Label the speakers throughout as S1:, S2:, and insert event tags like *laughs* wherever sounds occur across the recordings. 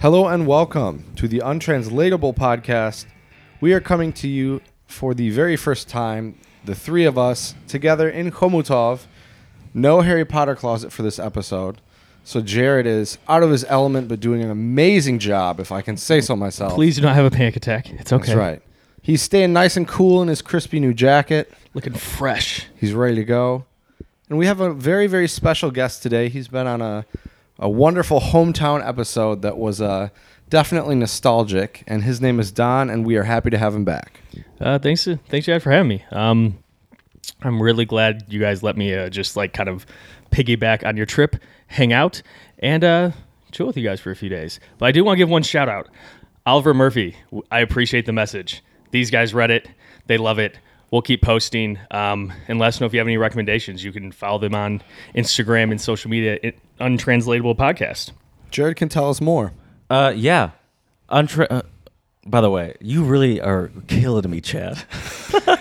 S1: Hello and welcome to the Untranslatable Podcast. We are coming to you for the very first time, the three of us together in Komutov. No Harry Potter closet for this episode. So Jared is out of his element, but doing an amazing job, if I can say so myself.
S2: Please do not have a panic attack. It's okay.
S1: Oh. That's right. He's staying nice and cool in his crispy new jacket.
S2: Looking fresh.
S1: He's ready to go. And we have a very, very special guest today. He's been on a, a wonderful hometown episode that was uh, definitely nostalgic. And his name is Don, and we are happy to have him back.
S2: Uh, thanks, thanks, Chad, for having me. Um, I'm really glad you guys let me uh, just like kind of piggyback on your trip, hang out, and uh, chill with you guys for a few days. But I do want to give one shout out, Oliver Murphy. w- I appreciate the message. These guys read it, they love it. We'll keep posting. Um, and let us know if you have any recommendations. You can follow them on Instagram and social media. It, untranslatable podcast.
S1: Jared can tell us more.
S3: Uh, yeah. Untra- uh, by the way, you really are killing me, Chad.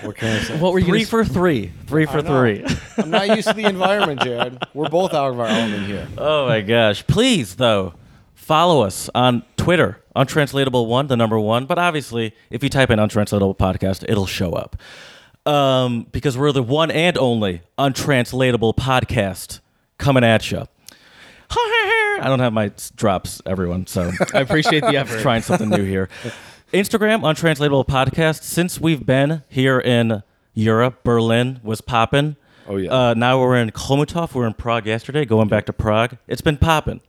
S1: What can I say?
S2: What were
S3: three for three. Three
S2: *laughs*
S3: for three.
S1: *laughs* I'm not used to the environment, Jared. We're both out of our element here.
S3: oh my gosh. Please, though, follow us on Twitter, untranslatable one, the number one. But obviously, if you type in untranslatable podcast, it'll show up. Um, because we're the one and only untranslatable podcast coming at you. I don't have my s- drops, everyone.
S2: *laughs*
S3: So
S2: I appreciate
S1: *laughs*
S2: the effort.
S3: trying something new here. Instagram, Untranslatable Podcast. Since we've been here in Europe, Berlin was popping.
S1: Oh, yeah.
S3: Uh, now we're in Komutov. We are in Prague yesterday, going back to Prague. It's been popping.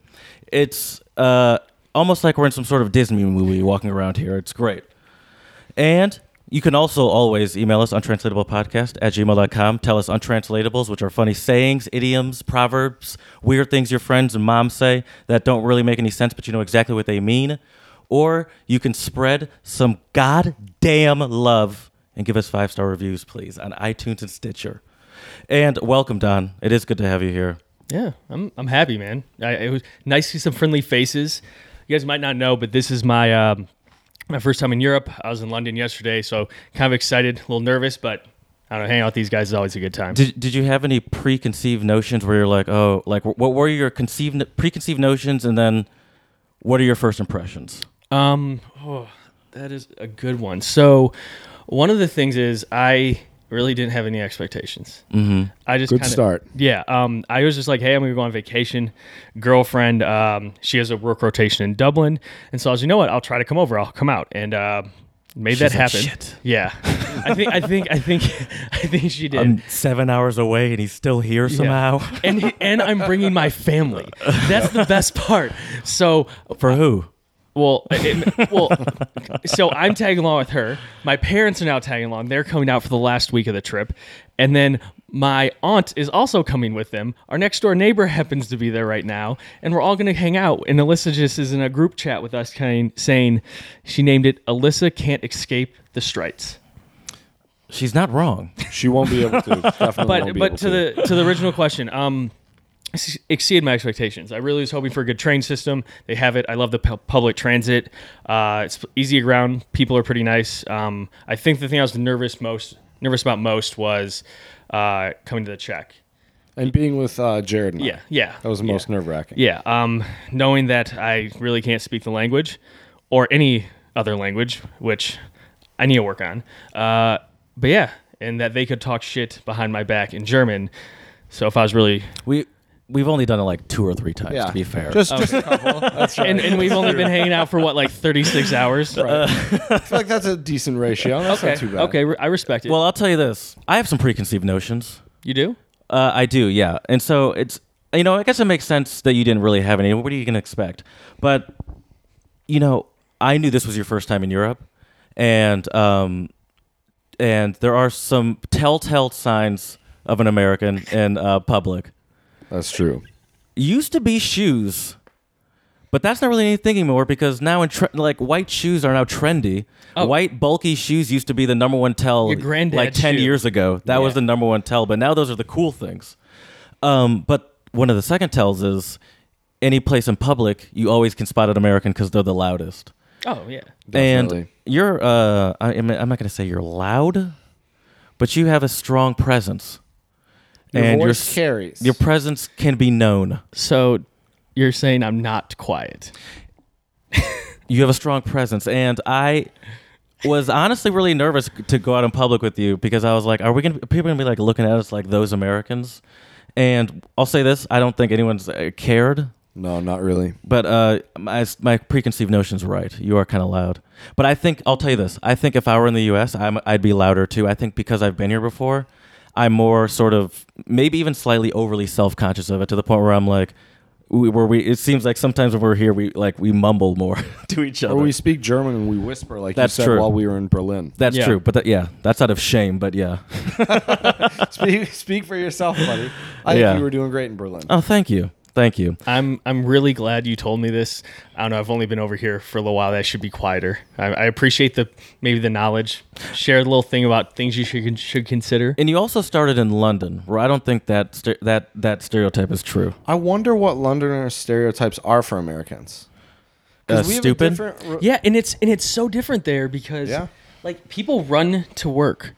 S3: It's uh, almost like we're in some sort of Disney movie walking around here. It's great. And you can also always email us, untranslatablepodcast at gmail.com. Tell us untranslatables, which are funny sayings, idioms, proverbs, weird things your friends and mom say that don't really make any sense, but you know exactly what they mean. Or you can spread some goddamn love and give us five star reviews, please, on iTunes and Stitcher. And welcome, Don. It is good to have you here.
S2: Yeah, I'm I'm happy, man. I, it was nice to see some friendly faces. You guys might not know, but this is my um, my first time in Europe. I was in London yesterday, so kind of excited, a little nervous, but I don't know. Hanging out with these guys is always a good time.
S3: Did, did you have any preconceived notions where you're like, oh, like wh- what were your conceived preconceived notions, and then what are your first impressions?
S2: Um, oh, that is a good one. So, one of the things is I really didn't have any expectations. Mm-hmm. I just
S1: Good
S2: kinda-
S1: start.
S2: Yeah. Um, I was just like, hey, I'm gonna go on vacation. Girlfriend, um, she has a work rotation in Dublin, and so I was, you know what? I'll try to come over. I'll come out and. Uh, Made that
S3: She's like,
S2: happen.
S3: "Shit."
S2: Yeah, I think I think I think *laughs* I think she did.
S3: I'm seven hours away and he's still here
S2: Yeah.
S3: somehow.
S2: and and I'm bringing my family. That's the best part. So
S3: *laughs* For who?
S2: well, it, well, so I'm tagging along with her. My parents are now tagging along. They're coming out for the last week of the trip, and then my aunt is also coming with them. Our next door neighbor happens to be there right now, and we're all going to hang out. And Alyssa just is in a group chat with us, kind saying she named it "Alyssa Can't Escape the Strites."
S3: She's not wrong.
S1: She won't be *laughs* able to. Definitely won't
S2: but
S1: be
S2: but
S1: able
S2: to the to the original question, um, s- exceeded my expectations. I really was hoping for a good train system. They have it. I love the pu- public transit. Uh, it's easy to ground. People are pretty nice. Um, I think the thing I was nervous most nervous about most was uh, coming to the check.
S1: And being with uh, Jared and I.
S2: Yeah, yeah.
S1: That was the most nerve wracking.
S2: Yeah, um, knowing that I really can't speak the language or any other language, which I need to work on. Uh, but yeah, and that they could talk shit behind my back in German. So if I was really
S3: We we've only done it like two or three times to be fair.
S2: Oh.
S1: Just, just a couple. That's right.
S2: and, and we've only been hanging out for what like 36 hours.
S1: I feel like that's a decent ratio. That's
S2: okay.
S1: not too bad.
S2: Okay, re- I respect it.
S3: well, I'll tell you this. I have some preconceived notions.
S2: you do?
S3: Uh, I do, yeah. And so it's you know, I guess it makes sense that you didn't really have any. What are you gonna expect? But you know, I knew this was your first time in Europe, and um, and there are some telltale signs of an American in uh, public.
S1: That's true.
S3: used to be shoes, but that's not really anything anymore because now in tre- like white shoes are now trendy. White bulky shoes used to be the number one tell
S2: Oh. Your granddad's
S3: like 10
S2: shoe.
S3: years ago. That was
S2: Yeah.
S3: the number one tell, but now those are the cool things. Um, but one of the second tells is any place in public, you always can spot an American because they're the loudest.
S2: Oh, yeah.
S3: And
S1: Definitely.
S3: you're, uh, I, am I'm not going to say you're loud, but you have a strong presence.
S1: Your
S3: and your,
S1: voice
S3: s-
S1: carries.
S3: your presence can be known.
S2: So you're saying I'm not quiet.
S3: You have a strong presence, and I was honestly really nervous to go out in public with you because I was like, "Are we gonna? Are people gonna be like looking at us like those Americans?" And I'll say this: I don't think anyone's uh, cared
S1: No, not really.
S3: but uh, my, my preconceived notion's right. You are kind of loud. But I think, I'll tell you this. I think if I were in the U.S., I'm, I'd be louder too. I think because I've been here before, I'm more sort of, maybe even slightly overly self-conscious of it to the point where I'm like, we, where we, it seems like sometimes when we're here, we like, we mumble more *laughs* to each other.
S1: Or we speak German and we whisper like
S3: That's
S1: you said
S3: true.
S1: while we were in Berlin.
S3: that's
S2: Yeah.
S3: true. But that, yeah, that's out of shame, but yeah.
S1: *laughs* speak, speak for yourself, buddy. I
S3: Yeah.
S1: think you were doing great in Berlin.
S3: Oh, thank you. Thank you.
S2: I'm I'm really glad you told me this. I don't know. I've only been over here for a little while. That should be quieter. I, I appreciate the maybe the knowledge. Share a little thing about things you should should consider.
S3: And you also started in London, where I don't think that ster- that that stereotype is true.
S1: I wonder what Londoner stereotypes are for Americans.
S3: Uh,
S1: 'Cause we have a
S3: stupid.
S1: different re-
S2: Yeah, and it's and it's so different there because
S1: Yeah.
S2: like people run to work.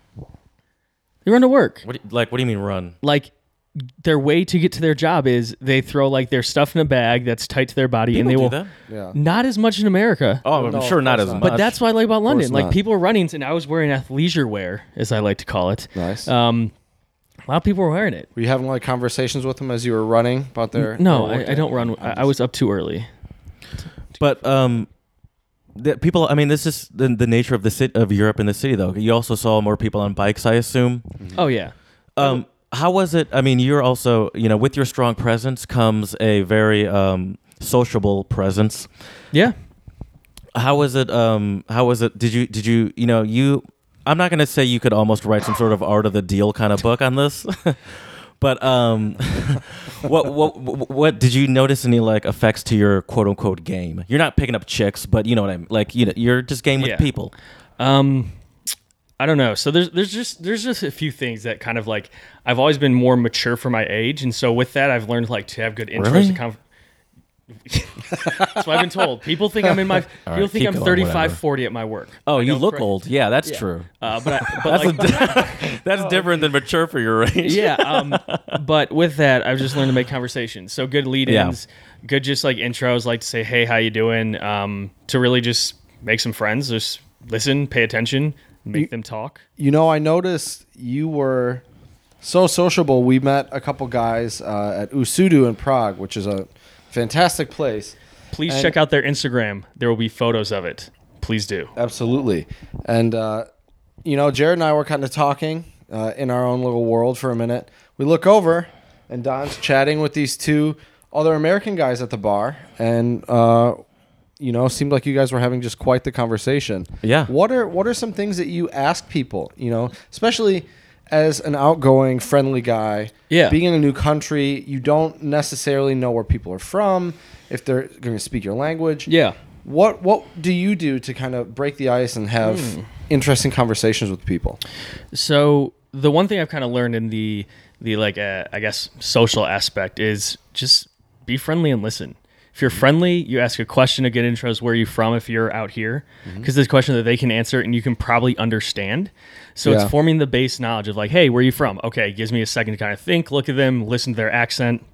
S2: They run to work.
S3: What do you- like, what do you mean run?
S2: Like their way to get to their job is they throw like their stuff in a bag that's tight to their body and they
S3: People do
S2: will
S3: that?
S1: Yeah.
S2: not as much in America.
S3: Oh, I'm
S1: No,
S3: sure
S1: of
S3: not
S1: course
S3: as
S1: not.
S3: much.
S2: But that's what I like about London. Like
S1: not.
S2: people are running, and I was wearing athleisure wear, as I like to call it.
S1: Nice.
S2: Um, a lot of people were wearing it.
S1: uh, were you having like conversations with them as you were running about their?
S2: No,
S1: their work
S2: I, I don't run. I, I was up too early.
S3: But um, the people. I mean, this is the, the nature of the city of Europe and the city, though. You also saw more people on bikes, I assume.
S1: Mm-hmm.
S2: Oh yeah,
S3: Um, how was it? I mean, you're also, you know, with your strong presence comes a very um, sociable presence.
S2: yeah.
S3: How was it? Um, how was it? Did you? Did you? You know, you. I'm not gonna say you could almost write some sort of art of the deal kind of book on this. *laughs* But um, *laughs* what, what what what did you notice any like effects to your quote unquote game? You're not picking up chicks, but you know what I mean. Like you know, you're just game with
S2: Yeah.
S3: people.
S2: Um, I don't know. So there's there's just there's just a few things that kind of like I've always been more mature for my age, and so with that I've learned like to have good intros.
S3: Really?
S2: To conf- That's what I've been told. People think I'm in
S3: *laughs*
S2: my people
S3: right,
S2: think
S3: keep
S2: I'm
S3: going,
S2: 35,
S3: whatever.
S2: 40 at my work.
S3: Oh,
S2: I
S3: you
S2: don't
S3: look
S2: cra-
S3: old. Yeah, that's
S2: *laughs*
S3: true.
S2: Uh, but
S3: *laughs*
S2: I, but like,
S3: That's different than mature for your age.
S2: Oh. yeah um but with that i've just learned to make conversations so good lead-ins good just like intros like to say hey how you doing um to really just make some friends just listen pay attention make them talk
S1: You know, I noticed you were so sociable. We met a couple guys uh, at Usudu in Prague, which is a fantastic place.
S2: please
S1: And-
S2: check out their instagram there will be photos of it please do
S1: Absolutely. And, uh, you know, Jared and I were kind of talking uh, in our own little world for a minute. We look over, and Don's chatting with these two other American guys at the bar. And, uh, you know, seemed like you guys were having just quite the conversation.
S3: Yeah.
S1: What are what are some things that you ask people, you know, especially as an outgoing, friendly guy?
S2: Yeah.
S1: Being in a new country, you don't necessarily know where people are from, if they're going to speak your language.
S2: yeah
S1: What what do you do to kind of break the ice and have interesting conversations with people?
S2: so the one thing i've kind of learned in the the like uh, i guess social aspect is just be friendly and listen if you're friendly you ask a question to get intros where are you from if you're out here because there's a question that they can answer and you can probably understand so
S1: Yeah.
S2: it's forming the base knowledge of like hey where are you from okay gives me a second to kind of think look at them listen to their accent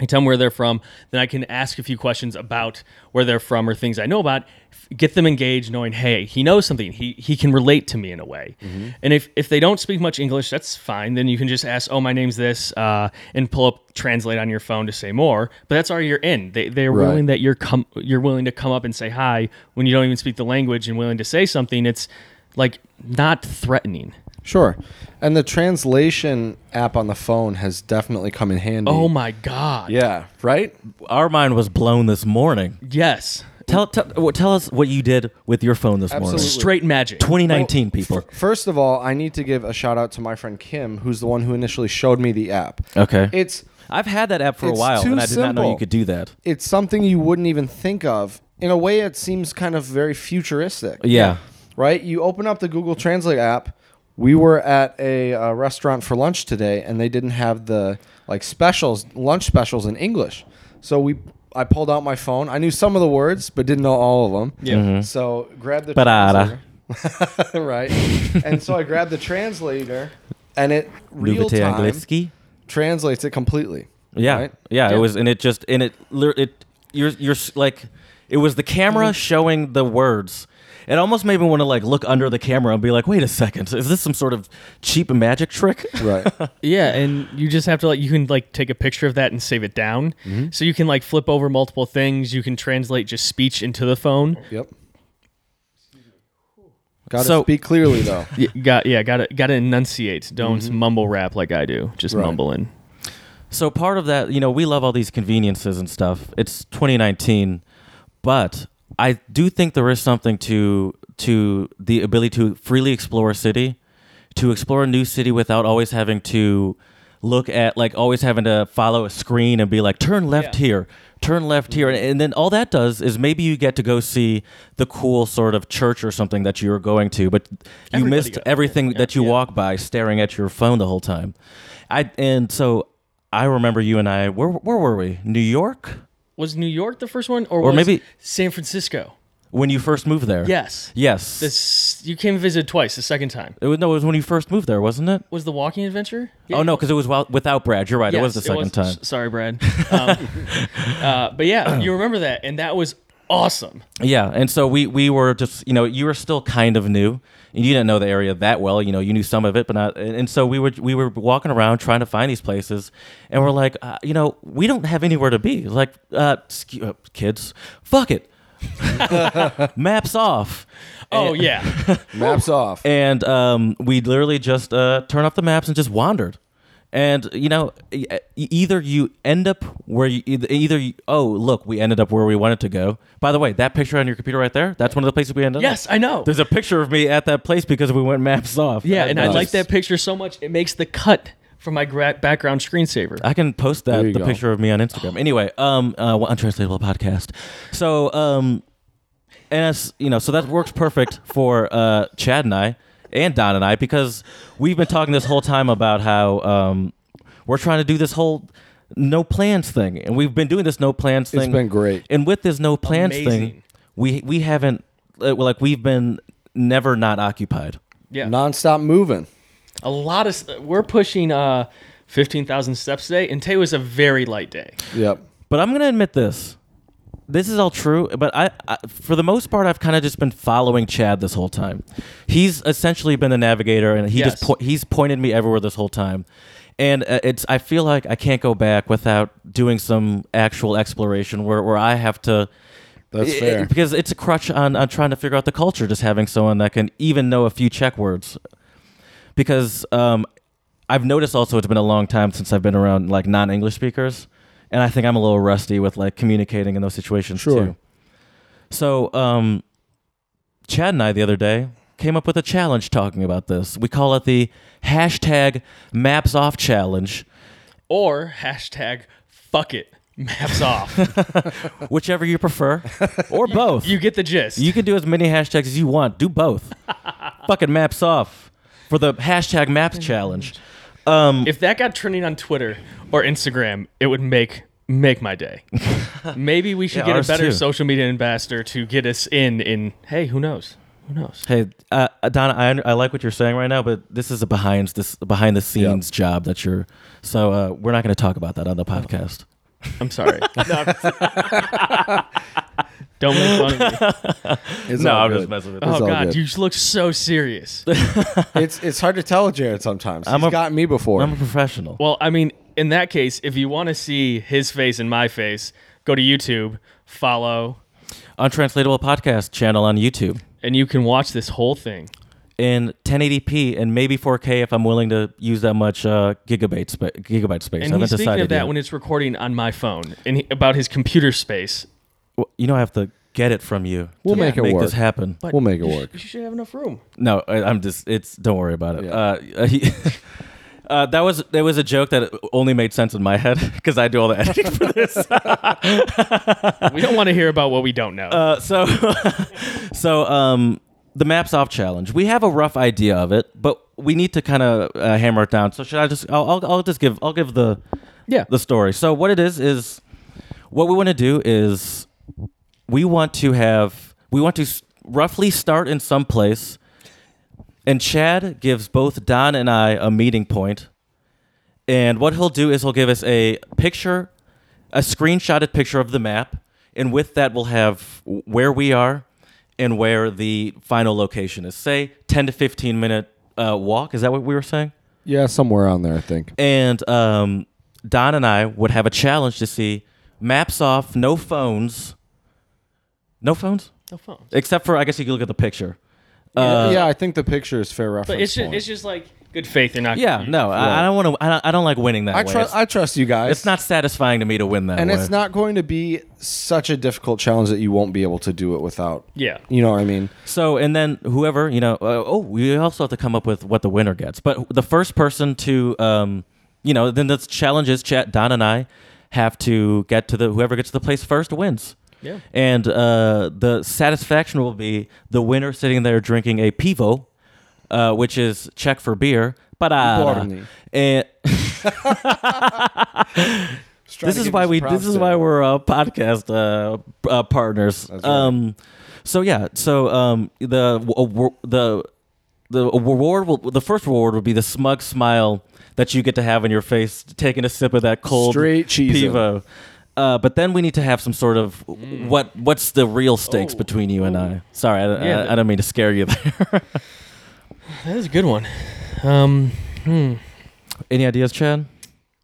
S2: I tell them where they're from. Then I can ask a few questions about where they're from or things I know about. f- Get them engaged, knowing, hey, he knows something. He he can relate to me in a way.
S1: Mm-hmm.
S2: And if if they don't speak much English, that's fine. Then you can just ask, oh, my name's this, uh, and pull up translate on your phone to say more. But that's already you're in. They they're
S1: Right.
S2: willing that you're come you're willing to come up and say hi when you don't even speak the language and willing to say something. It's like not threatening.
S1: Sure. And the translation app on the phone has definitely come in handy.
S2: Oh my god.
S1: yeah, right?
S3: Our mind was blown this morning.
S2: Yes.
S3: Tell tell, well, tell us what you did with your phone this morning.
S1: Absolutely.
S2: Straight magic.
S3: 2019 people.
S1: First of all, I need to give a shout out to my friend Kim, who's the one who initially showed me the app.
S3: Okay.
S1: It's
S3: I've had that app for a
S1: It's
S3: while,
S1: too
S3: and I did not know
S1: simple.
S3: you could do that.
S1: it's something you wouldn't even think of. In a way it seems kind of very futuristic.
S3: Yeah.
S1: right? You open up the Google Translate app. We were at a uh, restaurant for lunch today, and they didn't have the like specials, lunch specials in English. So we, I pulled out my phone. I knew some of the words, but didn't know all of them.
S2: Yeah. Mhm.
S1: So grabbed the
S3: Mm-hmm. Parada.
S1: translator. *laughs* right, and so I grabbed the translator, and it real
S3: Nuvete
S1: time
S3: Angliski.
S1: translates it completely.
S3: Yeah,
S1: right?
S3: yeah,
S2: Yeah.
S3: It was, and it just, and it, lir- it, you're, you're s- like, It was the
S1: Mm-hmm.
S3: camera showing the words. It almost made me want to like look under the camera and be like, "Wait a second, is this some sort of cheap magic trick?" *laughs*
S1: Right.
S2: Yeah, and you just have to like you can like take a picture of that and save it down.
S3: Mm-hmm.
S2: So you can like flip over multiple things. You can translate just speech into the phone.
S1: yep. Gotta
S3: So-
S1: speak clearly
S3: *laughs*
S1: though.
S2: Y- got yeah, gotta gotta enunciate. Don't
S3: Mm-hmm.
S2: mumble rap like I do. Just
S1: Right.
S2: mumbling.
S3: So part of that, you know, we love all these conveniences and stuff. It's 2019, but I do think there is something to to the ability to freely explore a city, to explore a new city without always having to look at like always having to follow a screen and be like turn left
S2: Yeah. Mm-hmm.
S3: here, turn left here, and then all that does is maybe you get to go see the cool sort of church or something that you were going to, but you
S2: Everybody
S3: missed
S2: goes.
S3: everything
S2: Yeah.
S3: that you
S2: Yeah.
S3: walk by staring at your phone the whole time. I and so I remember you and I where where were we? New York
S2: Was New York the first one, or,
S3: Or
S2: was
S3: maybe-
S2: San Francisco?
S3: when you first moved there.
S2: Yes.
S3: Yes.
S2: This you came visit twice. The second time
S3: it was, no, it was when you first moved there, wasn't it?
S2: was the walking adventure.
S3: Oh no, because it was while, without Brad. You're right. it was the
S2: Yes,
S3: second time.
S2: s- Sorry, Brad.
S3: *laughs*
S2: Um, uh, but yeah, you remember that, and that was awesome.
S3: Yeah, and so we we were just you know you were still kind of new, and you didn't know the area that well. You know you knew some of it, but not. And and so we were we were walking around trying to find these places, and we're like, uh, you know, we don't have anywhere to be. Like, uh, scu- uh, kids, fuck it, *laughs* maps off.
S2: Oh
S3: And- *laughs*
S2: yeah,
S1: Maps off.
S3: and um, we literally just uh, turn off the maps and just wandered. And you know, e- e- either you end up where you either, either you, oh look, we ended up where we wanted to go. By the way, that picture on your computer right there—that's one of the places we ended up.
S2: yes, I know.
S3: there's a picture of me at that place because we went maps off.
S2: yeah, and I
S3: Nice.
S2: like that picture so much. It makes the cut from my gra- background screensaver.
S3: I can post that
S1: There you
S3: the
S1: go.
S3: picture of me on Instagram. Anyway, um, uh, untranslatable podcast. So, um, and as, you know, so that
S1: *laughs*
S3: works perfect for uh, Chad and I and Don and I because we've been talking this whole time about how um, we're trying to do this whole no plans thing, and we've been doing this no plans thing.
S1: It's been great.
S3: And with this no plans thing,
S2: Amazing.
S3: we we haven't uh, like we've been never not occupied.
S2: yeah,
S1: Nonstop moving.
S2: a lot of st- we're pushing uh, fifteen thousand steps today, and today was a very light day.
S1: Yep.
S3: But I'm gonna admit this. This is all true, but I, I for the most part, I've kind of just been following Chad this whole time. He's essentially been the navigator, and he just
S2: Yes.
S3: po- he's pointed me everywhere this whole time. And uh, it's I feel like I can't go back without doing some actual exploration where, where I have to.
S1: That's
S3: i- i- *laughs*
S1: fair.
S3: because it's a crutch on on trying to figure out the culture. Just having someone that can even know a few Czech words, because um, I've noticed also it's been a long time since I've been around like non English speakers, and I think I'm a little rusty with like communicating in those situations
S1: Sure.
S3: too. So, um, Chad and I the other day came up with a challenge talking about this. We call it the hashtag Maps Off Challenge,
S2: Or hashtag fuck it, maps off.
S3: *laughs* whichever you prefer,
S1: *laughs*
S3: or both.
S2: you get the gist.
S3: You can do as many hashtags as you want.
S2: *laughs*
S3: Do both. Fucking maps off for the hashtag maps challenge. Um,
S2: if that got trending on Twitter or Instagram, it would make make my
S3: *laughs*
S2: day. Maybe we should
S3: Yeah,
S2: get a
S3: ours
S2: better
S3: too.
S2: social media ambassador to get us in. In hey, who knows? Who knows?
S3: hey, uh, Donna, I, under- I like what you're saying right now, but this is a behind this behind the scenes job that you're. So uh, we're not going to talk about that on
S2: Oh.
S3: the podcast.
S2: I'm
S3: *laughs*
S2: sorry. *laughs* Don't make fun of me.
S1: It's all good.
S3: messing with
S1: It's
S2: Oh
S1: all
S2: God,
S1: good.
S2: you just look so
S1: *laughs*
S2: serious. *laughs*
S1: It's it's hard to tell Jared sometimes. He's
S3: I'm a-
S1: got me before.
S3: I'm a professional.
S2: Well, I mean, in that case, if you want to see his face and my face, go to YouTube, follow,
S3: Untranslatable podcast channel on YouTube
S2: and you can watch this whole thing.
S3: in 1080p and maybe 4K if I'm willing to use that much uh, gigabyte spa- gigabyte space.
S2: And
S3: I
S2: he's
S3: haven't
S2: speaking
S3: decided
S2: of that
S3: yet.
S2: when it's recording on my phone and he, about his computer space.
S3: Well, you know, I have to get it from you.
S1: We'll
S3: to
S1: make it
S3: make
S1: work.
S3: this happen.
S2: But
S1: We'll make it
S2: you sh-
S3: *laughs*
S1: work.
S2: You should have enough room.
S3: No, I, I'm just. It's don't worry about it.
S1: Yeah.
S3: Uh, he, *laughs* uh, that was there was a joke that only made sense in my head *laughs* because I do all the editing for this.
S2: *laughs* we don't want to hear about what we don't know.
S3: Uh, so, *laughs* so um, the maps off challenge. We have a rough idea of it, but we need to kind of uh, hammer it down. So should I just? I'll, I'll, I'll just give. I'll give the
S2: yeah.
S3: the story. So what it is is what we want to do is we want to have we want to s- roughly start in some place and Chad gives both Don and I a meeting point. And what he'll do is he'll give us a picture, a screenshotted picture of the map, And with that, we'll have where we are and where the final location is. Say 10 to 15 minute uh, walk. Is that what we were saying?
S1: Yeah, somewhere on there, I think.
S3: And um, Don and I would have a challenge to see maps off, no phones. No phones?
S2: No phone.
S3: Except for, I guess you could look at the picture. Uh,
S1: yeah, I think the picture is fair reference.
S2: But it's just,
S1: point.
S2: it's just like good faith. You're not.
S3: Yeah, no, I, I don't want to. I don't, I don't like winning that
S1: I
S3: way.
S1: trust.
S3: It's,
S1: I trust you guys.
S3: it's not satisfying to me to win that
S1: and
S3: way.
S1: it's not going to be such a difficult challenge that you won't be able to do it without.
S2: Yeah.
S1: You know what I mean?
S3: So, and then whoever, you know, uh, oh, we also have to come up with what the winner gets. But the first person to, um, you know, then the challenge is chat, Don and I have to get to the, whoever gets to the place first wins.
S2: Yeah.
S3: And uh, the satisfaction will be the winner sitting there drinking a pivo, uh, which is Czech for beer. But uh,
S1: Výborný.
S3: and
S1: Just trying
S3: this
S1: to
S3: is
S1: give
S3: why
S1: you some
S3: we
S1: props
S3: this is
S1: there.
S3: why we're uh, podcast uh, p- uh, partners.
S1: That's right.
S3: Um, so yeah, so um, the w- awar- the the reward will the first reward would be the smug smile that you get to have on your face taking a sip of that cold
S1: Straight cheese-o.
S3: pivo. Uh, but then we need to have some sort of what what's the real stakes
S2: Oh.
S3: between you and I? Sorry, I, I-
S2: Yeah,
S3: I,
S2: but-
S3: don't mean to scare you there. *laughs*
S2: That is a good one. Um, hmm.
S3: Any ideas, Chad?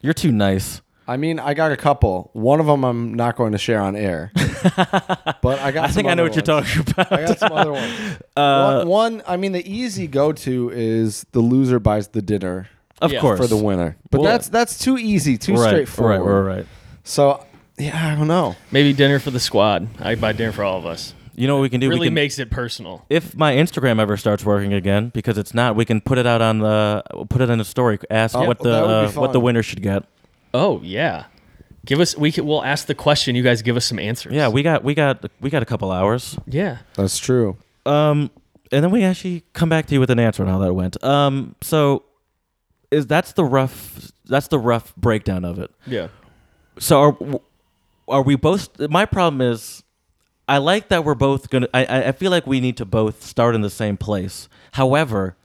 S3: You're too nice.
S1: I mean, I got a couple. One of them I'm not going to share on
S3: *laughs*
S1: air. but I got.
S3: I
S1: some
S3: think I know
S1: other
S3: what you're
S1: ones.
S3: talking about. Uh,
S1: I got some other
S3: *laughs*
S1: ones. one, one, I mean, the easy go-to is the loser buys the dinner
S3: Of
S2: Yeah.
S3: course,
S1: for the winner. But
S3: Well-
S1: that's that's too easy, too
S3: right,
S1: straightforward.
S3: Right, right, right.
S1: So, yeah, I don't know.
S2: Maybe dinner for the squad. I buy dinner for all of us.
S3: You know what we can do? We
S2: really
S3: can-
S2: makes it personal.
S3: if my Instagram ever starts working again, because it's not, we can put it out on the we'll put it in a story. Ask
S1: Oh,
S3: what the
S1: that would
S3: uh,
S1: be
S3: what the
S1: fun.
S3: winner should get.
S2: Oh yeah. Give us. We can, we'll ask the question. You guys give us some answers.
S3: Yeah, we got we got we got a couple hours.
S2: yeah.
S1: That's true.
S3: Um, and then we actually come back to you with an answer on how that went. Um, so is that's the rough that's the rough breakdown of it.
S2: Yeah.
S3: So are are we both? My problem is, I like that we're both gonna. I- I I feel like we need to both start in the same place. However,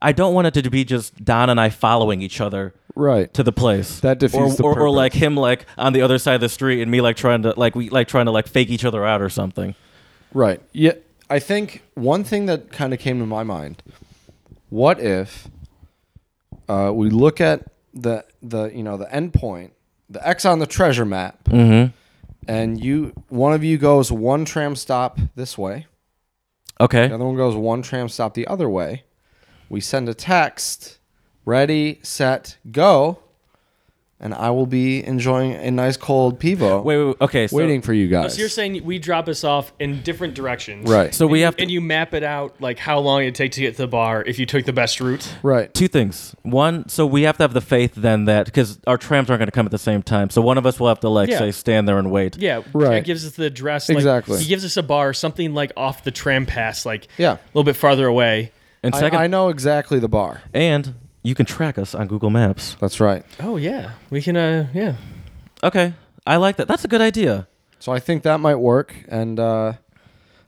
S3: I don't want it to be just Don and I following each other
S1: Right.
S3: to the place.
S1: That defeats
S3: or,
S1: the
S3: or, or
S1: purpose.
S3: like him like on the other side of the street and me like trying to like we like trying to like fake each other out or something.
S1: Right. Yeah. I think one thing that kind of came to my mind: what if uh, we look at the the you know the end point, the X on the treasure map, and you one of you goes one tram stop this way,
S3: Okay.
S1: the other one goes one tram stop the other way. We send a text, ready, set, go, and I will be enjoying a nice cold pivo,
S3: Wait, wait, wait, okay. So,
S1: waiting for you
S2: Oh,
S1: guys.
S2: so you're saying we drop us off in different directions.
S1: right.
S3: So we have to
S2: And you map it out like how long it'd take to get to the bar if you took the best route.
S1: right.
S3: two things. One, so we have to have the faith then that because our trams aren't going to come at the same time. So one of us will have to like
S2: Yeah.
S3: say stand there and wait.
S2: Yeah,
S1: Right.
S2: Jack gives us the address. like,
S1: Exactly.
S2: He gives us a bar, something like off the tram pass, like
S1: Yeah.
S2: a little bit farther away.
S3: And
S1: I,
S3: second,
S1: I know exactly the bar.
S3: and you can track us on Google Maps.
S1: That's right.
S2: Oh yeah, we can. Uh, yeah.
S3: Okay, I like that. That's a good idea.
S1: So I think that might work, and uh,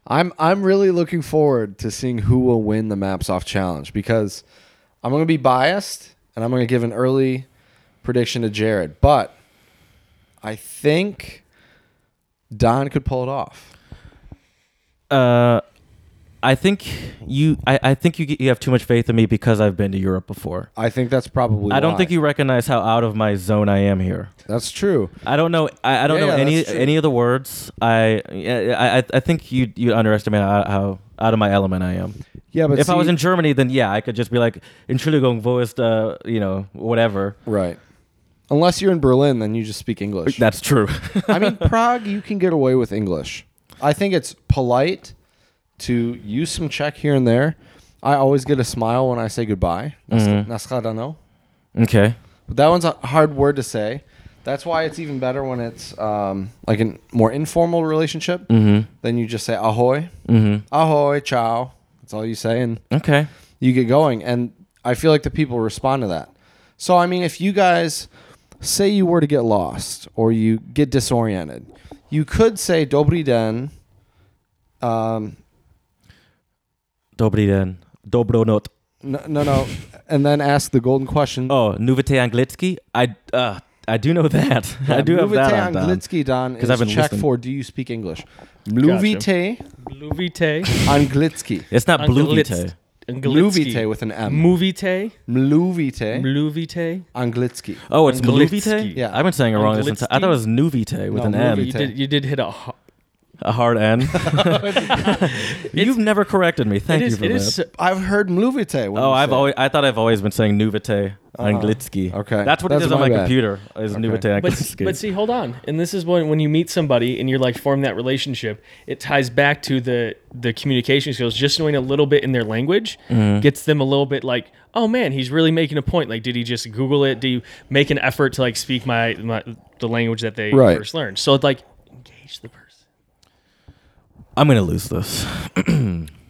S1: I'm I'm really looking forward to seeing who will win the maps off challenge because I'm going to be biased, and I'm going to give an early prediction to Jared, but I think Don could pull it off.
S3: Uh, I think you. I, I think you you have too much faith in me because I've been to Europe before.
S1: I think that's probably.
S3: I don't
S1: why.
S3: think you recognize how out of my zone I am here.
S1: That's true.
S3: I don't know. I, I don't
S1: Yeah,
S3: know
S1: yeah,
S3: any
S1: that's true.
S3: any of the words. I I I, I think you you underestimate how, how out of my element I am.
S1: Yeah, but
S3: if I
S1: see-
S3: was in Germany, then yeah, I could just be like Entschuldigung, wo ist, uh, you know, whatever.
S1: Right. Unless you're in Berlin, then you just speak English.
S3: That's true. *laughs*
S1: I mean, Prague, you can get away with English. I think it's polite to use some Czech here and there. I always get a smile when I say goodbye. Nas- Naschledanou.
S3: okay.
S1: But that one's a hard word to say. That's why it's even better when it's um, like a more informal relationship. Mm-hmm. Then you just say ahoy, mm-hmm. ahoy, ciao. That's all you say, and
S3: Okay.
S1: you get going. And I feel like the people respond to that. So, I mean, if you guys say you were to get lost or you get disoriented, you could say Dobri den. Um,
S3: Dobrý den. Dobro not.
S1: no, no, no. and then ask the golden question.
S3: Oh, Nuvete Anglicky. I uh, I do know that. *laughs* I do have that on. Don.
S1: Anglitsky, Don,
S3: 'Cause
S1: is
S3: I've been
S1: check
S3: listening.
S1: for do you speak English? Mluvite
S2: Gluvite.
S1: Anglitsky.
S3: It's *laughs* not blue vitae.
S1: Mluvite with an M.
S2: Movite.
S1: Mluvite
S2: Mluvite.
S1: Anglitsky.
S3: Oh, it's blue vitae?
S2: Anglitsky.
S1: Yeah.
S3: I've been saying it wrong this
S2: Anglitsky?
S3: entire. I thought it was new vitae
S1: No,
S3: with an
S1: new
S3: N,
S2: You
S1: vitae.
S2: did, you did hit a. ho-
S3: a hard
S2: *laughs*
S3: N. *laughs* You've never corrected me. Thank
S2: it
S3: you
S2: is.
S3: for
S2: It
S3: that.
S2: is.
S1: I've heard Mluvite. when
S3: Oh,
S1: you
S3: I've
S1: say it.
S3: always I thought I've always been saying Nuvite
S2: Uh-huh.
S3: Anglitsky.
S1: Okay.
S3: that's what
S1: That's
S3: it is on
S1: my
S3: my
S1: bad.
S3: computer. Is
S1: Okay.
S3: Nuvite
S2: But,
S3: Anglitsky.
S2: but see, hold on. And this is when when you meet somebody and you're like form that relationship, it ties back to the the communication skills. Just knowing a little bit in their language
S1: Mm-hmm.
S2: gets them a little bit like, oh man, he's really making a point. Like, did he just Google it? Do you make an effort to like speak my, my the language that they
S1: Right.
S2: first learned? So it's like engage the person.
S3: I'm gonna lose this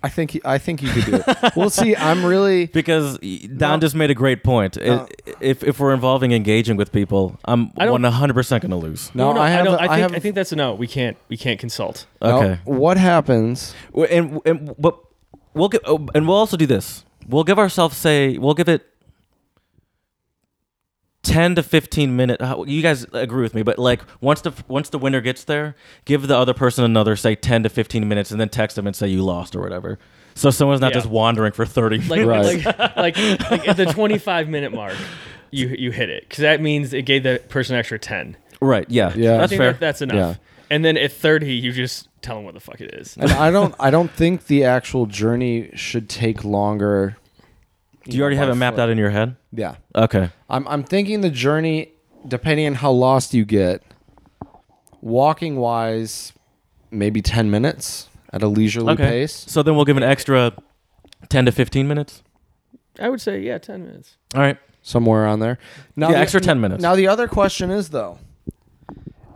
S1: I think I think you could do it. we'll see. I'm really
S3: because Don just made a great point. I-
S1: No.
S3: If if we're involving engaging with people, I'm
S2: Uh. I don't-
S3: 100 percent gonna lose.
S1: no. I have.
S2: don't-
S1: a-
S2: I think, I,
S1: have.
S2: think that's a no. We can't. We can't
S1: *laughs*
S2: consult.
S1: no.
S3: Okay.
S1: What happens?
S3: Well, And and but we'll give oh, and we'll also do this. We'll give ourselves say we'll give it. 10 to 15 minute how- you guys agree with me but like once the once the winner gets there give the other person another say 10 to 15 minutes and then text them and say you lost or whatever so someone's not
S2: Yeah.
S3: just wandering for 30
S2: like
S1: Right.
S2: like, like
S1: *laughs*
S2: like at the 25 minute mark you you hit it because that means it gave that person an extra 10
S3: right yeah
S1: Yeah.
S2: I
S3: that's
S2: think
S3: fair
S2: That, that's enough
S1: Yeah.
S2: and then at 30 you just tell them what the fuck it is
S1: And I don't. I *laughs* don't think the actual journey should take longer.
S3: do you already have it mapped out in your head
S1: Yeah.
S3: okay
S1: I'm I'm thinking the journey, depending on how lost you get, walking wise, maybe ten minutes at a leisurely
S3: okay
S1: pace.
S3: so then we'll give an extra 10 to 15 minutes
S2: i would say yeah 10 minutes
S3: all right
S1: somewhere on there. Now
S3: Yeah, extra 10 minutes.
S1: Now the other question is though,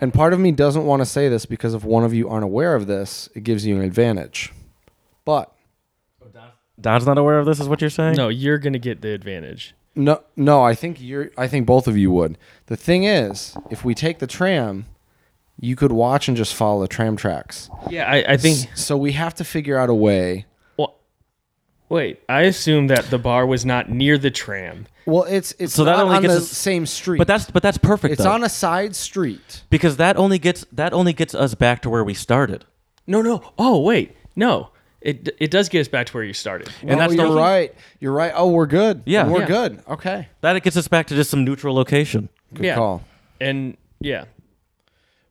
S1: and part of me doesn't want to say this because if one of you aren't aware of this, it gives you an advantage. But
S3: don's not aware of this is what you're saying
S2: no you're gonna get the advantage
S1: no, no, I think you're. I think both of you would. The thing is, if we take the tram, you could watch and just follow the tram tracks.
S2: yeah i, I think
S1: S- So we have to figure out a way.
S2: well, wait i assume that the bar was not near the tram
S1: Well, it's it's
S3: So that
S1: not
S3: only
S1: on
S3: gets
S1: the
S3: us-
S1: same street,
S3: but that's but that's perfect
S1: it's
S3: though.
S1: on a side street.
S3: because that only gets that only gets us back to where we started
S2: no no oh wait no it, it does get us back to where you started
S1: And
S3: that's the
S1: Oh, you're
S3: whole-
S1: right. You're right. Oh, we're good.
S3: Yeah.
S1: we're
S2: Yeah.
S1: good. Okay,
S3: that gets us back to just some neutral location
S1: good
S2: Yeah.
S1: call.
S2: and yeah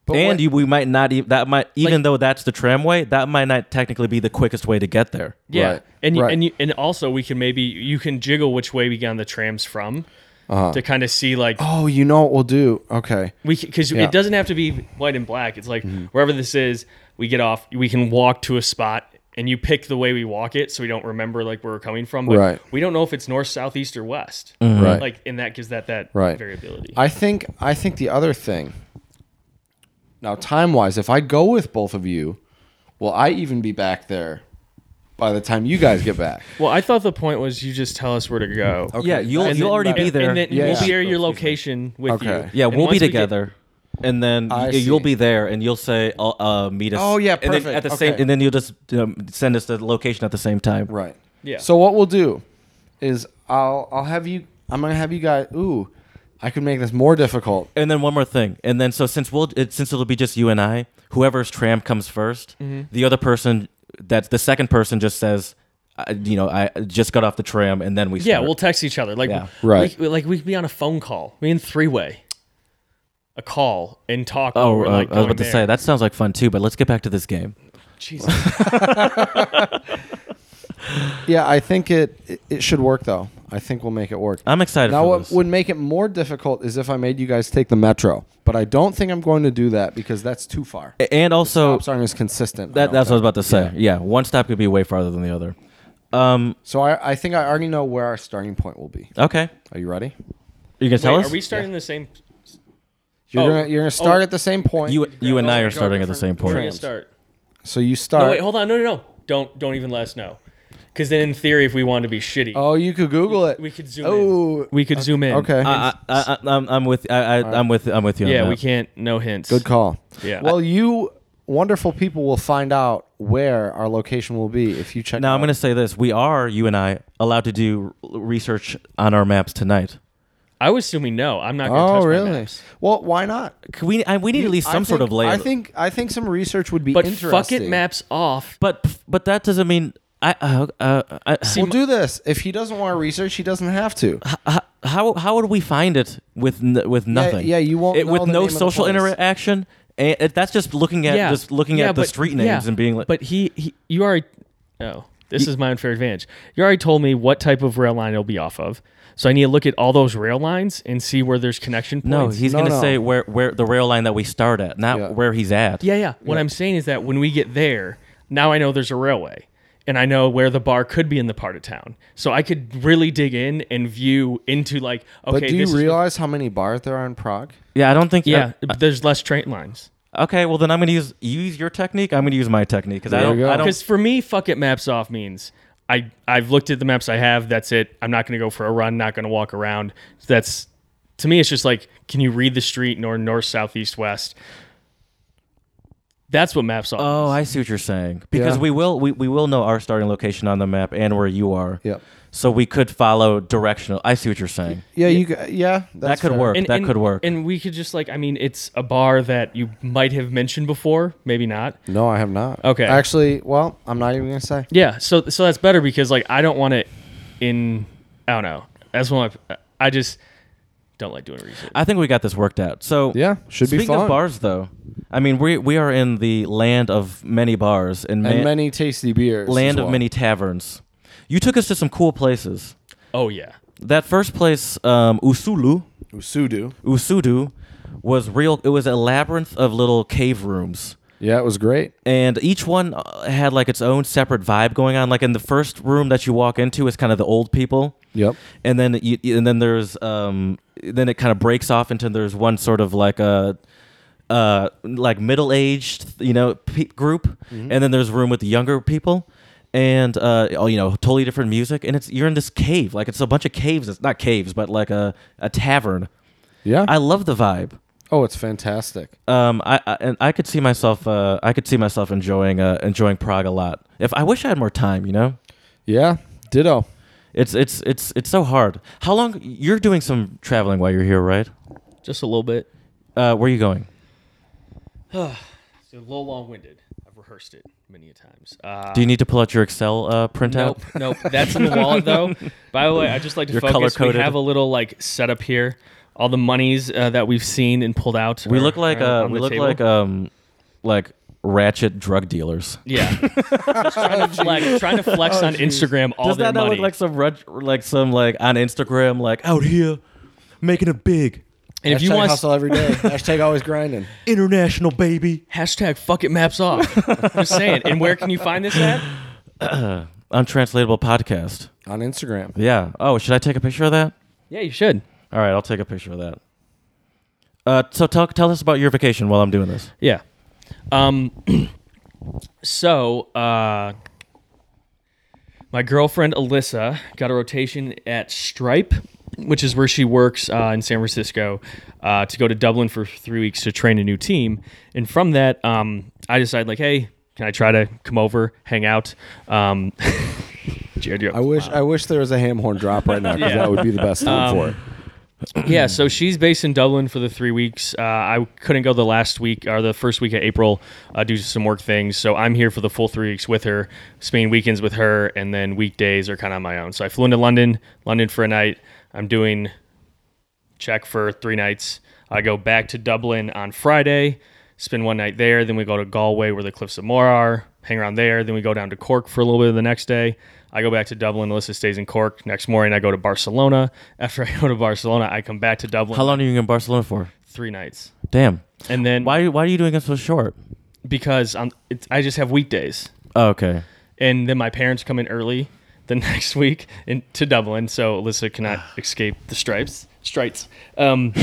S1: But
S3: and
S1: what-
S3: you, we might not even that might even though that's the tramway that might not technically be the quickest way to get there
S2: Yeah,
S1: Right,
S2: and you,
S1: right.
S2: and you, and also we can maybe you can jiggle which way we got on the trams from
S1: Uh-huh.
S2: to kind of see like
S1: Oh, you know what we'll do? Okay.
S2: we because
S1: yeah. Mm-hmm.
S2: it doesn't have to be white and black. It's like wherever this is, we get off. We can walk to a spot, and you pick the way we walk it, so we don't remember like where we're coming from. But
S1: Right. Mm-hmm.
S2: we don't know if it's north, south, east, or west.
S1: Right.
S2: Like, and that gives that that
S1: Right.
S2: variability.
S1: I think I think the other thing. Now, time wise, if I go with both of you, will I even be back there by the time you guys get
S2: *laughs*
S1: back?
S2: well, I thought the point was you just tell us where to go.
S3: yeah you'll
S2: And
S3: you'll
S2: then-
S3: already be
S2: and-
S3: there
S2: and then
S1: Yeah.
S2: we'll share your location with
S1: Okay.
S2: you.
S3: yeah
S2: And
S3: we'll be
S2: once we get-
S3: together and then
S1: I
S3: y- you'll
S1: see.
S3: be there and you'll say I'll, uh, meet us
S1: Oh, yeah,
S3: And then
S1: perfect.
S3: at the
S1: Okay.
S3: same and then you'll just um, send us the location at the same time
S1: Right.
S2: Yeah.
S1: So what we'll do is I'll I'll have you I'm gonna have you guys ooh, I could make this more difficult.
S3: And then one more thing. And then so since we'll it, since it'll be just you and I, whoever's tram comes 1st
S2: Mm-hmm.
S3: the other person that's the second person just says, I, you know, I just got off the tram, and then we
S2: Yeah,
S3: start.
S2: we'll text each other. Like,
S3: Yeah.
S2: we-
S1: Right.
S2: we- like we could be on a phone call. We in three way, a call and talk.
S3: Oh,
S2: over,
S3: uh,
S2: like,
S3: I was
S2: going
S3: about to
S2: there.
S3: say that sounds like fun too, but let's get back to this game.
S2: Jesus.
S1: Yeah, I think it it- it should work though. I think we'll make it work.
S3: I'm excited.
S1: Now,
S3: for
S1: what
S3: this.
S1: would make it more difficult is if I made you guys take the metro, but I don't think I'm going to do that because that's too far.
S3: A- and also
S1: Stops aren't as consistent. I
S3: that
S1: don't
S3: that's what I was
S1: think.
S3: about to say. Yeah. one stop could be way farther than the other. Um,
S1: So I, I think I already know where our starting point will be.
S3: okay,
S1: Are you ready?
S3: you gonna tell
S2: Wait,
S3: us?
S2: Are we starting the same?
S1: You're
S2: Oh.
S1: gonna you're gonna start
S2: Oh.
S1: at the same point.
S3: you you and I
S2: We're
S3: are starting at the same
S2: different- We're gonna
S3: point.
S2: start.
S1: so you
S2: Oh
S1: start.
S2: wait, hold on. No, no, no. Don't don't even let us know. Because then, in theory, if we wanted to be shitty,
S1: oh, you could Google it.
S2: we could zoom.
S1: Oh,
S2: in. Uh, we could zoom in.
S1: okay.
S3: I, I, I, I'm, I'm with I, I, I'm with I'm with you. on
S2: Yeah,
S3: that.
S2: we can't. No hints.
S1: Good call.
S2: Yeah.
S1: Well, you wonderful people will find out where our location will be if you check. it
S3: Now I'm
S1: out.
S3: going to say this: we are you and I allowed to do r- research on our maps tonight.
S2: I was assuming no. I'm not going to
S1: Oh,
S2: touch
S1: really?
S2: my maps.
S1: Well, why not?
S3: Could we, I, we need at least
S1: I
S3: some sort
S1: think-
S3: of layout.
S1: I think I think some research would be
S2: But
S1: interesting.
S2: fuck it, maps off.
S3: but but that doesn't mean I. Uh, uh, I
S1: We'll do this. If he doesn't want to research, he doesn't have
S2: *laughs*
S1: to.
S3: h- how how would we find it with n- with nothing?
S1: yeah, you won't
S3: It,
S1: know
S3: with
S1: the name
S3: no
S1: of the
S3: social
S1: place.
S3: interaction. And it, that's just looking at just looking
S2: Yeah,
S3: at the
S2: but-
S3: street
S2: yeah.
S3: names and being like.
S2: But he, he, you already. Oh, this is my unfair advantage. You already told me what type of rail line it'll be off of, so I need to look at all those rail lines and see where there's connection points.
S3: no, he's
S1: No,
S3: gonna
S1: no.
S3: say where where the rail line that we start at, not
S1: Yeah.
S3: where he's at.
S2: Yeah, yeah. What I'm saying is that when we get there, now I know there's a railway and I know where the bar could be in the part of town. So I could really dig in and view into like okay,
S1: But do
S2: this
S1: you
S2: is-
S1: realize how many bars there are in Prague?
S3: Yeah, I don't think.
S2: yeah,
S3: uh,
S2: there's less train lines.
S3: okay, well then I'm gonna use you use your technique. I'm gonna use my technique because I
S1: There you
S3: don't.
S1: go.
S3: I don't.
S2: Because for me, fuck it maps off means I I've looked at the maps I have, that's it. I'm not gonna go for a run, not gonna walk around. That's to me it's just like, can you read the street nor north, south, east, west? That's what maps off.
S3: Oh,
S2: means.
S3: I see what you're saying. Because
S1: Yeah.
S3: we will we, we will know our starting location on the map and where you are.
S1: Yep.
S3: So we could follow directional. I see what you're saying.
S1: Yeah, you. g- Yeah, that's
S3: could
S1: fair.
S3: work. That could work.
S2: And we could just like, I mean, it's a bar that you might have mentioned before, maybe not.
S1: No, I have not.
S2: Okay.
S1: Actually, well, I'm not even gonna say.
S2: Yeah, so so that's better because like I don't want it in. I don't know. That's one. of my- I just don't like doing research.
S3: I think we got this worked out. So
S1: Yeah, should be
S3: speaking
S1: fun.
S3: of bars, though, I mean we we are in the land of many bars and,
S1: And
S3: ma-
S1: many tasty beers.
S3: land
S1: as
S3: of
S1: well.
S3: many taverns. You took us to some cool places.
S2: oh yeah,
S3: That first place, um, Usulu,
S1: Usudu.
S3: Usudu, was real. It was a labyrinth of little cave rooms.
S1: Yeah, it was great.
S3: and each one uh, had like its own separate vibe going on. Like in the first room that you walk into is kind of the old people,
S1: Yep.
S3: and then you, and then there's um then it kind of breaks off into there's one sort of like a uh like middle aged you know pe- group, and then there's a room with the younger people. And uh, oh, you know, totally different music, and it's you're in this cave, like it's a bunch of caves. It's not caves, but like a, a tavern.
S1: Yeah.
S3: I love the vibe
S1: oh, it's fantastic.
S3: um, I, I and I could see myself. Uh, I could see myself enjoying uh, enjoying Prague a lot. If I wish I had more time, you know,
S1: Yeah. Ditto.
S3: it's it's it's it's so hard. How long you're doing some traveling while you're here, right?
S2: just a little bit.
S3: Uh, where are you going?
S2: It's a little long winded. I've rehearsed it many a times. Uh,
S3: Do you need to pull out your Excel uh, printout?
S2: Nope, nope. That's in the wallet though. By the way, I just like to
S3: You're
S2: focus. We
S3: color-coded.
S2: have a little like setup here. All the monies uh, that we've seen and pulled out.
S3: *laughs* We
S2: are- *laughs*
S3: look like
S2: are
S3: uh,
S2: on
S3: we
S2: the
S3: look
S2: table.
S3: like um, like ratchet drug dealers.
S2: Yeah, *laughs* Just trying to flex, trying to flex on Instagram all
S3: Oh, Does
S2: their
S3: that not
S2: money.
S3: look like some rug- like some like on Instagram like out here making it big
S2: and if you
S1: Hashtag
S2: want
S1: hustle every
S2: *laughs*
S1: day, hashtag always grinding.
S3: international baby
S2: hashtag fuck it maps off, just saying. And where can you find this at?
S3: untranslatable podcast?
S1: on Instagram.
S3: Yeah. Oh, should I take a picture of that?
S2: *laughs* Yeah, you should.
S3: All right, I'll take a picture of that. Uh, so tell tell us about your vacation while I'm doing this.
S2: Yeah. Um. *clears throat* so, uh, my girlfriend Alyssa got a rotation at Stripe, which is where she works uh, in San Francisco, uh, to go to Dublin for three weeks to train a new team. And from that, um, I decided like, hey, can I try to come over, hang out? Um, *laughs* Jared, you're up.
S1: I wish I wish there was a ham horn drop right now because
S2: *laughs* Yeah. Um,
S1: that would be the best time for it.
S2: yeah, so she's based in Dublin for the three weeks. Uh, I couldn't go the last week or the first week of April uh, due to some work things. So I'm here for the full three weeks with her, spending weekends with her, and then weekdays are kind of on my own. So I flew into London, London for a night. I'm doing check for three nights. I go back to Dublin on Friday, spend one night there. Then we go to Galway, where the Cliffs of Moher are, hang around there. Then we go down to Cork for a little bit the next day. I go back to Dublin. Alyssa stays in Cork. Next morning, I go to Barcelona. After *laughs* I go to Barcelona, I come back to Dublin.
S3: How long are you in Barcelona for?
S2: Three nights.
S3: Damn.
S2: And then
S3: Why why are you doing it so short?
S2: because I'm, it's, I just have weekdays.
S3: Oh, okay.
S2: and then my parents come in early the *laughs* next week in, to Dublin, so Alyssa
S3: *sighs*
S2: cannot escape the stripes. Stripes.
S3: *laughs*
S2: Um,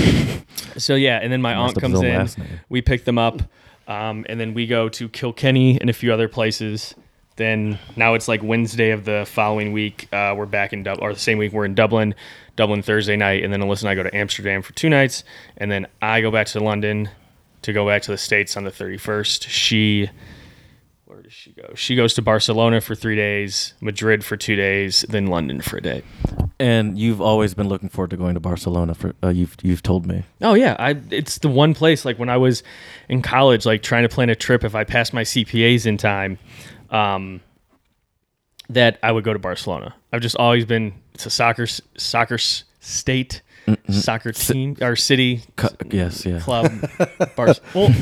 S2: so yeah, and then my aunt
S3: up
S2: comes
S3: the
S2: in.
S3: last name.
S2: We pick them up, um, and then we go to Kilkenny and a few other places. Then now it's like Wednesday of the following week. Uh, we're back in Dublin, or the same week we're in Dublin. Dublin Thursday night, and then Alyssa and I go to Amsterdam for two nights, and then I go back to London to go back to the states on the thirty first. She where does she go? She goes to Barcelona for three days, Madrid for two days, then London for a day.
S3: And you've always been looking forward to going to Barcelona. For uh, you've you've told me.
S2: Oh yeah, I it's the one place like when I was in college, like trying to plan a trip. If I passed my CPAs in time, um, that I would go to Barcelona. I've just always been it's a soccer s- soccer s- state, soccer team or city
S3: Co- yes, yeah. *laughs*
S2: club. Bar- well,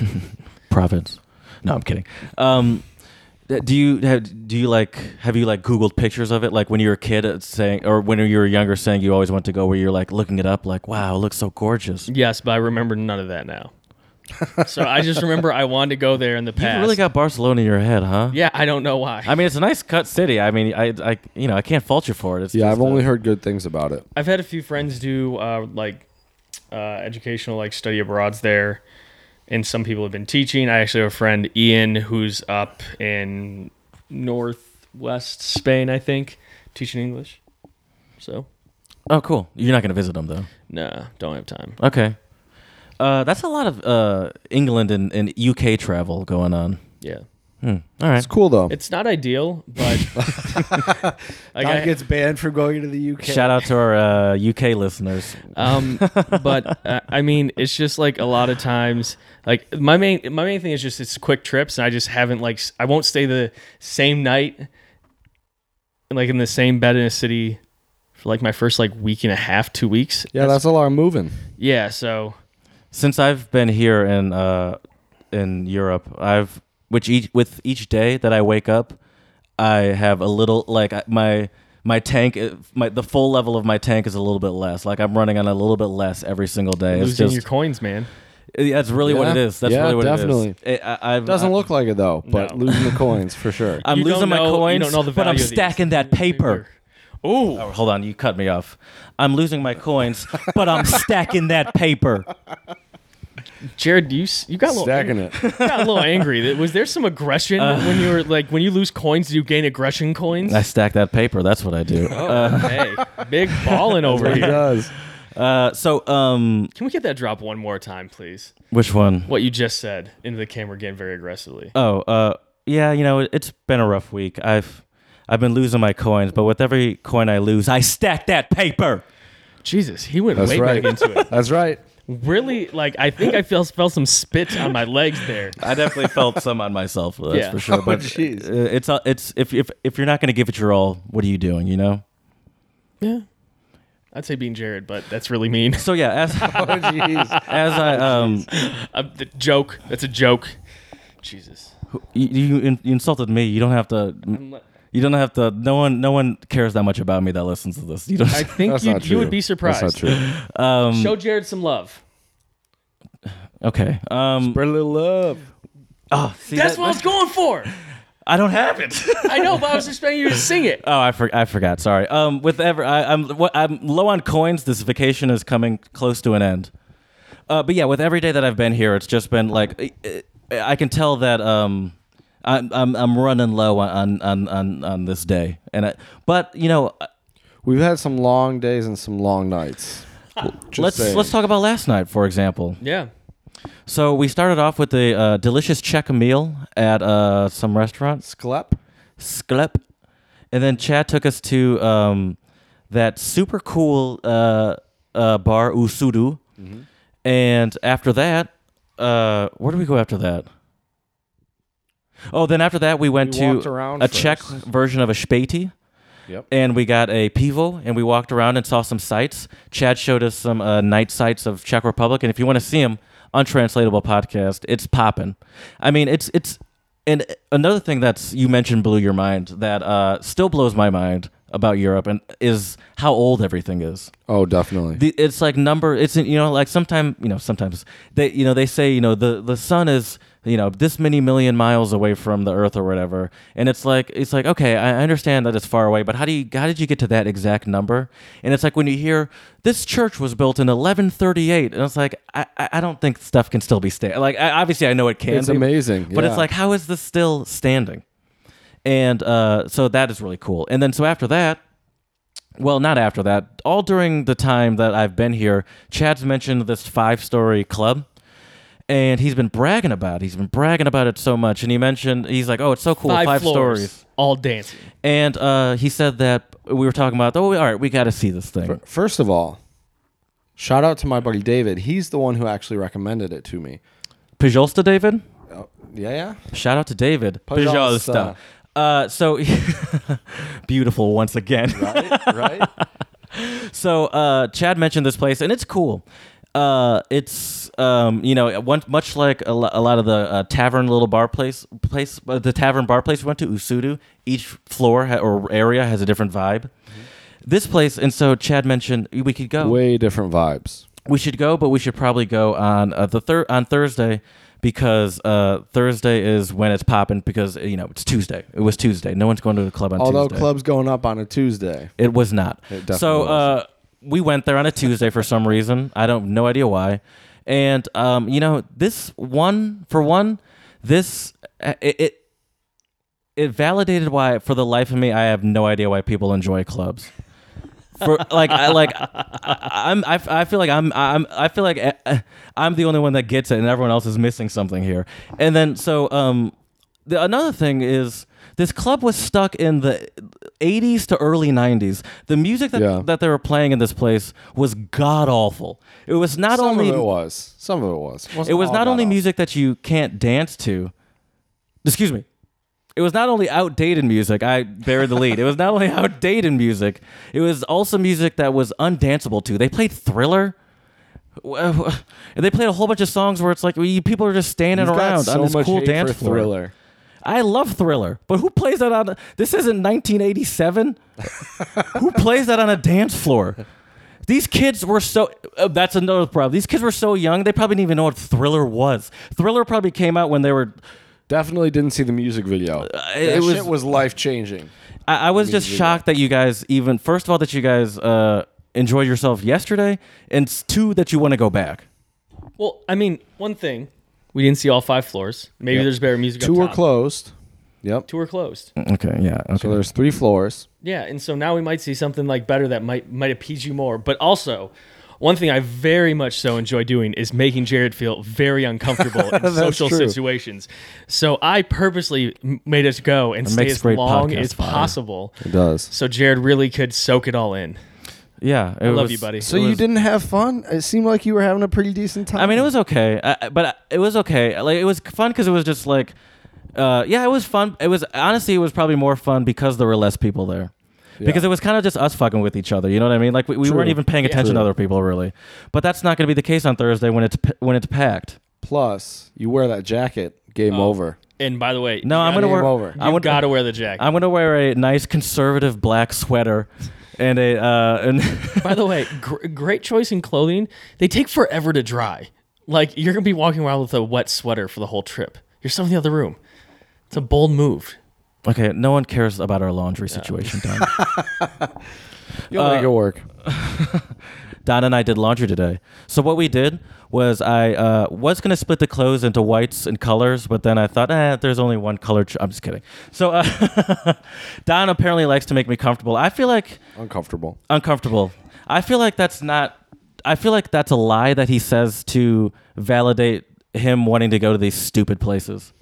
S3: Province. No, I'm kidding. Um, th- do you have do you like have you like Googled pictures of it? Like when you were a kid, uh, saying or when you were younger, saying you always want to go where you're like looking it up, like wow, it looks so gorgeous.
S2: yes, but I remember none of that now. So I just remember I wanted to go there in the
S3: You
S2: past.
S3: really got Barcelona in your head, huh?
S2: yeah, I don't know why.
S3: I mean, it's a nice cut city. I mean, I, I you know, I can't fault you for it. It's
S1: Yeah,
S3: just
S1: I've
S3: a-
S1: only heard good things about it.
S2: I've had a few friends do uh, like uh, educational, like study abroads there, and some people have been teaching. I actually have a friend Ian who's up in northwest Spain, I think, teaching English. So,
S3: Oh, cool. You're not gonna visit them though.
S2: nah, don't have time.
S3: Okay. Uh, that's a lot of uh, England and, and UK travel going on.
S2: Yeah,
S3: Hmm. All right.
S1: It's cool though.
S2: it's not ideal, but *laughs* like,
S1: Guy
S2: I-
S1: gets banned from going to the UK.
S3: Shout out to our uh, UK listeners. *laughs*
S2: um but uh, i mean it's just like a lot of times like my main my main thing is just it's quick trips and i just haven't like s- i won't stay the same night and like in the same bed in a city for like my first like week and a half two weeks
S1: Yeah, that's a lot of moving.
S2: yeah so
S3: Since I've been here in uh, in Europe, I've which each with each day that I wake up, I have a little like I- my my tank uh, my the full level of my tank is a little bit less. Like I'm running on a little bit less every single day. It's
S2: losing
S3: just
S2: your coins man
S3: Uh, yeah, that's really what it
S1: Yeah.
S3: is. That's
S1: Yeah,
S3: really what
S1: definitely.
S3: it is. It, I, I've,
S1: Doesn't
S3: I-
S1: look like it though, but
S2: No.
S1: losing the coins for
S2: *laughs*
S1: sure.
S3: I'm
S2: You don't
S3: losing my
S2: know- you
S3: coins,
S2: don't know the
S3: but I'm
S2: value of these.
S3: stacking that paper.
S2: oh
S3: Oh, hold on, you cut me off. I'm losing my coins, but I'm stacking that paper.
S2: jared you s- you got a little
S1: Stacking it.
S2: *laughs* you got a little
S3: *laughs*
S2: angry was there some aggression
S3: Uh.
S2: when you were like when you lose coins do you gain aggression coins
S3: I stack that paper. That's what I do.
S2: hey big balling over
S1: It
S2: here
S1: does.
S3: *laughs* Uh, so, um,
S2: Can we get that drop one more time, please?
S3: which one?
S2: What you just said into the camera again very aggressively.
S3: Oh, uh, yeah. You know, it, it's been a rough week. I've I've been losing my coins, but with every coin I lose, I stack that paper.
S2: Jesus, he went
S1: That's
S2: way
S1: right.
S2: back into it.
S1: That's right.
S2: *laughs* Really, like I think I felt felt some spit on my legs there.
S3: I definitely felt some on myself. That's
S2: Yeah.
S3: for sure.
S1: Oh,
S3: But uh,
S1: jeez.
S3: it's uh, it's if if if you're not going to give it your all, what are you doing? You know.
S2: Yeah, I'd say being Jared, but that's really mean. *laughs*
S3: So yeah, as
S1: Oh, jeez.
S3: as I um.
S2: Uh, the joke. That's a joke. Jesus.
S3: You, you, in, you insulted me. You don't have to.
S2: I'm le-
S3: You don't have to. No one. No one cares that much about me that listens to this. You don't.
S2: I think
S1: That's
S2: you
S1: not
S2: you
S1: true.
S2: would be surprised.
S1: That's not *laughs* true.
S3: um.
S2: Show Jared some love.
S3: *laughs* Okay. Um.
S1: Spread a little love.
S3: Oh, see,
S2: That's
S3: that-
S2: what I was going for.
S3: I don't have it. *laughs*
S2: I know, but I was expecting you to sing it.
S3: oh, I, for, I forgot. Sorry. Um. With ever, I, I'm. What, I'm low on coins. This vacation is coming close to an end. Uh. But yeah, with every day that I've been here, it's just been like, I, I can tell that um. I'm, I'm I'm running low on on on on this day, and I, but you know,
S1: We've had some long days and some long nights. Just
S3: let's
S1: saying.
S3: let's talk about last night, for example.
S2: Yeah.
S3: So we started off with a uh, delicious Czech meal at uh, some restaurant,
S1: Sklep.
S3: Sklep, and then Chad took us to um, that super cool uh, uh, bar Usudu,
S1: Mm-hmm.
S3: and after that, uh, where did we go after that? Oh, then after that we went
S1: We walked
S3: to
S1: around
S3: a Czech
S1: first.
S3: version of a Spati,
S1: Yep.
S3: and we got a pivo, and we walked around and saw some sights. Chad showed us some uh, night sights of Czech Republic, and if you want to see them, untranslatable podcast, it's popping. I mean, it's it's. And another thing that's you mentioned blew your mind that uh, still blows my mind about Europe and is how old everything is.
S1: Oh, definitely.
S3: The, it's like number. It's you know like sometimes you know sometimes they you know they say you know the the sun is you know this many million miles away from the Earth or whatever, and it's like it's like okay I I understand that it's far away, but how do you how did you get to that exact number? And it's like when you hear this church was built in 1138, and it's like I I I don't think stuff can still be standing. Like I, obviously I know it can.
S1: It's
S3: be,
S1: amazing,
S3: but it's
S1: yeah.
S3: like how is this still standing? And uh, so that is really cool. And then so after that well, not after that. All during the time that I've been here, Chad's mentioned this five story club. and he's been bragging about it. He's been bragging about it so much. And he mentioned, he's like, oh, it's so cool, five,
S2: floors,
S3: stories.
S2: all dancing.
S3: And uh, he said that we were talking about, oh, all right, we got to see this thing.
S1: First of all, shout out to my buddy David. He's the one who actually recommended it to me.
S3: Pajolsta, David?
S1: Oh, yeah, yeah.
S3: Shout out to David.
S1: Pajolsta.
S3: Uh, so *laughs* beautiful
S1: *laughs*
S3: once again.
S1: Right, right.
S3: So uh, Chad mentioned this place, and it's cool. Uh, it's um, you know one, much like a, lo- a lot of the uh, tavern little bar place place uh, the tavern bar place we went to Usudu. Each floor ha- or area has a different vibe. This place, and so Chad mentioned we could go.
S1: Way different vibes.
S3: We should go, but we should probably go on uh, the third on Thursday because uh, Thursday is when it's popping. Because you know it's Tuesday. It was Tuesday. No one's going to the club on
S1: Although
S3: Tuesday.
S1: clubs going up on a Tuesday.
S3: It was not.
S1: It definitely
S3: so uh, we went there on a Tuesday for some reason. I don't no idea why. And um, you know, this one for one, this uh, it, it it validated why for the life of me I have no idea why people enjoy clubs. For like I like I, I'm I, I feel like I'm I'm I feel like uh, uh, I'm the only one that gets it and everyone else is missing something here. And then so um the, another thing is this club was stuck in the 80s to early 90s. The music that,
S1: Yeah.
S3: that they were playing in this place was god awful. It was not
S1: Some
S3: only
S1: of it was. Some of it was. wasn't
S3: it was
S1: all
S3: not
S1: that
S3: only
S1: awesome.
S3: music that you can't dance to. Excuse me. It was not only outdated music. I buried the lead. It was not only *laughs* outdated music. It was also music that was undanceable to. They played Thriller. Wha- wha- And they played a whole bunch of songs where it's like well, you- people are just standing
S1: You've got
S3: around
S1: so
S3: on this
S1: much
S3: cool
S1: hate
S3: dance
S1: for
S3: floor.
S1: Thriller.
S3: I love Thriller, but who plays that on? This isn't 1987. who plays that on a dance floor? These kids were so. Uh, that's another problem. These kids were so young; they probably didn't even know what Thriller was. Thriller probably came out when they were.
S1: Definitely didn't see the music video.
S3: Uh, it
S1: that
S3: was-
S1: shit was life changing.
S3: I, I was just shocked that you guys even. First of all, that you guys uh, enjoyed yourself yesterday, and s- two that you want to go back.
S2: Well, I mean, one thing we didn't see all five floors. Maybe
S1: Yep.
S2: there's better music.
S1: Two
S2: up
S1: were
S2: top.
S1: closed. Yep.
S2: Two were closed.
S3: Okay. Yeah. Okay.
S1: So there's three floors.
S2: Yeah, and so now we might see something like better that might might appease you more. But also, one thing I very much so enjoy doing is making Jared feel very
S3: *laughs*
S2: uncomfortable in social
S1: true.
S2: situations. So I purposely m- made us go and stay
S3: makes
S2: as
S3: great
S2: long
S3: podcast
S2: as
S3: fodder.
S2: possible,
S1: It does.
S2: so Jared really could soak it all in.
S3: yeah. I
S2: love you, buddy.
S1: So you didn't have fun? It seemed like you were having a pretty decent time.
S3: I mean, it was okay, I, I- but I- it was okay. Like it was fun because it was just like, uh, yeah, it was fun. It was honestly, it was probably more fun because there were less people there. Because it was kind of just us fucking with each other, you know what I mean? Like we, we
S1: True.
S3: weren't even paying attention to other people really, but that's not going to be the case on Thursday when it's p- when it's packed.
S1: Plus, you wear that jacket. Game
S3: Oh.
S1: over.
S2: And by the way,
S3: No, I'm gonna
S1: game
S3: wear.
S1: over.
S3: I'm
S2: I
S3: gonna,
S2: gotta wear the jacket.
S3: I'm gonna wear a nice conservative black sweater, and a uh, and *laughs*
S2: By the way, gr- great choice in clothing. They take forever to dry. Like you're gonna be walking around with a wet sweater for the whole trip. You're still in the other room. It's a bold move.
S3: okay. No one cares about our laundry situation, Don.
S1: You'll
S3: Uh,
S1: make it work.
S3: Don and I did laundry today. So what we did was I uh, was gonna split the clothes into whites and colors, but then I thought, eh, there's only one color. Ch- I'm just kidding. So uh, *laughs* Don apparently likes to make me comfortable. I feel like
S1: Uncomfortable.
S3: uncomfortable. I feel like that's not. I feel like that's a lie that he says to validate him wanting to go to these stupid places.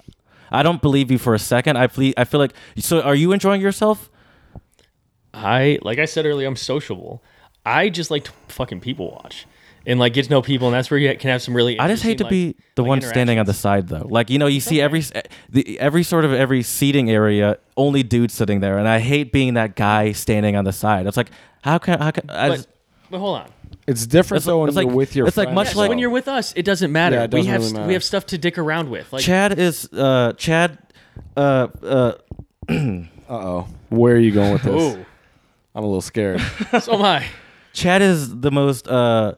S3: I don't believe you for a second. I feel. I feel like. So are you enjoying yourself?
S2: I like I said earlier, I'm sociable. I just like to fucking people watch and like get to know people, and that's where you can have some really.
S3: I just hate to
S2: interesting,
S3: be the
S2: like-
S3: one
S2: like
S3: standing on the side though. Like you know, you see every eh, the, every sort of every seating area, only dudes sitting there, and I hate being that guy standing on the side. It's like how can how can I
S2: interactions.
S3: just-
S2: But, but hold on.
S1: It's different
S3: It's
S1: though
S3: like-
S1: when
S3: it's
S1: you're
S3: like-
S1: with your.
S3: it's like
S1: friends,
S3: much
S2: Yeah,
S3: like-
S1: though.
S2: when you're with us, it doesn't matter.
S1: Yeah, it
S2: we
S1: doesn't
S2: have
S1: really
S2: st-
S1: matter.
S2: we have stuff to dick around with. Like
S3: Chad is uh Chad uh uh
S1: Uh oh. Where are you going with this?
S2: oh,
S1: I'm a little
S3: *laughs*
S1: scared.
S2: *laughs* so am I.
S3: Chad is the most uh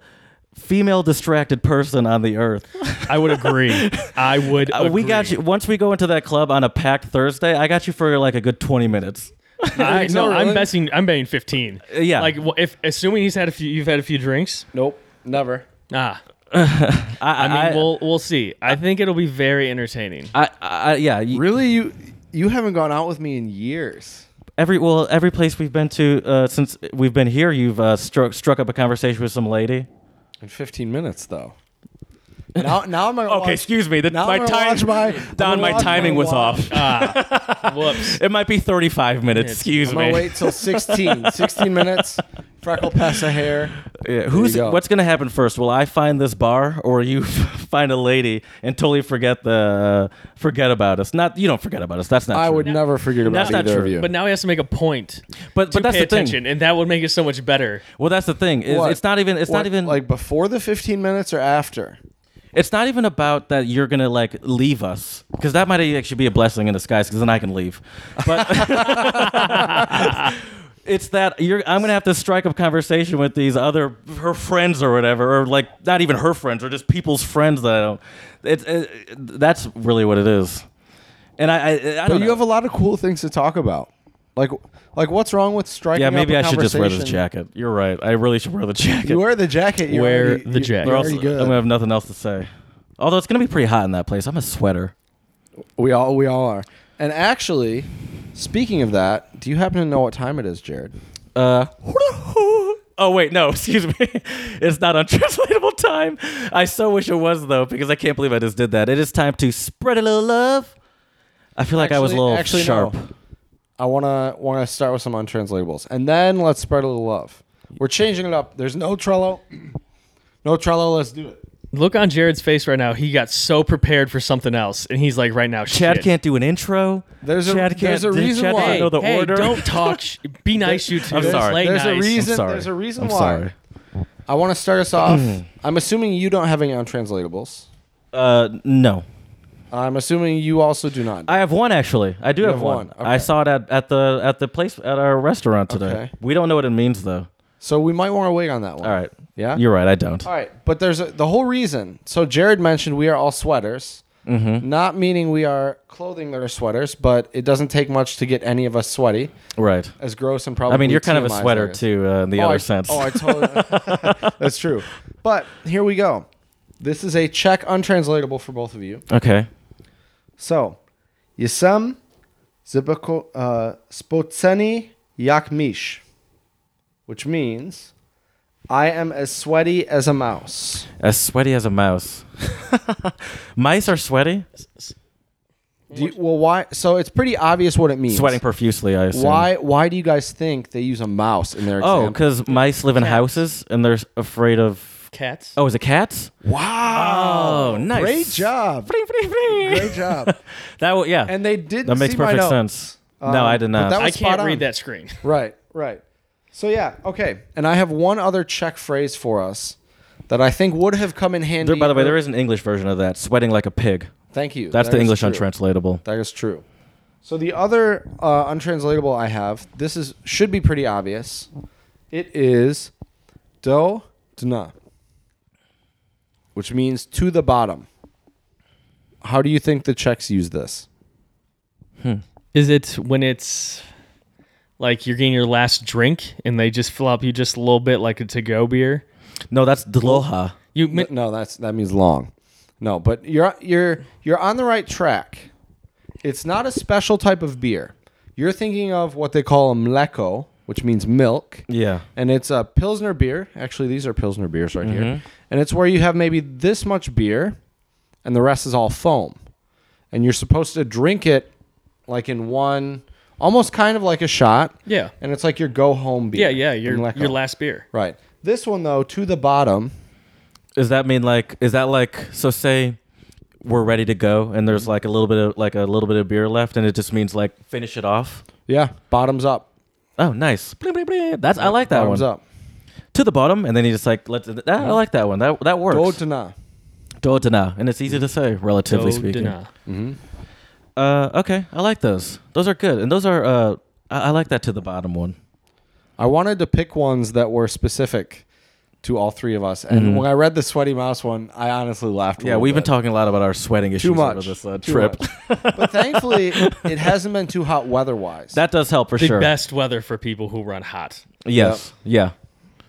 S3: female distracted person on
S2: *laughs*
S3: the earth.
S2: I would agree. I would.
S3: Uh, *laughs* we got
S2: agree.
S3: you once we go into that club on a packed Thursday, I got you for like a good 20 minutes.
S2: I,
S1: No,
S2: no, I'm
S1: really?
S2: betting. I'm betting 15.
S3: Uh, yeah.
S2: Like wh- if assuming he's had a few, you've had a few drinks.
S1: nope. Never.
S2: Ah,
S3: I
S2: *laughs* I mean,
S3: I,
S2: we'll we'll see. I think it'll be very entertaining.
S3: I, I yeah, you-
S1: Really, you you haven't gone out with me in years.
S3: every well every place we've been to uh, since we've been here you've uh, struck struck up a conversation with some lady
S1: In 15 minutes though. Now, now I'm gonna.
S3: *laughs* Okay,
S1: watch-
S3: excuse me. The,
S1: now
S3: my
S1: I'm gonna
S3: time,
S1: watch my
S3: Don, my timing was off.
S2: *laughs* Whoops.
S3: *laughs* It might be 35 minutes. Excuse
S1: I'm gonna
S3: me.
S1: wait till
S3: *laughs*
S1: 16. 16 minutes. Freckle past a hair.
S3: Yeah, who's
S1: you go.
S3: what's gonna happen first? Will I find this bar, or you *laughs* find a lady and totally forget the uh, forget about us? Not you don't forget about us. That's not.
S1: I
S3: true.
S1: would never forget about
S3: That's not
S1: either of
S3: true,
S1: you.
S2: But now he has to make a point.
S3: But
S2: to
S3: but that's
S2: pay
S3: the
S2: attention,
S3: thing.
S2: and that would make it so much better.
S3: Well, that's the thing. Is
S1: What?
S3: it's not even. It's
S1: What,
S3: not even.
S1: like before the 15 minutes or after.
S3: It's not even about that you're gonna like leave us because that might actually be a blessing in disguise because then I can leave. But *laughs* it's that you're I'm gonna have to strike up conversation with these other her friends or whatever, or like not even her friends or just people's friends that I don't. It's it, that's really what it is. And I I, I don't
S1: But
S3: know.
S1: you have a lot of cool things to talk about. Like, like what's wrong with striking?
S3: yeah, maybe
S1: up
S3: I
S1: a
S3: should just wear this
S1: conversation?
S3: jacket. You're right. I really should wear the *laughs* jacket.
S1: You wear the jacket. You're
S2: Wear
S1: already-
S2: the
S1: *laughs* you're
S2: jacket.
S1: already
S3: or else I'm
S1: good.
S3: gonna have nothing else to say. Although it's gonna be pretty hot in that place. I'm a sweater.
S1: We all we all are. And actually, speaking of that, do you happen to know what time it is, Jared?
S3: Uh, *laughs* oh wait, no, *laughs* excuse me. It's not *laughs* untranslatable time. I so wish it was though, because I can't believe I just did that. It is time to spread a little love. I feel like I was a
S1: Actually-
S3: little
S1: actually,
S3: sharp.
S1: no. I wanna wanna start with some untranslatables, and then let's spread a little love. We're changing it up. There's no Trello, no Trello. Let's do it.
S2: Look on Jared's face right now. He got so prepared for something else, and he's like, right now,
S3: Chad
S2: shit.
S3: can't do an intro.
S1: There's a-
S3: Chad can't,
S1: there's a
S3: did
S1: reason
S3: Chad
S1: why.
S3: Not
S2: Hey,
S3: know the
S2: hey,
S3: order.
S2: don't talk. sh- Be nice, you two.
S3: *laughs* I'm
S2: It's
S3: sorry.
S2: late
S1: There's a
S2: nights.
S1: reason.
S3: sorry.
S1: There's a reason
S3: I'm
S1: why.
S3: sorry.
S1: I want to start us off.
S3: Hmm.
S1: I'm assuming you don't have any untranslatables.
S3: Uh, no,
S1: I'm assuming you also do not.
S3: I have one actually. I do have,
S1: have
S3: one.
S1: one,
S3: I
S1: okay.
S3: saw it at, at the at the place at our restaurant today.
S1: Okay.
S3: We don't know what it means though.
S1: so we might want to wait on that one.
S3: All right.
S1: Yeah.
S3: You're right. I don't.
S1: All right, but there's a, the whole reason. So Jared mentioned we are all sweaters,
S3: Mm-hmm.
S1: not meaning we are clothing that are sweaters, but it doesn't take much to get any of us sweaty.
S3: Right.
S1: As gross and probably.
S3: I mean, you're kind of a
S1: TMI, I
S3: sweater
S1: guess.
S3: too, uh, in the
S1: oh,
S3: other
S1: I,
S3: sense.
S1: Oh, I totally. that's true. But here we go. This is a Czech untranslatable for both of you.
S3: *laughs* okay.
S1: So, Yesem Zibako uh, Spoceni Yakmish, which means I am as sweaty as a mouse.
S3: As sweaty as
S1: *laughs*
S3: a mouse. Mice are sweaty?
S1: Do you, well, why? So it's pretty obvious what it means.
S3: Sweating profusely, I assume.
S1: Why? Why do you guys think they use a mouse in their
S3: Oh,
S1: example?
S3: because mice live in
S2: Cats.
S3: houses and they're afraid of.
S2: Cats.
S3: Oh, is it cats?
S1: wow!
S3: Oh, nice.
S1: Great job.
S3: Fling, fling, fling.
S1: Great
S3: *laughs*
S1: job.
S3: That w- yeah.
S1: And they did.
S3: that makes
S1: see my
S3: perfect
S1: notes.
S3: sense.
S1: Um,
S3: no, I did
S1: but
S3: not.
S1: that
S2: I
S1: was
S2: can't
S1: spot on.
S2: read that screen.
S1: Right. Right. So yeah. Okay. And I have one other Czech phrase for us that I think would have come in handy.
S3: There- by the way,
S1: ear-
S3: there is an English version of that. Sweating like a pig.
S1: Thank you.
S3: That's
S1: That
S3: the
S1: is
S3: English
S1: true.
S3: untranslatable.
S1: That is true. So the other uh, untranslatable I have, this is should be pretty obvious. It is do dna, which means to the bottom. How do you think the Czechs use this?
S2: Is it when it's like you're getting your last drink and they just flop you just a little bit like a to-go beer?
S3: No, that's Dloha.
S2: You
S1: N- no, that's that means long. No, but you're you're you're on the right track. It's not a special type of beer. You're thinking of what they call a mleko, which means milk.
S3: Yeah.
S1: and it's a pilsner beer. Actually, these are pilsner beers right
S2: Mm-hmm.
S1: here, and it's where you have maybe this much beer, and the rest is all foam, and you're supposed to drink it like in one, almost kind of like a shot.
S2: Yeah.
S1: and it's like your go home
S2: yeah,
S1: beer.
S2: yeah,
S1: in
S2: your
S1: Lecco.
S2: your last beer.
S1: Right. This one though, to the bottom.
S3: Does that mean like? Is that like? So say we're ready to go, and there's like a little bit of like a little bit of beer left, and it just means like finish it off.
S1: Yeah, bottoms up.
S3: Oh, nice. Bling, bling, bling. That's I like that
S1: bottoms
S3: one.
S1: up.
S3: To the bottom, and then he just like lets. It, ah, I like that one. That that works.
S1: Go to na.
S3: Dodana, and it's easy to say, relatively
S2: Oh,
S3: speaking.
S2: dunno.
S3: Uh, okay, I like those. Those are good, and those are. Uh, I, I like that to the bottom one.
S1: I wanted to pick ones that were specific to all three of us, and when I read the sweaty mouse one, I honestly laughed. a
S3: Mm-hmm. Yeah,
S1: little
S3: we've been
S1: bit.
S3: talking a lot about our sweating issues
S1: too much
S3: over this uh,
S1: Too
S3: trip.
S1: much. but thankfully, it hasn't been too hot weather-wise.
S3: *laughs* That does help for
S2: The
S3: sure.
S2: best weather for people who run hot.
S3: Yes,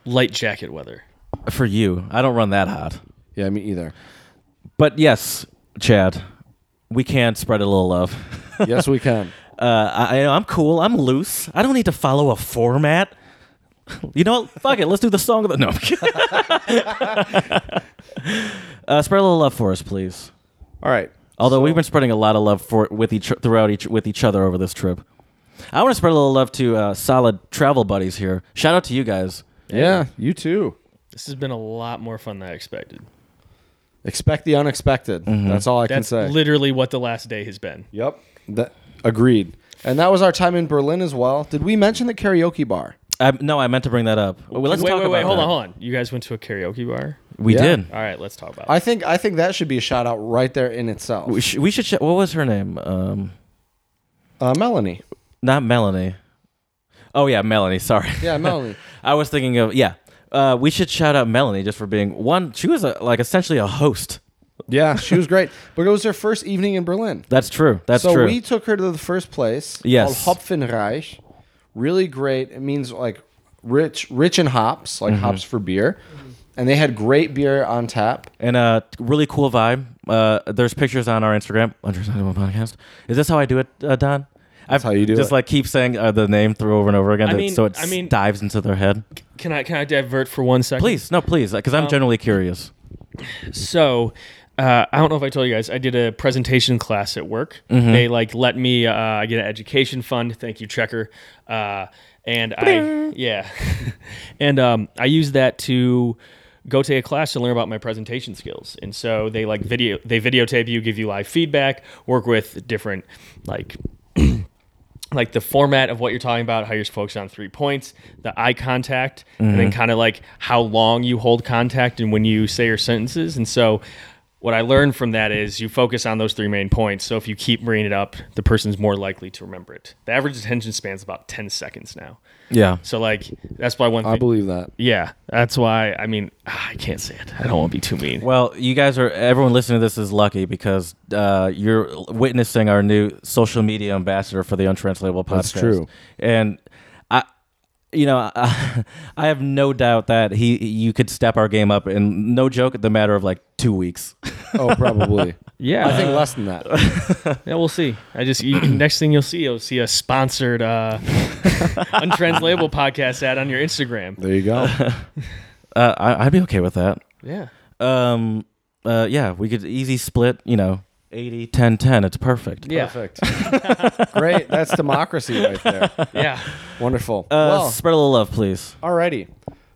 S2: Light jacket weather.
S3: yeah. For you, I don't run that hot,
S1: yeah, me either.
S3: but yes, Chad, we can spread a little love. *laughs*
S1: Yes, we can.
S3: Uh, I, I- I'm cool. I'm loose. I don't need to follow a format. You know what? Fuck it. Let's do the song of the. No. I'm kidding. *laughs* uh, spread a little love for us, please.
S1: All right.
S3: Although we've been spreading a lot of love for with each throughout each with each other over this trip. I want to spread a little love to uh, solid travel buddies here. Shout out to you guys.
S1: Yeah, you too.
S2: This has been a lot more fun than I expected.
S1: Expect the unexpected.
S3: Mm-hmm.
S1: That's all I
S2: That's
S1: can say.
S2: literally what the last day has been.
S1: yep. That agreed. And that was our time in Berlin as well. Did we mention the karaoke bar?
S3: I, no, I meant to bring that up. Well, let's
S2: wait,
S3: talk
S2: wait,
S3: about
S2: wait. Hold
S3: that.
S2: on, hold on. You guys went to a karaoke bar.
S3: We
S1: Yeah.
S3: did.
S2: All right, let's talk about. it.
S1: I think I think that should be a shout out right there in itself.
S3: We, sh- we should. Sh- what was her name? Um,
S1: Uh, Melanie.
S3: *laughs* not Melanie. Oh yeah, Melanie. Sorry.
S1: Yeah, Melanie.
S3: *laughs* I was thinking of yeah. Uh, we should shout out Melanie just for being one. She was a, like essentially a host.
S1: yeah, she was *laughs* great. But it was her first evening in Berlin.
S3: That's true. That's
S1: so
S3: true.
S1: we took her to the first place
S3: Yes.
S1: called Hopfenreich. Really great. It means like rich, rich in hops, like hops for beer. And they had great beer on tap.
S3: and uh, really cool vibe. Uh, there's pictures on our Instagram. Understandable podcast. Is this how I do it, uh, Don? That's
S1: how you do
S3: Just
S1: it.
S3: like keep saying uh, the name through over and over again,
S2: I
S3: that-
S2: mean-
S3: so it
S2: I mean-
S3: dives into their head.
S2: Can I can I divert for one second?
S3: Please, no, please, because
S1: Um,
S3: I'm generally curious.
S2: So, uh, I don't know if I told you guys, I did a presentation class at work. They like let me. Uh, I get an education fund. Thank you, Checker. Uh, and I yeah, *laughs* and um, I use that to go take a class to learn about my presentation skills. And so they like video. They videotape you, give you live feedback, work with different like like the format of what you're talking about, how you're focused on three points, the eye contact, and
S1: Mm-hmm.
S2: then kind of like how long you hold contact and when you say your sentences. And so, what I learned from that is you focus on those three main points. So if you keep bringing it up, the person's more likely to remember it. The average attention span's about 10 seconds now.
S3: Yeah.
S2: So like that's why one
S1: I
S2: thing.
S1: believe that.
S2: yeah, that's why. I mean, ah, I can't say it. I don't want to be too mean.
S3: Well, you guys are everyone listening to this is lucky because uh, you're witnessing our new social media ambassador for the Untranslatable podcast.
S1: That's true.
S3: and I, you know, I, *laughs* I have no doubt that he you could step our game up, and no joke, the matter of like two weeks.
S1: Oh, *laughs* probably.
S2: Yeah,
S1: I think less than that.
S2: Yeah, we'll see. I just you, *clears throat* next thing you'll see, you'll see a sponsored uh, *laughs* untranslatable podcast ad on your Instagram.
S1: There you go.
S3: Uh, I, I'd be okay with that.
S2: Yeah,
S3: Um, uh, yeah, we could easy split. You know, 80, 10, 10. It's perfect.
S2: yeah,
S1: Perfect. Great. That's democracy right *laughs* there.
S2: yeah.
S1: Wonderful.
S3: Uh,
S1: well,
S3: spread a little love, please.
S1: alrighty.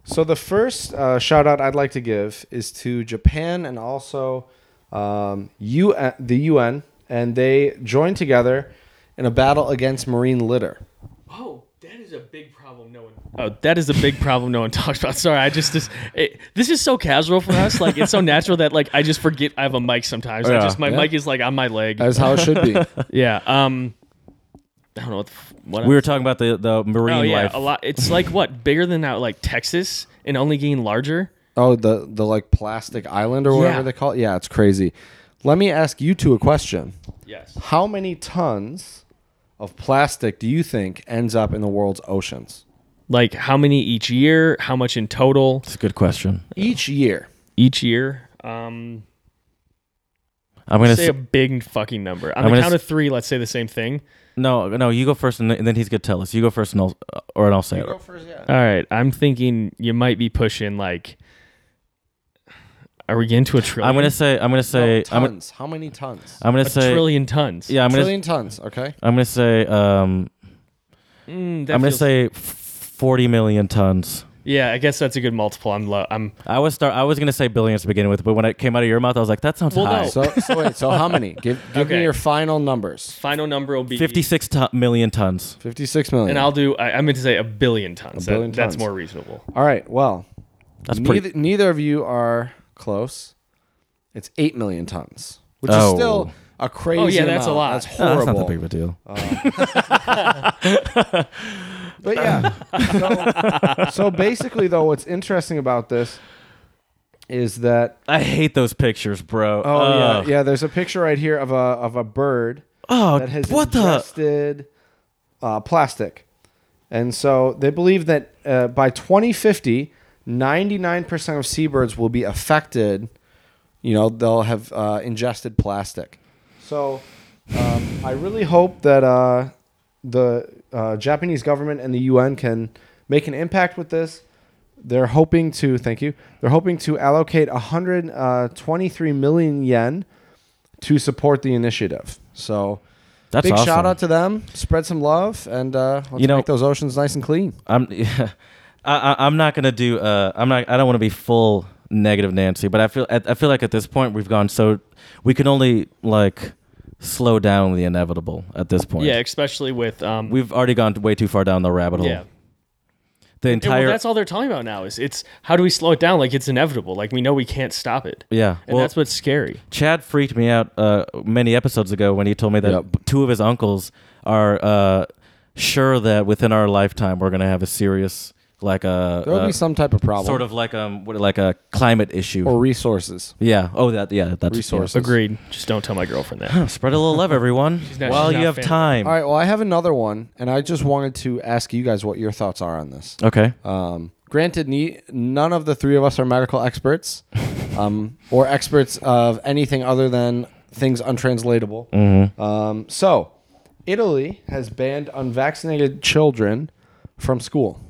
S1: So the first uh, shout out I'd like to give is to Japan and also um, UN, the UN, and they joined together in a battle against marine litter.
S2: Oh, that is a big problem. No one. Oh, that is a big problem. No one *laughs* talks about. Sorry, I just this. It, this is so casual for us. Like it's so natural that like I just forget I have a mic sometimes. I
S3: Yeah.
S2: just my
S1: Yeah.
S2: mic is like on my leg.
S1: That's how it should
S3: *laughs*
S1: be.
S2: yeah. Um. I don't know what. The, f- what
S3: We
S2: else?
S3: were talking about the the marine
S2: Oh yeah,
S3: life.
S2: a lot. It's like what bigger than now, like Texas, and only getting larger.
S1: oh, the the like plastic island or whatever
S2: Yeah.
S1: they call it. Yeah, it's crazy. Let me ask you two a question.
S2: Yes.
S1: How many tons of plastic do you think ends up in the world's oceans
S2: like how many each year how much in total
S3: It's a good question.
S1: each year?
S2: each year um
S3: I'm gonna
S2: say
S3: s-
S2: a big fucking number on the
S3: I'm gonna
S2: count
S3: s-
S2: of three let's say the same thing
S3: No, no, you go first, and, th- and then he's gonna tell us. You go first, and I'll uh, or and I'll say. it.
S2: all right i'm thinking you might be pushing like are we getting to a trillion
S3: I'm gonna say. I'm gonna
S1: No,
S3: say. I'm, gonna-
S1: tons. How many tons?
S3: I'm gonna
S2: a
S3: say.
S2: trillion tons
S3: Yeah, I'm gonna.
S1: trillion tons. Okay.
S3: I'm gonna say. Um,
S2: Mm, that
S3: I'm gonna
S2: feels-
S3: say f- forty million tons.
S2: yeah i guess that's a good multiple i'm low i'm
S3: I was start. I was gonna say billions to begin with, but when it came out of your mouth, I was like, that sounds
S2: Well,
S3: high.
S2: no.
S1: So, so wait. So how many? Give, give me
S2: Oh. Okay.
S1: your final numbers.
S2: final number will be
S3: Fifty-six to- million tons.
S1: Fifty-six million.
S2: and i'll do I, i'm going to say a billion tons
S1: A billion
S2: That- that's
S1: tons.
S2: more reasonable
S1: All right. Well,
S3: That's
S1: neither,
S3: pretty.
S1: neither of you are close. It's eight million tons, which
S3: Oh.
S1: is still a crazy.
S2: Oh, yeah, that's a
S1: amount.
S2: lot.
S1: That's
S3: No,
S1: horrible.
S3: that's not that big of a deal.
S1: But yeah.
S2: *laughs*
S1: so, so basically, though, what's interesting about this is that
S3: I hate those pictures, bro.
S1: oh
S3: Ugh.
S1: yeah, yeah, there's a picture right here of a of a bird
S3: Oh,
S1: that has
S3: what the?
S1: ingested uh, plastic, and so they believe that uh, by 2050, 99% of seabirds will be affected. You know, they'll have uh, ingested plastic. So um, I really hope that uh, the uh, Japanese government and the UN can make an impact with this. They're hoping to, thank you, they're hoping to allocate 123 million yen to support the initiative. So,
S3: That's
S1: big
S3: awesome.
S1: shout out to them. Spread some love and uh, let's
S3: You know-
S1: make those oceans nice and clean.
S3: I'm *laughs* yeah, I, I, I'm not gonna do. Uh, I'm not. I don't want to be full negative Nancy, but I feel. I, I feel like at this point we've gone so we can only like slow down the inevitable at this point.
S2: Yeah, especially with um,
S3: we've already gone way too far down the rabbit hole.
S2: yeah.
S3: the
S2: Yeah, well,
S3: entire.
S2: that's all they're talking about now is it's how do we slow it down? Like it's inevitable. Like we know we can't stop it.
S3: yeah.
S2: And
S3: well,
S2: that's what's scary.
S3: Chad freaked me out uh, many episodes ago when he told me that
S1: Yep.
S3: b- two of his uncles are uh, sure that within our lifetime we're gonna have a serious like a
S1: There will
S3: uh,
S1: be some type of problem
S3: sort of like um what, like a climate issue.
S1: or resources.
S3: yeah. Oh, that yeah. That's yeah.
S1: Resources.
S2: Agreed. Just don't tell my girlfriend that.
S3: Spread a little love, everyone,
S2: not-
S3: while
S2: she's
S3: you
S2: not
S3: have
S2: fan.
S3: time.
S1: All right. Well, I have another one, and I just wanted to ask you guys what your thoughts are on this.
S3: Okay.
S1: Um, granted, ne- none of the three of us are medical
S3: *laughs*
S1: experts um, or experts of anything other than things untranslatable.
S3: Mm-hmm.
S1: Um, so, Italy has banned unvaccinated children from school.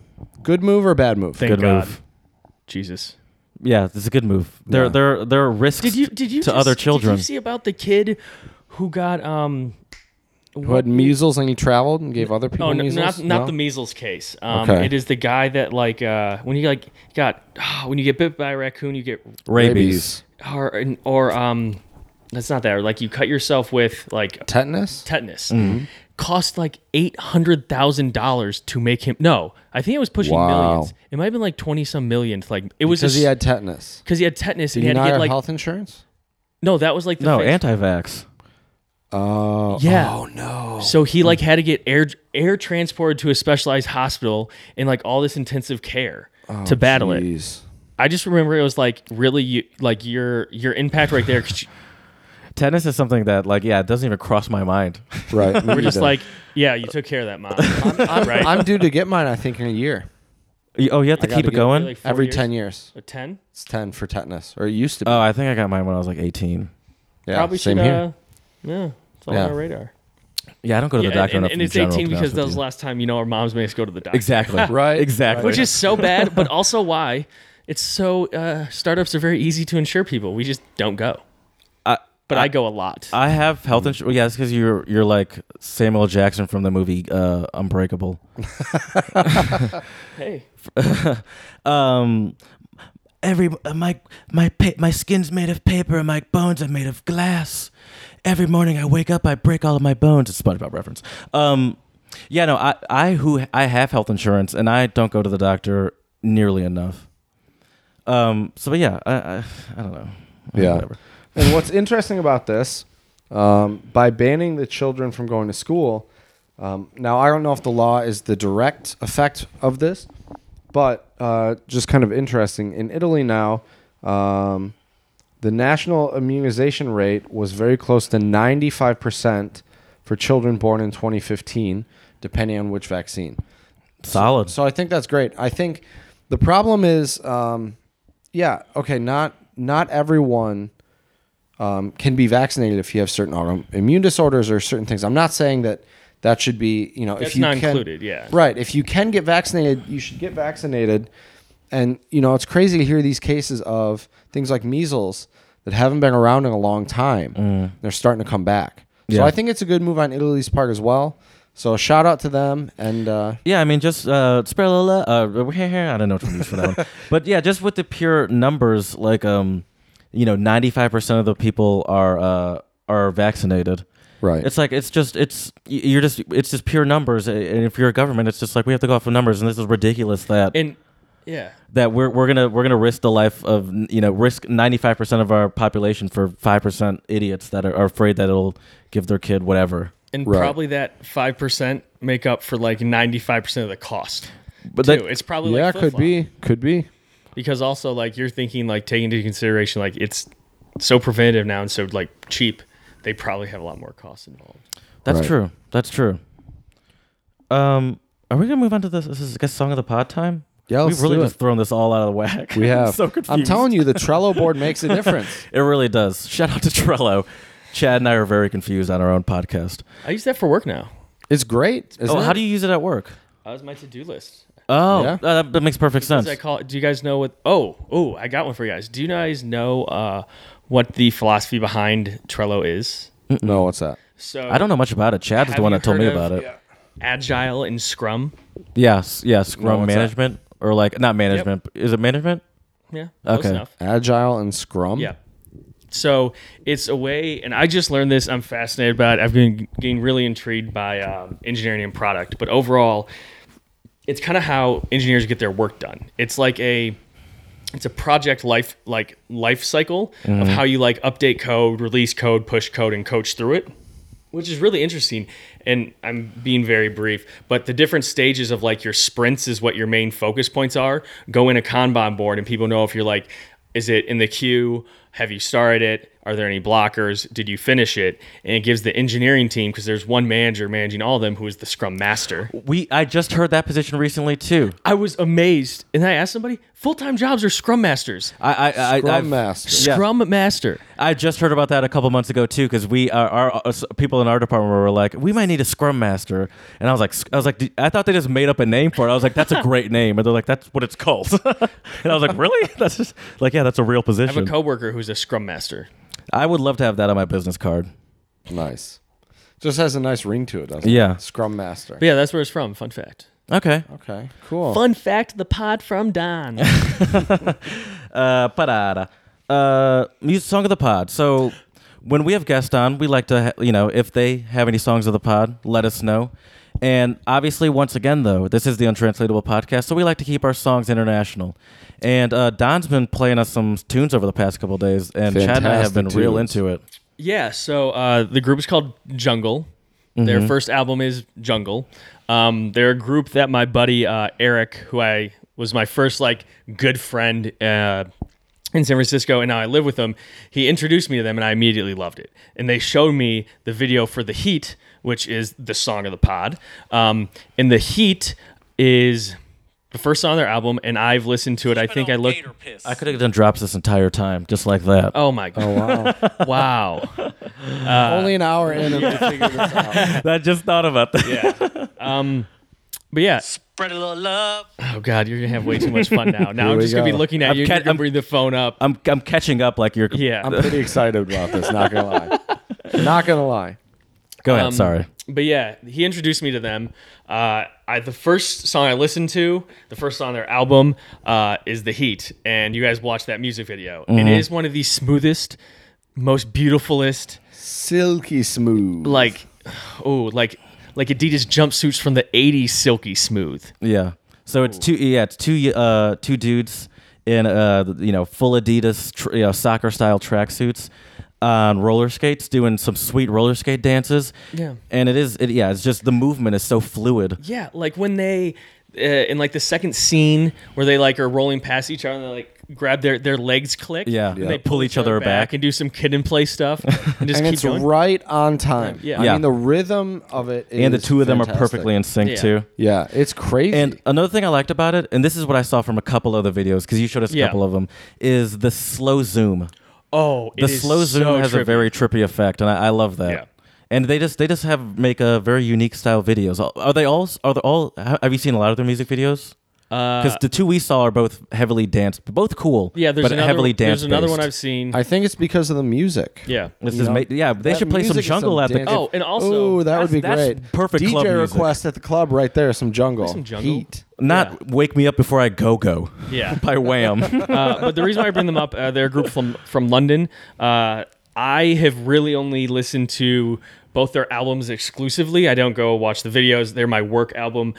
S1: Good move or bad move?
S2: Thank
S3: Good
S2: God.
S3: move.
S2: Jesus.
S3: Yeah, this is a good move. There,
S1: Yeah.
S3: there, there are risks
S2: Did you did you
S3: to other children.
S2: Did you see about the kid who got um
S1: Who had measles and he traveled and gave other people
S2: Oh, no,
S1: measles?
S2: not not the
S1: No?
S2: measles case. Um,
S1: Okay.
S2: It is the guy that like uh, when you like got ah, when you get bit by a raccoon, you get
S3: Rabies.
S2: or or um, that's not that. Or like you cut yourself with like
S1: Tetanus?
S2: tetanus.
S1: Mm-hmm.
S2: Cost like eight hundred thousand dollars to make him. No, I think it was pushing
S1: Wow.
S2: millions. It might have been like twenty some million. Like it was
S1: Because
S2: because
S1: he had tetanus.
S2: because he had tetanus
S1: Did
S2: and
S1: he
S2: he had to
S1: not
S2: get
S1: have
S2: like
S1: health insurance?
S2: no, that was like the
S3: No,
S2: fake-
S3: anti-vax.
S1: Oh,
S2: Yeah.
S1: Oh, no.
S2: So he
S3: Mm.
S2: like had to get air air transported to a specialized hospital and like all this intensive care
S3: Oh,
S2: to battle it.
S1: Jeez.
S2: I just remember it was like really you, like your your impact right there. 'cause you-
S3: Tennis is something that, like, yeah, it doesn't even cross my mind. *laughs*
S1: Right. me
S2: *laughs* We're just
S1: neither.
S2: like, yeah, you took care of that mom.
S1: I'm,
S2: right.
S1: I'm due to get mine, I think, in a year.
S3: You- oh, you have to
S1: gotta
S3: keep it
S1: get-
S3: going.
S2: Like four
S1: Every
S2: years?
S1: 10 years.
S2: A ten.
S1: It's 10 for tetanus, or it used to be.
S3: oh, I think I got mine when I was like 18.
S1: yeah,
S2: Probably
S1: same
S2: should.
S1: here.
S2: Uh, yeah, it's all
S1: Yeah.
S2: on our radar.
S3: Yeah, I don't go to
S2: Yeah,
S3: the doctor
S2: and,
S3: enough
S2: and
S3: in
S2: it's
S3: general, to
S2: eighteen
S3: be
S2: because
S3: honest
S2: that
S3: with
S2: was
S3: you.
S2: last time you know our moms made us go to the doctor.
S3: *laughs* Exactly.
S1: *laughs* Right,
S3: Exactly.
S2: Which is so bad,
S3: *laughs*
S2: but also why it's so uh, startups are very easy to insure people. We just don't go.
S3: I-
S2: but I, go a lot.
S3: I have health insurance. Yeah, it's because you're you're like Samuel L. Jackson from the movie uh, Unbreakable.
S2: hey,
S3: *laughs* um every uh, my my pa- my skin's made of paper and my bones are made of glass every morning i wake up i break all of my bones it's spongebob reference um yeah no i i who i have health insurance and i don't go to the doctor nearly enough um so but yeah i i, I don't know
S1: Yeah. And what's interesting about this, um, by banning the children from going to school, um, now I don't know if the law is the direct effect of this, but uh, just kind of interesting. In Italy now, um, the national immunization rate was very close to 95% for children born in 2015, depending on which vaccine.
S3: solid
S1: So I think that's great. I think the problem is, um, yeah, okay, not not everyone um, can be vaccinated if you have certain autoimmune disorders or certain things. I'm not saying that that should be, you know, if
S2: That's
S1: you
S2: not
S1: can,
S2: included, yeah.
S1: right. If you can get vaccinated, you should get vaccinated. And you know, it's crazy to hear these cases of things like measles that haven't been around in a long time. They're starting to come back. So
S3: Yeah.
S1: I think it's a good move on Italy's part as well. So shout out to them and uh,
S3: Yeah, I mean, just uh, spread a little. Uh, I don't know what to use for that one, but yeah, just with the pure numbers, like um, you know, ninety five percent of the people are uh are vaccinated.
S1: right.
S3: It's like it's just it's y- you're just it's just pure numbers, and if you're a government, it's just like we have to go off of numbers, and this is ridiculous that
S2: and yeah,
S3: that we're we're gonna we're gonna risk the life of you know risk ninety five percent of our population for five percent idiots that are, are afraid that it'll give their kid whatever.
S2: and
S1: Right.
S2: probably that five percent make up for like ninety five percent of the cost.
S3: But
S2: too.
S3: that-
S2: it's probably
S1: yeah,
S2: like
S1: could be,
S2: flip-flop.
S1: could be.
S2: because also like you're thinking like taking into consideration like it's so preventative now and so like cheap. They probably have a lot more costs involved.
S3: That's
S1: Right.
S3: true. That's true. Um, are we gonna move on to this? This is I guess song of the pod time.
S1: Yeah, let's
S3: we've really
S1: do
S3: just
S1: it.
S3: thrown this all out of the
S2: *laughs*
S3: whack.
S1: We
S3: *laughs* I'm
S1: have.
S3: so confused.
S1: I'm telling you, the Trello board makes a difference.
S3: it really does. Shout out to Trello. Chad and I are very confused on our own podcast.
S2: I use that for work now.
S1: It's great.
S3: oh,
S1: isn't
S3: how
S1: it?
S3: do you use it at work?
S2: That was my to do list.
S3: Oh,
S1: Yeah.
S3: uh, that makes perfect sense.
S2: Does that call- do you guys know what? Oh, oh, I got one for you guys. Do you guys know uh, what the philosophy behind Trello is?
S1: No, what's that?
S2: So
S3: I don't know much about it. Chad's
S2: Have
S3: the one
S2: you
S3: that told me
S2: heard of- uh,
S3: about it.
S2: Agile and Scrum.
S3: Yes, yeah, Scrum
S1: what's that?
S3: management or like not management. but Is it management?
S2: Yeah. Close
S3: Okay.
S2: enough.
S1: Agile and Scrum.
S2: Yeah. So it's a way, and I just learned this. I'm fascinated by it. I've been getting really intrigued by um, engineering and product, but overall, it's kind of how engineers get their work done. It's like a it's a project life like life cycle of how you like update code, release code, push code, and coach through it, which is really interesting. And I'm being very brief, but the different stages of like your sprints is what your main focus points are. Go in a Kanban board, and people know if you're like, is it in the queue? Have you started it? Are there any blockers? Did you finish it? And it gives the engineering team because there's one manager managing all of them who is the Scrum Master.
S3: We I just heard that position recently too.
S2: I was amazed. And then I asked somebody, full time jobs are scrum masters.
S3: I I I,
S1: Scrum
S3: I've-
S1: Master.
S3: Yeah.
S2: Scrum master.
S3: I just heard about that a couple months ago too, because we our, our uh, s- people in our department were like, we might need a Scrum Master, and I was like, "Sc- I was like, "D- I thought they just made up a name for it. I was like, that's
S2: *laughs*
S3: a great name, and they're like, that's what it's called, *laughs* and I was like, really? *laughs* That's just like, yeah, that's a real
S2: I have a
S3: position.
S2: coworker who's a scrum master.
S3: I would love to have that on my business card.
S1: Nice. Just has a nice ring to it, doesn't it?
S3: Yeah.
S1: Scrum Master.
S2: But yeah, that's where it's from. Fun fact.
S3: Okay,
S1: Okay. Cool.
S2: Fun fact the pod from Don.
S3: uh, parada. Uh, music song of the pod. So when we have guests on, we like to, ha- you know, if they have any songs of the pod, let us know. And obviously, once again, though, this is the Untranslatable Podcast, so we like to keep our songs international. And uh, Don's been playing us some tunes over the past couple days, and Chad and I have
S1: Fantastic
S3: been real
S1: tunes.
S3: into it.
S2: yeah, so uh, the group is called Jungle. Their first album is Jungle. Um, they're a group that my buddy uh, Eric, who I was my first like good friend uh, in San Francisco, and now I live with him. He introduced me to them, and I immediately loved it. And they showed me the video for "The Heat," which is the song of the pod. Um, and "The Heat" is the first song on their album, and I've listened to it. I think I looked.
S3: I could have done drops this entire time, just like that.
S2: Oh my god!
S1: wow.
S2: Wow.
S1: Only an hour in
S2: *laughs*
S1: and to figure this out.
S3: *laughs* I just thought about that.
S2: Um, But yeah,
S4: Spread a little love.
S2: Oh God, you're gonna have way too much fun
S3: *laughs*
S2: now. Now I'm
S1: we
S2: just gonna
S1: go.
S2: be looking at
S3: I'm
S2: you.
S3: cat-
S2: you're gonna
S3: I'm-
S2: bring the phone up.
S3: I'm, I'm catching up like you're.
S2: yeah. Um,
S1: I'm pretty excited about this, not gonna lie. Not gonna lie.
S3: Go
S2: Um,
S3: ahead, sorry.
S2: but yeah, he introduced me to them. Uh, I, the first song I listened to, the first song on their album, uh, is "The Heat," and you guys watched that music video. It
S3: Mm-hmm.
S2: is one of the smoothest, most beautifulest,
S1: Silky smooth.
S2: like, *sighs* oh, like, like Adidas jumpsuits from the '80s, silky smooth.
S3: Yeah. So it's two. Yeah, it's two. Uh, two dudes in uh, you know, full Adidas, tr- you know, soccer style tracksuits on roller skates, doing some sweet roller skate dances.
S2: Yeah.
S3: And it is. It, yeah. It's just the movement is so fluid.
S2: Yeah, like when they uh, in like the second scene where they like are rolling past each other and they like grab their their legs click.
S3: Yeah.
S2: and
S3: Yeah.
S2: they pull each other back, and do some kid and play
S3: *laughs*
S2: stuff and just
S1: and
S2: keep
S1: it's
S2: going.
S1: right on time.
S2: Yeah.
S1: I
S3: Yeah.
S1: mean the rhythm of it is
S3: And the two of them are
S1: fantastic.
S3: perfectly in sync
S2: Yeah.
S3: too.
S1: Yeah, it's crazy.
S3: And another thing I liked about it, and this is what I saw from a couple other videos, because you showed us a
S2: Yeah.
S3: couple of them, is the slow zoom.
S2: Oh,
S3: The slow zoom has a very trippy effect, and I, I love that.
S2: Yeah.
S3: And they just they just have make a very unique style videos. Are they all are they all have you seen a lot of their music videos? Because the two we saw are both heavily dance, both cool.
S2: Uh, yeah. There's
S3: but
S2: another
S3: heavily dance.
S2: there's another one I've seen.
S1: I think it's because of the music.
S3: *laughs*
S2: yeah.
S3: This
S1: You
S3: is
S1: know?
S3: ma- yeah. They
S1: That
S3: should play some
S1: music is
S3: jungle at the.
S1: dancing-
S2: Oh, and also-
S1: Ooh, that would be
S3: That's- that's
S1: great.
S3: perfect
S1: DJ
S3: club music.
S1: request at the club right there. Some jungle.
S2: some jungle.
S1: Heat.
S3: not wake me up before I go go.
S2: Oh, Yeah.
S3: *laughs* by
S2: *laughs*
S3: Wham.
S2: uh, but the reason why I bring them up, uh, they're a group from from London. Uh, I have really only listened to both their albums exclusively. I don't go watch the videos. They're my work album.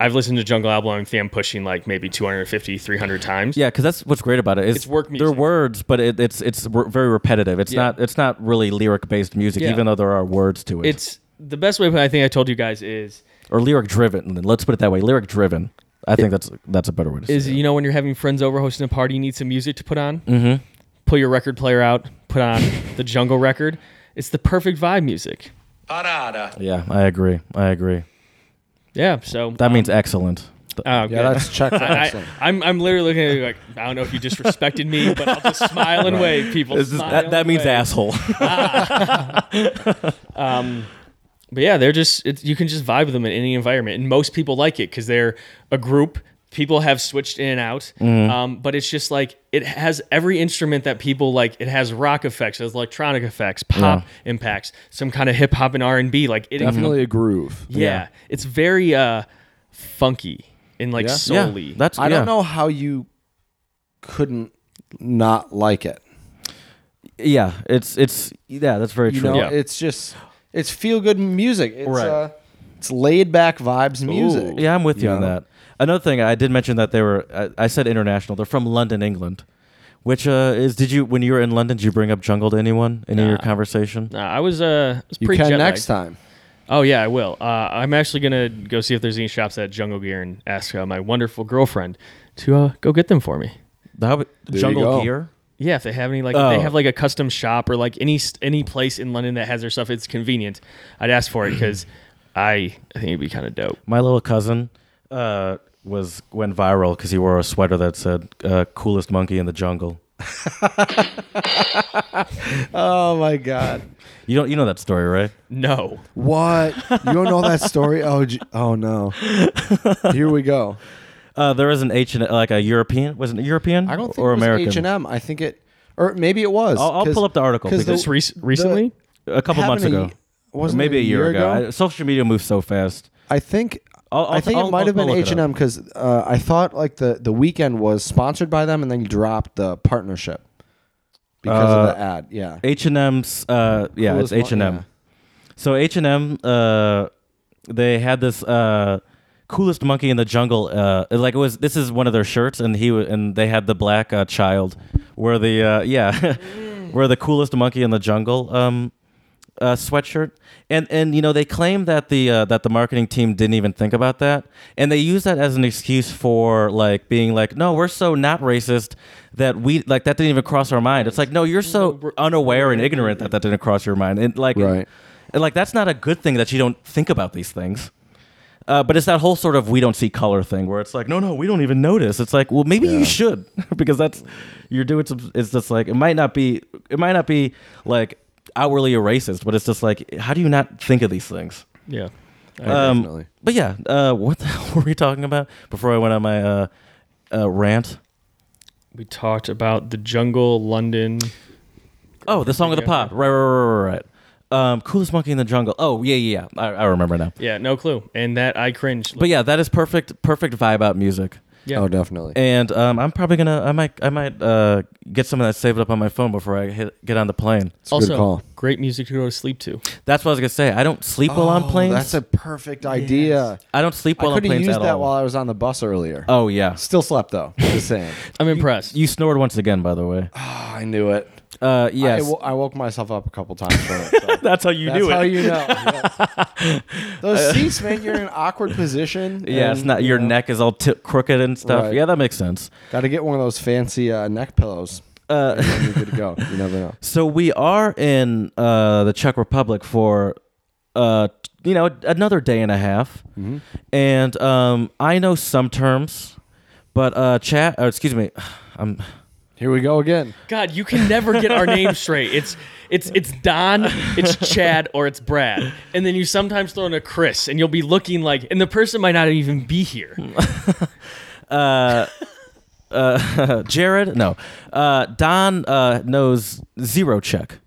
S2: I've listened to Jungle Album. I think I'm pushing like maybe 250, 300 times.
S3: Yeah, because that's what's great about it. It's,
S2: It's work
S3: They're
S2: music.
S3: words, but it, it's it's re- very repetitive. It's not it's not really lyric based music,
S2: Yeah.
S3: even though there are words to it.
S2: It's the best way. I think I told you guys is
S3: or lyric driven. Let's put it that way, lyric driven. I think that's that's a better way to say
S2: is
S3: it.
S2: you know when you're having friends over hosting a party, you need some music to put on. Mm-hmm. Pull your record player out. Put on the Jungle record. It's the perfect vibe music.
S4: Parada.
S3: Yeah, I agree. I agree.
S2: Yeah. So
S3: That means excellent. Th-
S2: Oh,
S1: Yeah,
S2: good.
S1: that's check.
S2: *laughs* I, I, I'm, I'm literally looking at you like, I don't know if you disrespected me, but I'll just smile and wave, people.
S3: This is-
S2: Smile
S3: that, that
S2: and
S3: means
S2: wave.
S3: asshole.
S2: but yeah, they're just it's, you can just vibe with them in any environment, and most people like it because they're a group. People have switched in and out,
S1: Mm-hmm.
S2: um, but it's just like it has every instrument that people like. It has rock effects, it has electronic effects, pop impacts, some kind of hip hop and R and B. Like it,
S1: Definitely a groove.
S2: yeah, it's very uh, funky and like
S1: Yeah.
S3: Yeah,
S2: solely.
S3: that's
S1: I
S3: yeah.
S1: don't know how you couldn't not like it.
S3: Yeah, it's it's yeah, that's very
S1: You
S3: true.
S1: know,
S2: Yeah.
S1: it's just it's feel good music. It's
S3: Right.
S1: uh, it's laid back vibes music.
S3: Yeah, I'm with you on
S1: know?
S3: that. Another thing I did mention that they were I, I said international. They're from London, England. Which uh, is did you when you were in London did you bring up jungle to anyone in your
S2: Nah.
S3: conversation?
S2: Nah, I was uh, I was
S1: You
S2: pretty
S1: can
S2: jet-lagged.
S1: next time.
S2: Oh yeah, I will. Uh, I'm actually gonna go see if there's any shops at Jungle Gear and ask uh, my wonderful girlfriend to uh, go get them for me.
S3: How about-
S1: you
S3: jungle
S1: go.
S3: gear?
S2: Yeah, if they have any like if
S3: Oh.
S2: they have like a custom shop or like any st- any place in London that has their stuff, it's convenient. I'd ask for it because I I think it'd be kind of dope.
S3: My little cousin uh, was went viral because he wore a sweater that said uh, "coolest monkey in the jungle."
S1: Oh my god.
S3: You don't you know that story, right?
S2: No,
S1: *laughs* What? You don't know that story? Oh, gee- oh *laughs* no. Here we go.
S3: Uh, there is an H and like a European was it European?
S1: I don't think
S3: or
S1: it was
S3: American.
S1: H&M. I think it or maybe it was.
S3: I'll- I'll
S1: 'cause-
S3: pull up the article
S1: 'cause
S3: because-
S2: just re- recently.
S3: a couple
S1: Happened
S3: months
S1: a
S3: ago,
S1: y- wasn't
S3: maybe
S1: it a year ago?
S3: I- social media moves so fast.
S1: I think
S3: I'll- I'll-
S1: i think
S3: I'll-
S1: it might
S3: I'll-
S1: have been
S3: I'll look it
S1: H and M because uh, I thought like the the weekend was sponsored by them and then dropped the partnership because of the
S3: Uh,
S1: ad. Yeah,
S3: H and M's. Uh, yeah,
S1: Cool
S3: it's
S1: as
S3: H
S1: fuck,
S3: and
S1: yeah.
S3: M. So H and M, uh, they had this uh, coolest monkey in the jungle. Uh, it- like it was. This is one of their shirts, and he wa- and they had the black uh, child, where the uh, *laughs* yeah, where the coolest monkey in the jungle. Um, uh, sweatshirt, and and you know they claim that the uh, that the marketing team didn't even think about that, and they use that as an excuse for like being like, no, we're so not racist that we like that didn't even cross our mind. It's like, no, you're so unaware and ignorant that that didn't cross your mind, and like,
S1: Right.
S3: and, like that's not a good thing that you don't think about these things. Uh, but it's that whole sort of we don't see color thing where it's like, no, no, we don't even notice. It's like, well, maybe you should *laughs* because that's you're doing some. It's just like it might not be, it might not be like outwardly a racist, but it's just like, how do you not think of these things?
S2: Yeah,
S3: Um,
S1: definitely.
S3: But yeah, uh, what the *laughs* hell were we talking about before I went on my uh, uh, rant?
S2: we talked about the jungle, London.
S3: Oh, the song of the pop. Right, right, right, right, right. Um, coolest monkey in the jungle. Oh, yeah, yeah, yeah. I, I remember now.
S2: Yeah, no clue. And that I cringed.
S3: But yeah, that is perfect, perfect vibe out music.
S2: yeah,
S1: Oh, definitely.
S3: and um, I'm probably gonna I might I might uh, get some of that saved up on my phone before I hit, get on the plane.
S1: it's a
S2: also
S1: good call.
S2: great music to go to sleep to.
S3: That's what I was gonna say. I don't sleep while on planes.
S1: Oh, That's a perfect idea.
S3: I don't sleep while
S1: I
S3: on
S1: could have
S3: planes
S1: used
S3: at
S1: that
S3: all.
S1: while I was on the bus earlier.
S3: oh yeah,
S1: Still slept though. Just
S3: *laughs*
S1: saying.
S2: I'm impressed.
S3: you snored once again, by the way.
S1: Oh, I knew it.
S3: Uh, yes,
S1: I, wo- I woke myself up a couple times. For it, so.
S3: that's how you
S1: That's
S3: do
S1: how
S3: it.
S1: you
S3: *laughs*
S1: know. Yeah. Those seats, man, you're in an awkward position.
S3: *laughs* yeah, it's
S1: and,
S3: not your
S1: you know,
S3: neck is all t- crooked and stuff.
S1: Right.
S3: Yeah, that makes sense.
S1: Got to get one of those fancy uh, neck pillows.
S3: Uh,
S1: and you're good to go. You never know.
S3: So we are in uh, the Czech Republic for uh, t- you know another day and a half,
S1: Mm-hmm.
S3: and um, I know some terms, but uh, chat. Or excuse me, *sighs* um, I'm
S1: Here we go again.
S2: God, you can never get our
S3: *laughs*
S2: name straight. It's it's it's Don, it's Chad, or it's Brad, and then you sometimes throw in a Chris, and you'll be looking like, and the person might not even be here.
S3: uh, *laughs* Jared. No, uh, Don uh, knows zero Czech.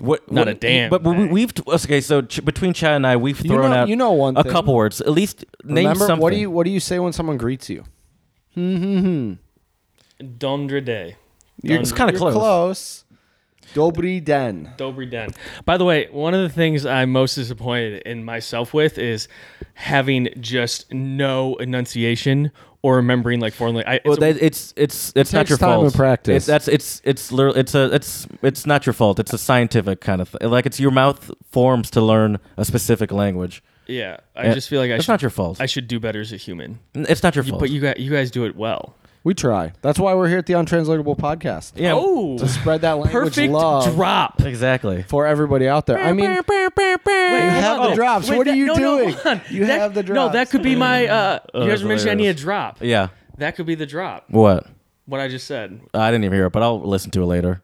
S3: What,
S2: Not
S3: what-
S2: a damn
S3: But we,
S2: thing.
S3: we've okay. So ch- between Chad and I, we've
S1: You
S3: thrown
S1: know-
S3: out
S1: you know one
S3: a
S1: thing.
S3: couple words at least. *laughs* Name
S1: Remember
S3: something.
S1: what do you what do you say when someone greets you?
S2: Dondre Day.
S1: You're,
S2: It's
S3: kinda
S1: you're
S3: close.
S1: close. Dobry den.
S2: Dobry den. By the way, one of the things I'm most disappointed in myself with is having just no enunciation or remembering like foreign language.
S3: Well, that, it's it's it's not
S1: takes
S3: your
S1: time
S3: fault.
S1: and practice.
S3: It's that's it's it's lir- it's a it's it's not your fault. It's a scientific kind of thing. Like it's your mouth forms to learn a specific language.
S2: yeah, I just feel like I
S3: It's
S2: should,
S3: not your fault.
S2: I should do better as a human.
S3: It's not your *laughs* fault.
S2: But you guys, you guys do it well.
S1: We try. That's why we're here at the Untranslatable Podcast.
S3: yeah,
S2: Oh,
S1: To spread that language
S2: perfect
S1: love
S2: drop.
S3: exactly.
S1: for everybody out there. I mean,
S2: Wait,
S1: You
S2: hold
S1: have
S2: on. Oh,
S1: the drops.
S2: Wait,
S1: What are
S2: that-
S1: you
S2: no, no,
S1: doing?
S2: hold on.
S1: You
S2: That-
S1: have the
S2: No, that
S1: drops.
S2: could be my. Uh, you guys
S3: Oh, that's
S2: were mentioning I need a
S3: hilarious.
S2: drop.
S3: Yeah.
S2: That could be the drop.
S3: What?
S2: What I just said.
S3: I didn't even hear it, but I'll listen to it later.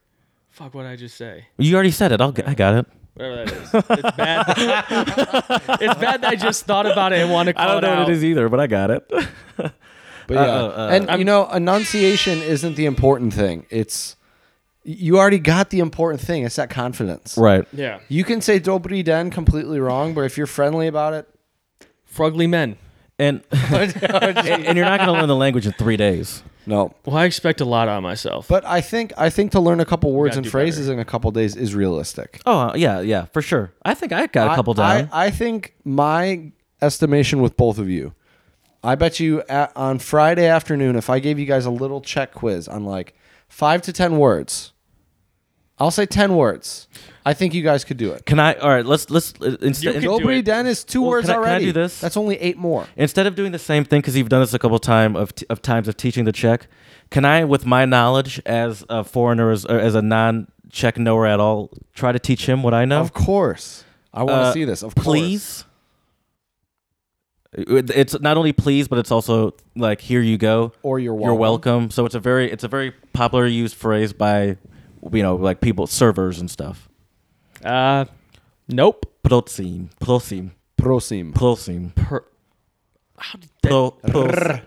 S2: Fuck what I just say.
S3: You already said it. I'll g- I got it.
S2: Whatever that is. It's bad. it's bad *laughs* that I just thought about it and want to call
S3: I don't
S2: it
S3: know
S2: out.
S3: what it is either, but I got it. *laughs*
S1: But yeah,
S3: Uh,
S1: and you know, enunciation isn't the important thing. It's you already got the important thing. It's that confidence.
S3: right.
S2: Yeah.
S1: You can say "dobri den" completely wrong, but if you're friendly about
S2: *laughs*
S1: it, *laughs*
S2: Frogly men.
S3: And and and you're not going to learn the language in three days.
S1: no.
S2: Well, I expect a lot out of myself.
S1: But I think I think to learn a couple words
S2: gotta
S1: and
S2: do
S1: phrases in a couple days is realistic.
S3: Oh yeah, yeah, for sure. I think I got a couple
S1: I,
S3: down.
S1: I, I think my estimation with both of you, I bet you at, on Friday afternoon, if I gave you guys a little check quiz on like five to 10 words, I'll say 10 words. I think you guys could do it.
S3: Can I? All right, let's let's uh, instead
S2: You can do
S1: Dobry
S2: it.
S1: Den is two
S3: Well,
S1: words
S3: can I- can I
S1: already.
S3: do this?
S1: That's only eight more.
S3: instead of doing the same thing because you've done this a couple time of, t- of times of teaching the Czech. Can I, with my knowledge as a foreigner, as, or as a non-Czech knower at all, try to teach him what I know?
S1: Of course. I want to
S3: Uh,
S1: see this. Of course.
S3: please. It- It's not only please, but it's also like here you go
S1: Or you're
S3: You're
S1: welcome.
S3: welcome. So it's a very it's a very popular used phrase by you know like people servers and stuff.
S2: uh, nope.
S3: Prosím, prosím,
S1: Prosim.
S3: prosím,
S2: Per-
S3: pro, pros-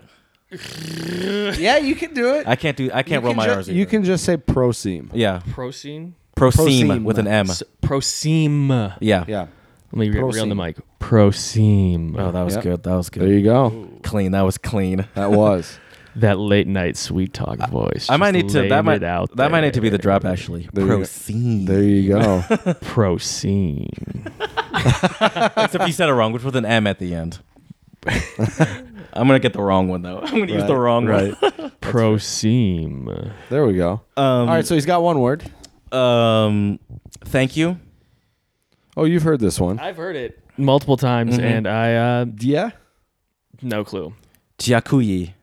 S1: yeah, you can do it.
S3: I can't do I
S1: you
S3: can't roll
S1: can
S3: my
S1: ju-
S3: R's.
S1: You
S3: either.
S1: can just say prosim.
S3: yeah,
S2: Proseam.
S3: prosím
S1: Prosím.
S3: with an M.
S2: S- Proseam.
S3: Yeah,
S1: Yeah.
S2: Let me get real on the
S1: Proseam.
S2: mic. Proseam.
S3: Oh, that was
S1: Yep.
S3: good. That was
S1: There
S3: good.
S1: you go.
S3: Clean. That was clean.
S1: That was.
S2: that late night sweet talk voice.
S3: I might
S2: Just
S3: need to.
S2: laying
S3: That might.
S2: it out.
S3: That might need to be the
S2: there.
S3: drop. Actually,
S1: There you go.
S3: prosím. *laughs*
S1: There you go.
S2: Proseam.
S3: Except you said it wrong, which with an M at
S1: *laughs*
S3: the end. I'm gonna get the wrong one though. *laughs* I'm gonna use
S1: Right,
S3: the wrong one.
S2: Proseam.
S1: There we
S3: *laughs*
S1: go.
S3: Um,
S1: All right, so he's got one word.
S3: um, thank you.
S1: Oh, you've heard this one.
S2: I've heard it multiple times,
S1: Mm-hmm.
S3: Mhm.
S2: and I uh,
S1: Yeah.
S2: no clue.
S3: Diakuyi.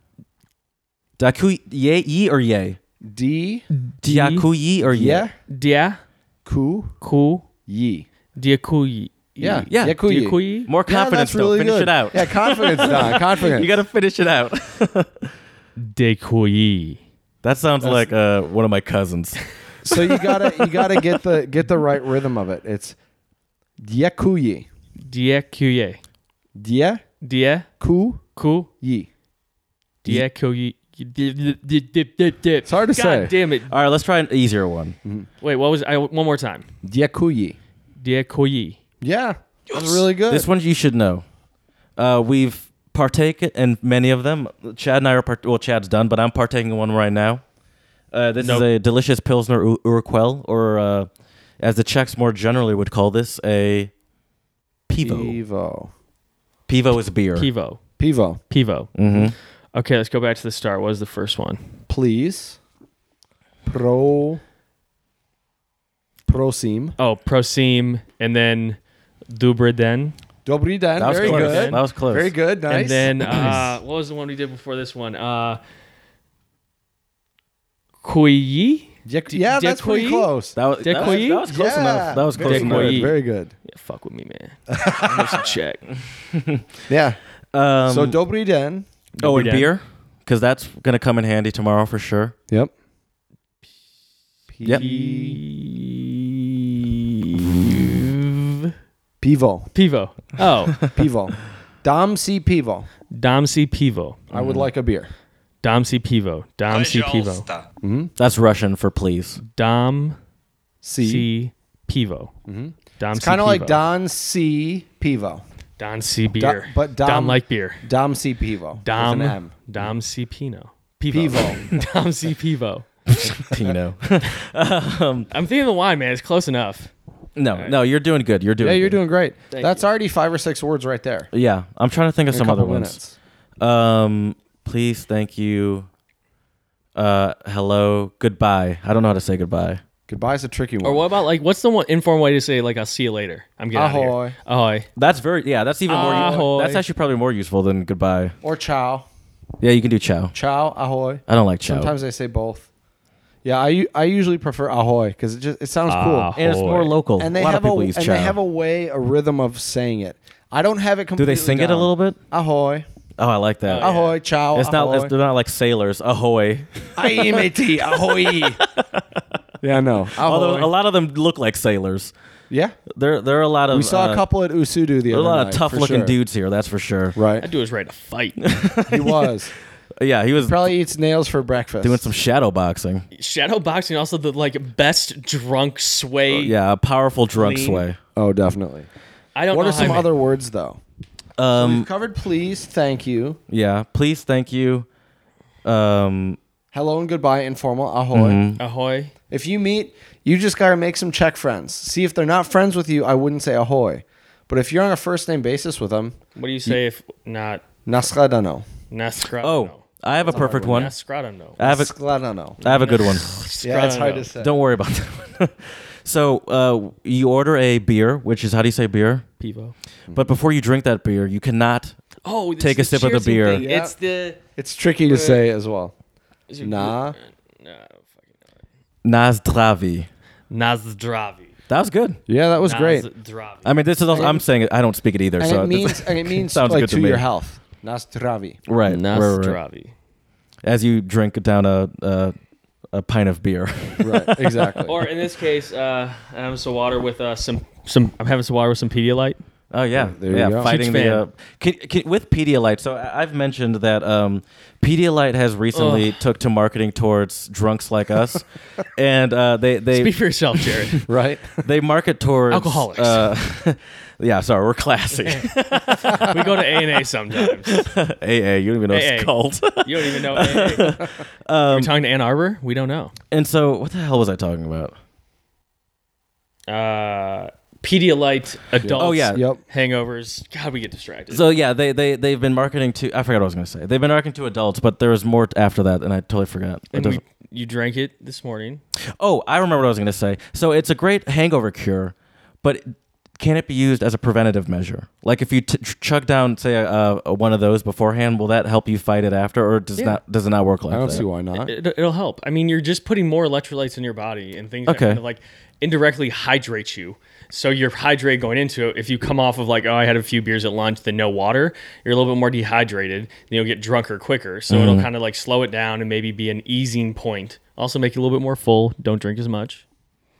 S3: Daku ye ye or ye?
S1: D.
S3: Diakuyi or ye?
S1: Yeah.
S2: Dia
S1: Ku.
S2: ku
S1: Ye.
S2: diakuyi.
S1: Yeah.
S3: Yeah.
S1: Yakuyi.
S2: Diakuyi.
S3: More
S1: Yeah,
S3: confidence
S1: that's really
S3: though. Finish
S1: good.
S3: it out.
S1: Yeah, confidence,
S3: *laughs*
S1: Don. Confidence.
S3: you gotta finish
S1: *laughs*
S3: it out.
S2: Diakuyi.
S3: that sounds like uh, one of my cousins.
S1: so you gotta you gotta get the get the right rhythm of it. It's Yakuyi.
S2: Diakuyi.
S1: Dia
S2: Dia
S1: ku
S2: ku
S1: ye.
S2: diakuyi. It's
S1: hard to
S2: God
S1: say.
S2: damn it!
S3: All right, let's try an easier one.
S2: Wait, what was I? One more time.
S1: Yakuyi.
S2: Diakuyi.
S1: Yeah. That's really good.
S3: This one you should know. Uh, we've partaken in many of them. Chad and I are part- well. Chad's done, but I'm partaking in one right now. Uh, this
S2: Nope.
S3: is a delicious pilsner Ur- Urquell, or uh, as the Czechs more generally would call this, a pivo.
S1: Pivo.
S3: Pivo is
S1: Er.
S3: beer.
S2: Pivo.
S1: Pivo.
S2: Pivo.
S3: hmm
S2: Okay, let's go back to the start. What was the first one?
S1: Please. Pro. Prosim.
S2: Oh, Proseam, and then Dubra Den,
S1: Dobrý den.
S3: That was
S1: Very
S3: close.
S1: good.
S3: That was close.
S1: Very good. Nice. *clears throat*
S2: and then uh, what was the one we did before this one? Uh, Kuyi.
S1: Yeah, yeah, that's pretty
S2: Decoy?
S1: close.
S3: That was, that, was,
S2: Decoy?
S3: that was close
S1: Yeah.
S3: enough. That was close
S1: very
S2: Decoy.
S1: good.
S3: enough.
S1: Very good.
S2: Yeah, fuck with me, man. I need to
S1: *laughs*
S2: check.
S1: Yeah.
S3: Um,
S1: so Dobrý den.
S3: oh, and
S2: Dobrý den.
S3: beer, because that's gonna come in handy tomorrow for sure.
S1: Yep.
S3: Yep.
S2: Piv-
S1: Pivo.
S2: Pivo.
S1: *laughs*
S2: Oh,
S1: Pivo. Dom C Pivo.
S2: Domsi Pivo.
S1: I
S3: Mm-hmm.
S1: would like a beer.
S2: Domsi Pivo. Domsi Pivo.
S1: Mm-hmm.
S3: That's Russian for please.
S2: Dom
S1: C. Mm-hmm.
S2: C Pivo. Dom
S1: It's kind of like Don C Pivo.
S2: Don C beer.
S1: but Dom-
S2: Dom like beer.
S1: Dom C Pivo. with
S2: Dom
S1: an M.
S2: Dom C Pino. Pivo. *laughs* Dom C Pivo.
S3: Pino.
S2: I'm thinking the wine, man. It's close enough.
S3: *laughs* no, no, you're doing good. You're doing.
S1: Yeah, you're
S3: good.
S1: doing great. That's already five or six words right there.
S3: Yeah, I'm trying to think of
S1: In a
S3: some other
S1: couple
S3: ones.
S1: minutes.
S3: Um, please, thank you. Uh, hello, goodbye. I don't know how to say goodbye.
S1: Goodbye's a tricky one.
S2: Or what about like what's the one informal way to say like I'll see you later? I'm getting out of
S1: Ahoy.
S2: here. Ahoy.
S3: That's very yeah. That's even more.
S2: Ahoy.
S3: That's actually probably more useful than goodbye.
S1: Or chow.
S3: Yeah, you can do chow.
S1: Chow. Ahoy.
S3: I don't like chow.
S1: Sometimes they say both. Yeah, I, u- I usually prefer ahoy because it just it sounds cool.
S2: Ah.
S3: and it's more
S2: Ahoy.
S3: local.
S1: and they
S3: a lot
S1: have
S3: of people
S1: a
S3: use
S1: and
S3: chow.
S1: they have a way a rhythm of saying it. I don't have it
S3: do
S1: completely.
S3: they sing it a
S1: down.
S3: little bit?
S1: Ahoy,
S3: Oh, I like that.
S2: Oh, yeah.
S1: ahoy, chow.
S3: It's not.
S1: ahoy.
S3: It's, they're not like sailors. Ahoy! *laughs*
S1: ahoy. yeah, no. Ahoy.
S3: Although a lot of them look like sailors.
S1: Yeah.
S3: There, there are a lot of
S1: We saw
S3: uh,
S1: a couple at Usudu the
S3: There
S1: other
S3: are a lot
S1: night,
S3: of tough
S1: for
S3: looking
S1: sure.
S3: dudes here. That's for sure.
S2: That
S3: *laughs*
S1: Right.
S2: dude was ready to fight.
S1: He was.
S3: Yeah, he was
S1: Probably eats nails for breakfast.
S3: doing some shadow boxing.
S2: Shadow boxing also the like best drunk sway.
S3: Oh, Yeah, a powerful drunk
S2: Clean.
S3: sway.
S1: Oh, definitely.
S2: I don't
S1: What
S2: know
S1: are
S2: how
S1: some
S2: I-
S1: other words though? We've
S3: Um,
S1: covered please, thank you,
S3: yeah. Please, thank you. Um,
S1: hello and goodbye, informal, ahoy.
S2: Mm-hmm. ahoy.
S1: If you meet, you just gotta make some Czech friends. See if they're not friends with you, I wouldn't say ahoy. But if you're on a first name basis with them,
S2: What do you say if not
S1: naschledano.
S2: Nascradano?
S3: oh, I have a perfect one.
S2: Nascradano.
S3: I have a,
S1: Naschledano.
S3: I have a
S1: *laughs*
S2: *sighs*
S3: good one.
S1: Yeah, it's hard to say.
S3: Don't worry about that. one. *laughs* so uh, you order a beer, which is how do you say beer?
S2: Pivo.
S3: But
S1: Hmm.
S3: before you drink that beer, you cannot.
S2: Oh, it's
S3: Take a
S2: the
S3: sip of the
S2: cheersing
S3: beer.
S2: thing.
S1: Yeah.
S2: It's the
S1: It's tricky to say as well.
S2: is it-
S1: Nah.
S2: No, fucking
S3: Nazdravi.
S2: Nazdravi.
S3: That was good.
S1: Yeah, that was great.
S2: Nazdravi.
S3: I mean, this is also, I'm saying it, I don't speak it either.
S1: And
S3: so
S1: it means and it means
S3: sounds
S1: like
S3: good
S1: to,
S3: to me.
S1: your health. Nastravi.
S3: *laughs* right, right, right, right.
S2: Nazdravi.
S3: As you drink down a a, a pint of beer. *laughs*
S1: Right, exactly.
S2: Or in this case, uh, I'm having some water with uh, some some. I'm having some water with some Pedialyte.
S3: Oh yeah,
S1: There you
S3: yeah.
S1: go.
S3: Fighting
S2: Huge fan.
S3: the uh, can, can, with Pedialyte. So I- I've mentioned that um, Pedialyte has recently took to marketing towards drunks like
S2: *laughs*
S3: us, and uh, they they
S2: Speak for yourself, Jared.
S1: right?
S3: they market towards
S2: Alcoholics.
S3: Uh, *laughs* yeah, sorry, we're
S2: *laughs* *laughs*
S3: classy. *laughs*
S2: we go to A and A sometimes.
S3: AA, you don't even know it's
S2: AA.
S3: called. *laughs*
S2: You don't even know. AA. We're talking to Ann Arbor. We don't know.
S3: and so, what the hell was I talking about?
S2: Uh, Pedialyte adults.
S3: Oh, yeah.
S1: Yep.
S2: Hangovers. God, we get distracted.
S3: So yeah, they they they've been marketing to. I forgot what I was going to say. They've been marketing to adults, but there was more after that, and I totally forgot. It
S2: and
S3: doesn't-
S2: we, you drank it this morning.
S3: Oh, I remember what I was going to say. So it's a great hangover cure, but can it be used as a preventative measure? Like if you t- ch- chug down, say, uh, uh, one of those beforehand, will that help you fight it after, or does not does it not work like
S1: I don't
S3: that?
S1: see why not.
S2: It, it'll help. I mean, you're just putting more electrolytes in your body and things that
S3: Okay.
S2: kind of like indirectly hydrate you. So you're hydrated going into it. If you come off of like, oh, I had a few beers at lunch, then no water, you're a little bit more dehydrated. And you'll get drunker quicker. So it'll
S3: Mm-hmm.
S2: kind of like slow it down and maybe be an easing point. Also make you a little bit more full. Don't drink as much.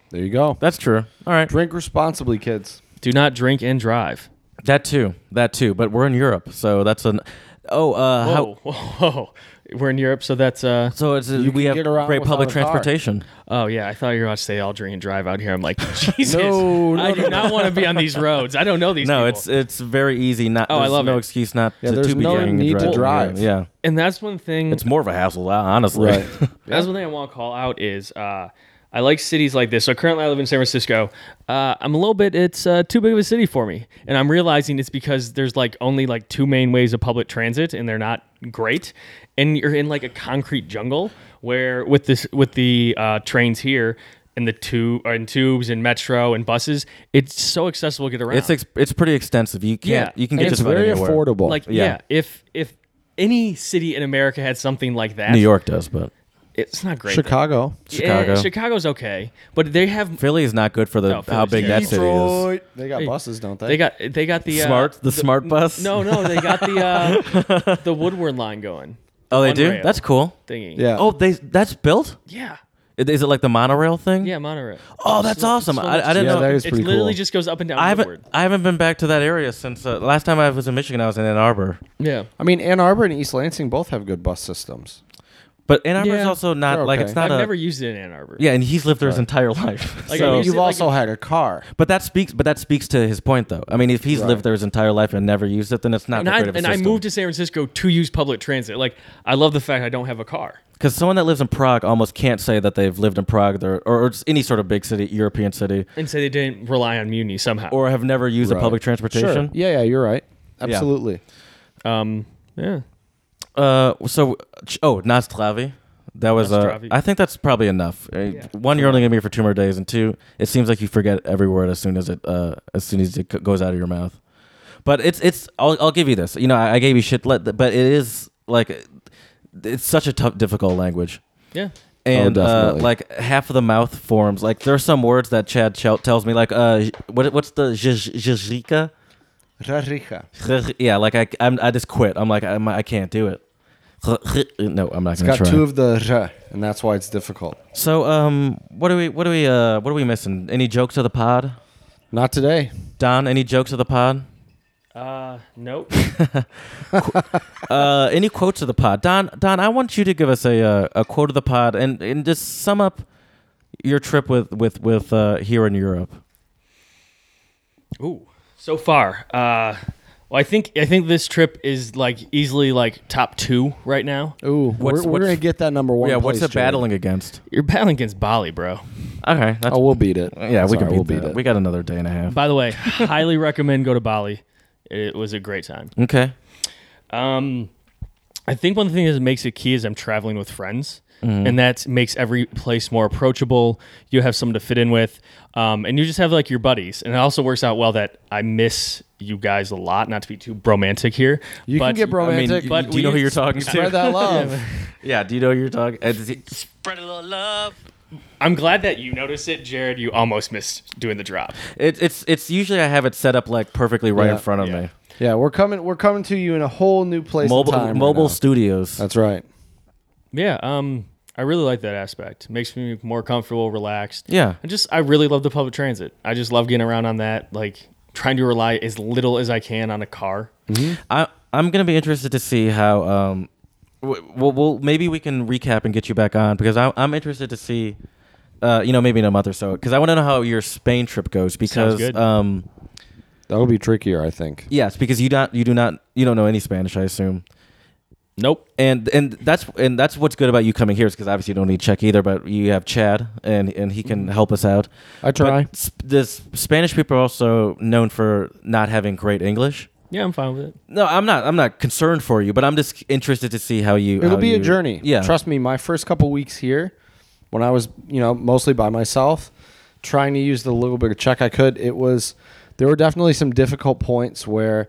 S1: There you go.
S3: That's true. All right,
S1: Drink responsibly, kids.
S2: Do not drink and drive.
S3: that too, that too. But we're in Europe, so that's an. Oh, uh, how?
S2: Oh, whoa, *laughs* whoa. we're in Europe, so that's uh.
S3: So it's we
S1: can
S3: have
S1: get around
S3: great
S1: without
S3: public
S1: a car.
S3: transportation.
S2: Oh yeah, I thought you were about to say all drink and drive out here. I'm like, *laughs* Jesus,
S1: No, no,
S2: I do not want to be on these roads. I don't know these.
S3: No,
S2: people.
S3: it's it's very easy. Not
S2: Oh, I
S3: there's
S2: love
S3: no
S2: it.
S3: excuse not
S1: Yeah,
S3: to,
S1: there's
S3: to be
S1: no
S3: drinking and
S1: need to
S3: driving.
S1: drive.
S3: Yeah,
S2: and that's one thing.
S3: it's more of a hassle, uh, honestly.
S1: *laughs*
S2: That's one thing I want to call out is uh, I like cities like this. So currently I live in San Francisco. Uh, I'm a little bit it's uh, too big of a city for me, and I'm realizing it's because there's like only like two main ways of public transit, and they're not great. And you're in like a concrete jungle where with this with the uh, trains here. And the two uh, and tubes and metro and buses, it's so accessible to get around.
S3: *laughs* It's ex- it's pretty extensive. You can't
S2: Yeah.
S3: you can
S2: And
S3: get
S1: It's
S3: just about
S1: very
S3: anywhere.
S1: affordable.
S2: like
S3: yeah.
S2: yeah. if if any city in America had something like that,
S3: New York does, but
S2: it's not great.
S1: Chicago.
S2: Yeah,
S3: Chicago.
S2: Chicago's okay, but they have
S3: Philly is not good for the
S2: No,
S3: how
S2: Philly's
S3: big that city is.
S1: Detroit. They got buses, don't they?
S2: They got they got the uh,
S3: Smart, the smart bus?
S2: No, no, they got the
S3: *laughs*
S2: uh, the Woodward line going
S3: Oh, they
S2: One
S3: do.
S2: rail.
S3: That's cool.
S2: thingy.
S1: Yeah.
S3: Oh, they that's built.
S2: yeah,
S3: Is is it like the monorail thing?
S2: yeah, Monterey.
S3: Oh, that's
S2: Slow-
S3: awesome.
S2: slow
S3: I, I
S2: motion.
S3: didn't
S1: Yeah,
S3: know.
S1: that is
S2: It
S1: pretty
S2: literally
S1: cool.
S2: just goes up and down
S3: I haven't
S2: Woodward.
S3: I haven't been back to that area since uh, last time I was in Michigan. I was in Ann Arbor,
S2: Yeah,
S1: I mean, Ann Arbor and East Lansing both have good bus systems.
S3: but Ann Arbor is
S2: Yeah.
S3: also not
S1: They're
S3: like
S1: okay.
S3: it's
S2: I've
S3: not a
S2: never used it in Ann Arbor.
S3: yeah. And he's lived there his entire *laughs* life.
S2: Like, I
S3: so,
S2: mean,
S1: You've
S2: it like
S1: also had a car.
S3: but that speaks. But that speaks to his point, though. I mean, if he's lived there his entire life and never used it, then it's not.
S2: and
S3: that
S2: I
S3: great of a
S2: and I
S3: system.
S2: moved to San Francisco to use public transit. Like I love the fact I don't have a car.
S3: Because someone that lives in Prague almost can't say that they've lived in Prague they're- or, or just any sort of big city, European city,
S2: And say they didn't rely on Muni somehow.
S3: or have never used a public transportation.
S1: Yeah, yeah, you're right. Absolutely.
S2: um, yeah,
S3: Uh, so, ch- oh, Nastravi. That was, uh,
S2: Nástraví.
S3: I think that's probably enough. Uh, One, you're only going to be here for two more days, and two, it seems like you forget every word as soon as it, uh, as soon as it g- goes out of your mouth. But it's, it's, I'll, I'll give you this. You know, I, I gave you shit, let, but it is like, it's such a tough, difficult language.
S2: yeah.
S3: and uh,
S1: definitely.
S3: like half of the mouth forms. Like there are some words that Chad Chel- tells me, like uh, j- what what's the jizrika?
S1: Rarija.
S3: Yeah, like I I'm, I just quit. I'm like I'm, I can't do it. No, I'm not gonna
S1: Got two
S3: try.
S1: of the r, and that's why it's difficult.
S3: So um, what do we what do we uh what are we missing? Any jokes of the pod?
S1: Not today.
S3: Don, any jokes of the
S1: *laughs*
S3: pod?
S2: Uh, nope.
S3: Uh, any quotes of the pod? Don, Don, I want you to give us a uh, a quote of the pod and, and just sum up your trip with with with uh, here in Europe.
S2: Ooh, so far. Uh, well, I think I think this trip is like easily like top two right now.
S1: Ooh, we're,
S3: What's-
S1: we're
S3: what's-
S1: gonna get that number one.
S3: yeah, what's
S1: place,
S3: it
S1: Jordan.
S3: battling against?
S2: You're battling against Bali, bro.
S3: Okay, that's,
S1: Oh, we'll beat it.
S3: yeah, we
S1: Sorry,
S3: can beat,
S1: we'll
S3: that. We got another day and a half.
S2: By the way, highly recommend go to Bali. It was a great time.
S3: Okay,
S2: Um, I think one of the things that makes it key is I'm traveling with friends, and that makes every place more approachable. You have someone to fit in with, um, and you just have like your buddies. And it also works out well that I miss you guys a lot. Not to be too bromantic here,
S1: you
S2: but
S1: can get romantic.
S3: you-
S2: but
S3: do you know
S2: we-
S3: who you're talking
S1: Spread
S3: to?
S1: that love.
S3: *laughs* Yeah, do you know who you're talking? uh, is he-
S4: Spread a little love.
S2: I'm glad that you noticed it, Jared. You almost missed doing the drop.
S3: It, it's it's usually I have it set up like perfectly right
S1: Yeah.
S3: in front of
S2: Yeah.
S3: me.
S1: yeah, we're coming. We're coming to you in a whole new place. and
S3: Mobile
S1: time right
S3: mobile
S1: now.
S3: studios.
S1: That's right.
S2: Yeah, um, I really like that aspect. Makes me more comfortable, relaxed.
S3: Yeah.
S2: I just I really love the public transit. I just love getting around on that. Like trying to rely as little as I can on a car.
S3: I I'm gonna be interested to see how um, w- we'll, we'll maybe we can recap and get you back on because I, I'm interested to see, uh, you know, maybe in a month or so because I want to know how your Spain trip goes because
S2: good.
S3: um,
S1: That would be trickier, I think.
S3: yes, because you don't you do not you don't know any Spanish, I assume.
S2: Nope.
S3: And and that's and that's what's good about you coming here is because obviously you don't need Czech either, but you have Chad and and he can help us out.
S1: I try.
S3: But sp- this Spanish people are also known for not having great English.
S2: Yeah, I'm fine with it.
S3: No, I'm not. I'm not concerned for you, but I'm just interested to see how you.
S1: It'll
S3: how
S1: be a
S3: you-
S1: journey.
S3: Yeah,
S1: Trust me, my first couple weeks here, when I was, you know, mostly by myself, trying to use the little bit of Czech I could, it was there were definitely some difficult points where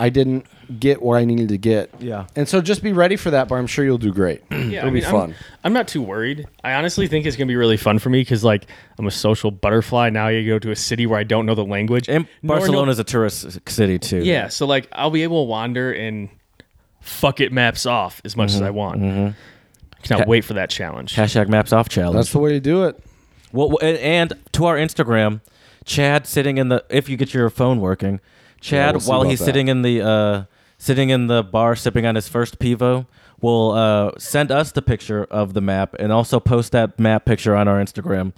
S1: I didn't get what I needed to get.
S3: Yeah.
S1: And so just be ready for that, but I'm sure you'll do great.
S2: *clears throat* Yeah,
S1: It'll be
S2: I'm-
S1: fun.
S2: I'm, not too worried. I honestly think it's gonna be really fun for me because like I'm a social butterfly. Now you go to a city where I don't know the language.
S3: And
S2: Nor-
S3: Barcelona's a tourist city too.
S2: Yeah, so like I'll be able to wander and fuck it maps off as
S3: Mm-hmm.
S2: much as I want. Cannot wait for that challenge.
S3: Hashtag maps off
S1: That's
S3: challenge.
S1: the way to do it.
S3: Well, well, and- and to our Instagram, Chad sitting in the if you get your phone working, Chad
S1: we'll see
S3: while
S1: about
S3: he's
S1: that.
S3: sitting in the uh, sitting in the bar sipping on his first pivo will uh, send us the picture of the map and also post that map picture on our Instagram.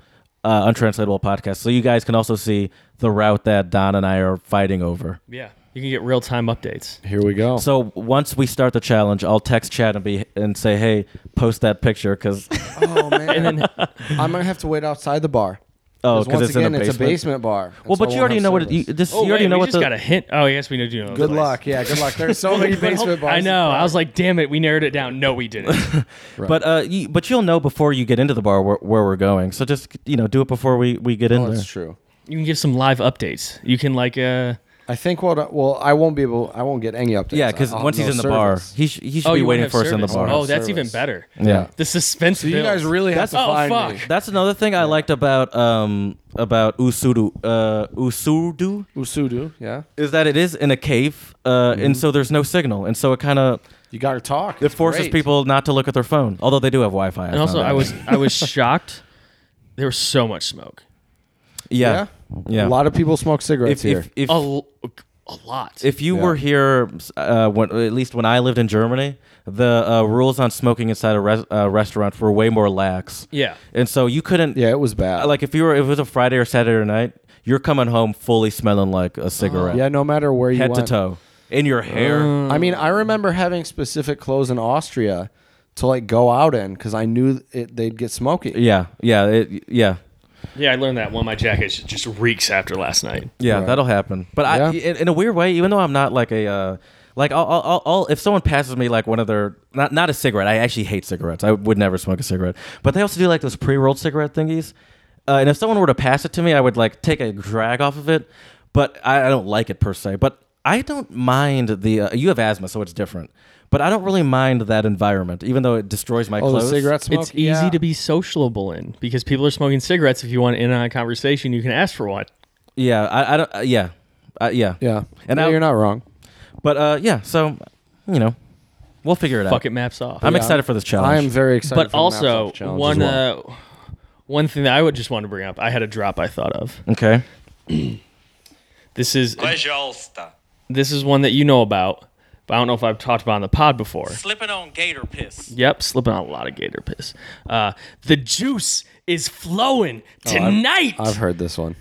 S3: Uh, untranslatable podcast so you guys can also see the route that don and i are fighting over
S2: Yeah, you can get real time updates.
S1: Here we go.
S2: *laughs*
S3: so once we start the challenge i'll text chad and be and say hey post that picture because
S1: *laughs* oh man. I'm gonna have to wait outside the bar. 'Cause
S3: Oh, 'cause
S1: once
S3: it's in
S1: again,
S3: the
S1: it's a
S3: basement?
S1: basement bar. and
S3: Well,
S1: so
S3: but
S1: I won't
S3: you already
S1: have
S3: know what it,
S1: service.
S3: you, this.
S2: Oh,
S3: you already
S2: wait,
S3: know
S2: we
S3: what
S2: just
S3: the.
S2: got a hint. Oh, yes, we do know. the
S1: Good
S2: place.
S1: luck. Yeah, good luck. There's
S2: *laughs*
S1: so many basement bars.
S2: I know. I was
S1: like.
S2: like, damn it, we narrowed it down. No, we
S3: *laughs*
S2: didn't.
S3: But uh, you, but you'll know before you get into the bar where, where we're going. So just you know, do it before we we get in
S1: Oh,
S3: there.
S1: that's true.
S2: you can give some live updates. You can like, uh,
S1: I think what I- well I won't be able I won't get any updates.
S3: Yeah, because
S1: I'll have
S3: once he's
S1: no
S3: in the
S1: service.
S3: bar, he sh- he should
S2: oh,
S3: be
S2: you won't
S3: waiting
S2: have
S3: for us in the
S2: service.
S3: bar.
S2: Oh, that's
S1: Service.
S2: even better.
S3: yeah.
S2: The suspense.
S1: so you
S2: builds.
S1: guys really have
S3: That's-
S1: to
S2: oh,
S1: find me.
S2: fuck.
S3: That's another thing I liked about um about Usudu uh Usudu
S1: Usudu, yeah.
S3: is that it is in a cave uh
S2: Mm-hmm.
S3: and so there's no signal and so it kind of
S1: You got to talk.
S3: it forces
S1: Great.
S3: people not to look at their phone although they do have Wi-Fi.
S2: And also, I was I was *laughs* shocked. There was so much smoke.
S3: yeah yeah,
S1: A lot of people smoke cigarettes
S3: if,
S1: here.
S3: if, if
S2: A, l- a lot.
S3: If you
S1: Yeah.
S3: were here, uh, when, at least when I lived in Germany, the uh, rules on smoking inside a res- uh, restaurant were way more lax.
S2: yeah.
S3: And so you couldn't, uh,
S1: yeah, it was bad.
S3: like if you were, if it was a Friday or Saturday night, you're coming home fully smelling like a cigarette,
S1: Oh. yeah, no matter where you Mm.
S3: head to
S1: went.
S3: toe, in your hair.
S1: I mean, I remember having specific clothes in Austria to like go out in cuz I knew it, they'd get smoky.
S3: yeah, yeah, it, yeah.
S2: Yeah, I learned that one. My jacket just reeks after last night.
S3: Yeah,
S1: Right.
S3: that'll happen. But I,
S1: Yeah.
S3: in, in a weird way, even though I'm not like a, uh, like I'll, I'll, I'll, I'll, if someone passes me like one of their, not, not a cigarette. I actually hate cigarettes. I would never smoke a cigarette. But they also do like those pre-rolled cigarette thingies. Uh, and if someone were to pass it to me, I would like take a drag off of it. But I, I don't like it per se. But I don't mind the. Uh, you have asthma, so it's different. But I don't really mind that environment, even though it destroys my
S1: Oh, the
S3: clothes.
S1: cigarette smoke.
S2: It's easy
S1: yeah.
S2: to be sociable in because people are smoking cigarettes. If you want in on a conversation, you can ask for one.
S3: Yeah, I, I don't. Uh, yeah, uh, yeah,
S1: Yeah.
S3: And
S1: And
S3: I-
S1: you're not wrong.
S3: But uh, yeah, so you know, we'll figure it out.
S2: Fuck it, maps off.
S3: I'm
S1: Yeah.
S3: excited for this
S1: I
S3: challenge.
S1: am very excited
S2: but
S1: for the Maps
S2: also
S1: Off Challenge as
S2: one
S1: well.
S2: uh, one thing that I would just want to bring up. I had a drop I thought of.
S3: okay.
S2: This is
S4: Пожалуйста.
S2: this is one that you know about, but I don't know if I've talked about on the pod before.
S4: Slipping on gator piss.
S2: Yep, slipping on a lot of gator piss. Uh, the juice is flowing tonight.
S1: Oh, I've heard this one.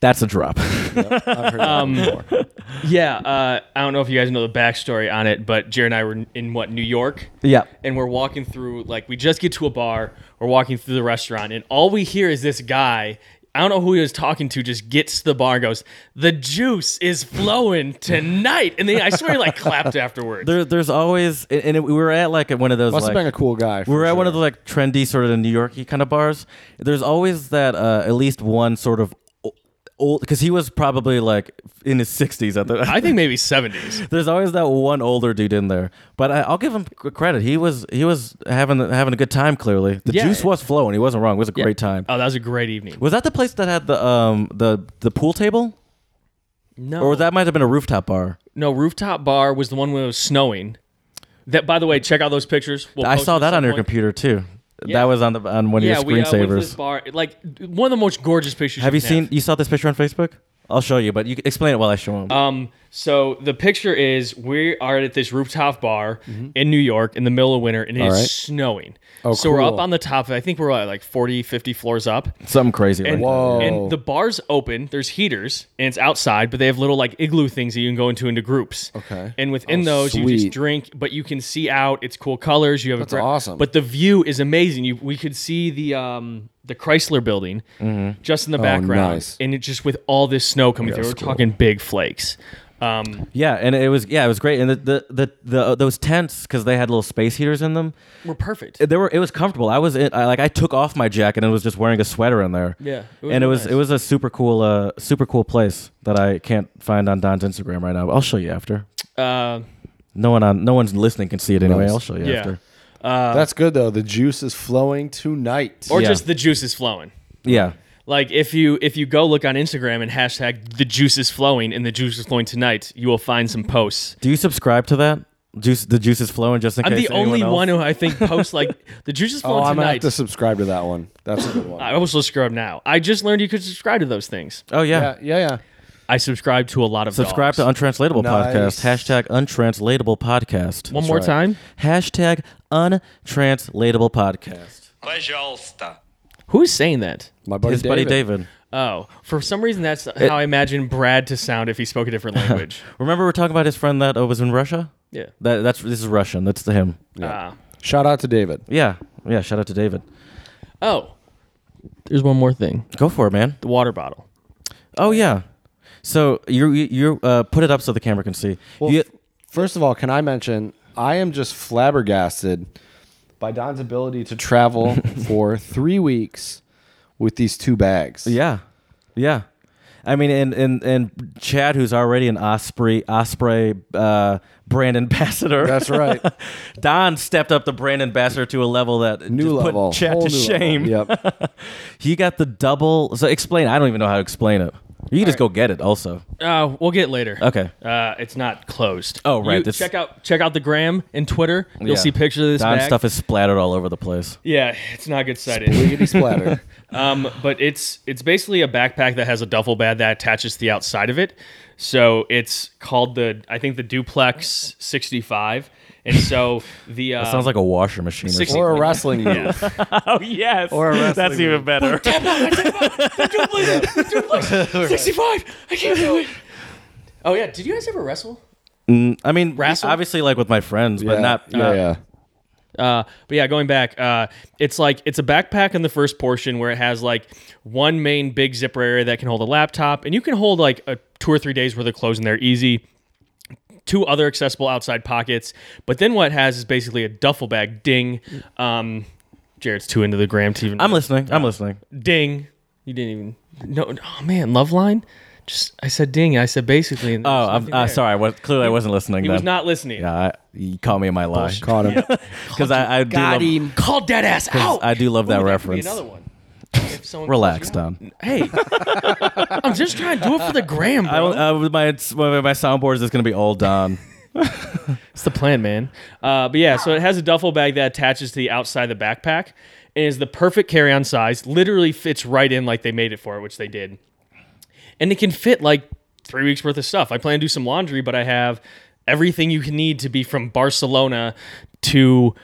S3: That's a
S1: *laughs*
S3: drop.
S1: I've
S2: *laughs*
S1: heard
S2: Um,
S1: that one before.
S2: yeah, uh, I don't know if you guys know the backstory on it, but Jared and I were in what New York.
S3: yeah.
S2: and we're walking through like we just get to a bar we're walking through the restaurant and all we hear is this guy i don't know who he was talking to just gets to the bar and goes the juice is flowing tonight and then i swear he like clapped afterwards
S3: There, there's always, and and it, we were at like one of those.
S1: Must
S3: like,
S1: have been a cool guy. for
S3: We were at one of
S1: sure.
S3: the like trendy sort of New Yorky kind of bars. There's always that uh, at least one sort of o- old because he was probably like in his 60s at the.
S2: i think maybe 70s
S3: *laughs* there's always that one older dude in there, but I, I'll give him c- credit. He was he was having having a good time. Clearly, the
S2: Yeah.
S3: juice was flowing. He wasn't wrong. It was a great time.
S2: oh that was a great evening
S3: Was that the place that had the um the the pool table,
S2: no
S3: or was that might have been a rooftop bar?
S2: no rooftop bar was the one when it was snowing that by the way check out those pictures We'll
S3: I
S2: post
S3: saw
S2: them at
S3: that
S2: some
S3: on your
S2: point.
S3: computer too.
S2: Oh, Yeah.
S3: That was on the on one of
S2: yeah
S3: your
S2: we uh, went to
S3: screensavers.
S2: this bar like one of the most gorgeous pictures
S3: have you
S2: can
S3: seen? You saw this picture on Facebook? I'll show you, but you can explain it while I show him.
S2: Um, so the picture is we are at this rooftop bar in New York in the middle of winter and it's
S1: Mm-hmm. right.
S2: snowing.
S1: Oh,
S2: so we're up
S1: cool.
S2: on the top. of- I think we're at like 40, 50 floors up.
S3: Something crazy.
S2: And,
S3: like that.
S1: Whoa.
S2: and the bar's open. There's heaters and it's outside, but they have little like igloo things that you can go into into groups.
S1: Okay.
S2: And within
S1: Oh,
S2: those, you just
S1: sweet.
S2: drink, but you can see out. It's cool colors. You have
S1: That's
S2: a gra-
S1: awesome.
S2: But the view is amazing. You we could see the um the Chrysler Building
S3: Mm-hmm.
S2: just in the background,
S1: nice.
S2: and it just with all this snow coming through. We're
S3: Oh, that's cool.
S2: talking big flakes. Um,
S3: Yeah, and it was yeah, it was great. And the the the, the those tents because they had little space heaters in them.
S2: were perfect.
S3: They were it was comfortable. I was in, I, like I took off my jacket and was just wearing a sweater in there.
S2: Yeah, it was
S3: and it
S2: real
S3: was
S2: nice.
S3: it was a super cool uh super cool place that I can't find on Don's Instagram right now. I'll show you after.
S2: Uh,
S3: No one on no one's listening can see it anyway. I'll show you
S2: yeah.
S3: after.
S1: That's good though. The juice is flowing tonight.
S2: Uh, Or
S3: Yeah.
S2: just the juice is flowing.
S3: Yeah.
S2: Like if you if you go look on Instagram and hashtag the juice is flowing and the juice is flowing tonight, you will find some posts.
S3: Do you subscribe to that? Juice the juice is flowing just in
S2: I'm
S3: case.
S2: the only
S3: anyone else-
S2: one who I think posts like the juice is
S1: oh,
S2: flowing
S1: I'm gonna have
S2: tonight.
S1: to subscribe to that one. That's a good
S2: *laughs*
S1: one.
S2: I will subscribe now. I just learned you could subscribe to those things.
S3: Oh yeah.
S1: yeah, yeah, yeah.
S2: I subscribe to a lot of
S3: Subscribe to
S2: dogs.
S3: Untranslatable
S1: Nice.
S3: Podcast. Hashtag Untranslatable Podcast.
S2: one more
S1: right.
S2: time.
S3: Hashtag untranslatable podcast.
S4: Пожалуйста.
S2: Who is saying that?
S1: My buddy,
S3: His
S1: David.
S3: buddy David.
S2: Oh, for some reason that's how I imagine Brad to sound if he spoke a different language.
S3: Remember we are talking about his friend that uh, was in Russia?
S2: yeah.
S3: That, that's this is Russian. That's to him.
S2: Ah.
S1: Shout out to David.
S3: Yeah, yeah. Shout out to David.
S2: oh. There's one more thing.
S3: Go for it, man.
S2: The water bottle.
S3: Oh yeah. So you you- you uh, put it up so the camera can see.
S1: Well,
S3: You-
S1: f- first of all, can I mention I am just flabbergasted by Don's ability to
S3: *laughs*
S1: travel for three weeks with these two bags.
S3: yeah, yeah. I mean, and and and Chad, who's already an Osprey Osprey uh, brand ambassador.
S1: that's
S3: *laughs*
S1: right.
S3: Don stepped up the brand ambassador to a level that
S1: New
S3: just
S1: level.
S3: put Chad
S1: Whole
S3: to
S1: new level.
S3: shame.
S1: Yep.
S3: He got the double. So explain. I don't even know how to explain it. You can just go get it. Also,
S2: Uh, we'll get it later.
S3: okay.
S2: Uh, it's not closed.
S3: Oh, right,
S2: You
S3: this-
S2: check out check out the gram and Twitter. You'll
S3: Yeah.
S2: see pictures of this
S3: Don's
S2: bag.
S3: stuff is splattered all over the place.
S2: yeah, it's not good sighted.
S1: Wiggity
S3: *laughs*
S1: splatter.
S2: um, but it's it's basically a backpack that has a duffel bag that attaches to the outside of it. So it's called the I think the Duplex 65. And so the uh,
S3: Sounds like a washer machine. Or
S2: Six-
S3: something.
S1: Or a wrestling move.
S3: Oh yes, or that's even better. *laughs*
S2: like 65. I can't do it. Oh yeah, did you guys ever wrestle?
S3: Mm, I mean,
S2: Wrestle?
S3: obviously, like with my friends, but
S1: Yeah,
S3: not.
S1: yeah,
S3: not-
S1: yeah.
S2: Uh, but yeah, going back, uh, it's like it's a backpack in the first portion where it has like one main big zipper area that can hold a laptop, and you can hold like a two or three days worth of clothes in there easy. Two other accessible outside pockets, but then what it has is basically a duffel bag. Ding, um, Jared's too into the gram to even.
S3: I'm listening. I'm listening.
S2: ding. You didn't even. No, oh man, love line. Just I said ding. I said basically. and there
S3: Oh,
S2: was
S3: I'm
S2: nothing
S3: uh,
S2: there.
S3: sorry. I was, clearly, I wasn't listening.
S2: He
S3: then.
S2: was not listening.
S3: Yeah, I, you caught me in my lie
S1: Caught him.
S3: *laughs* because I, I do. love,
S2: Call dead ass out.
S3: I do love that
S2: Ooh, could be
S3: reference.
S2: Another one. If someone calls
S3: Relax,
S2: you out.
S3: Don.
S2: Hey, I'm just trying to do it for the gram,
S3: I,
S2: bro.
S3: I, Oh, uh, my my my soundboard is just gonna be
S2: *laughs*
S3: all Don.
S2: It's the plan, man. Uh, but yeah, so it has a duffel bag that attaches to the outside of the backpack and is the perfect carry-on size. Literally fits right in like they made it for it, which they did. And it can fit like three weeks worth of stuff. I plan to do some laundry, but I have everything you can need to be from Barcelona to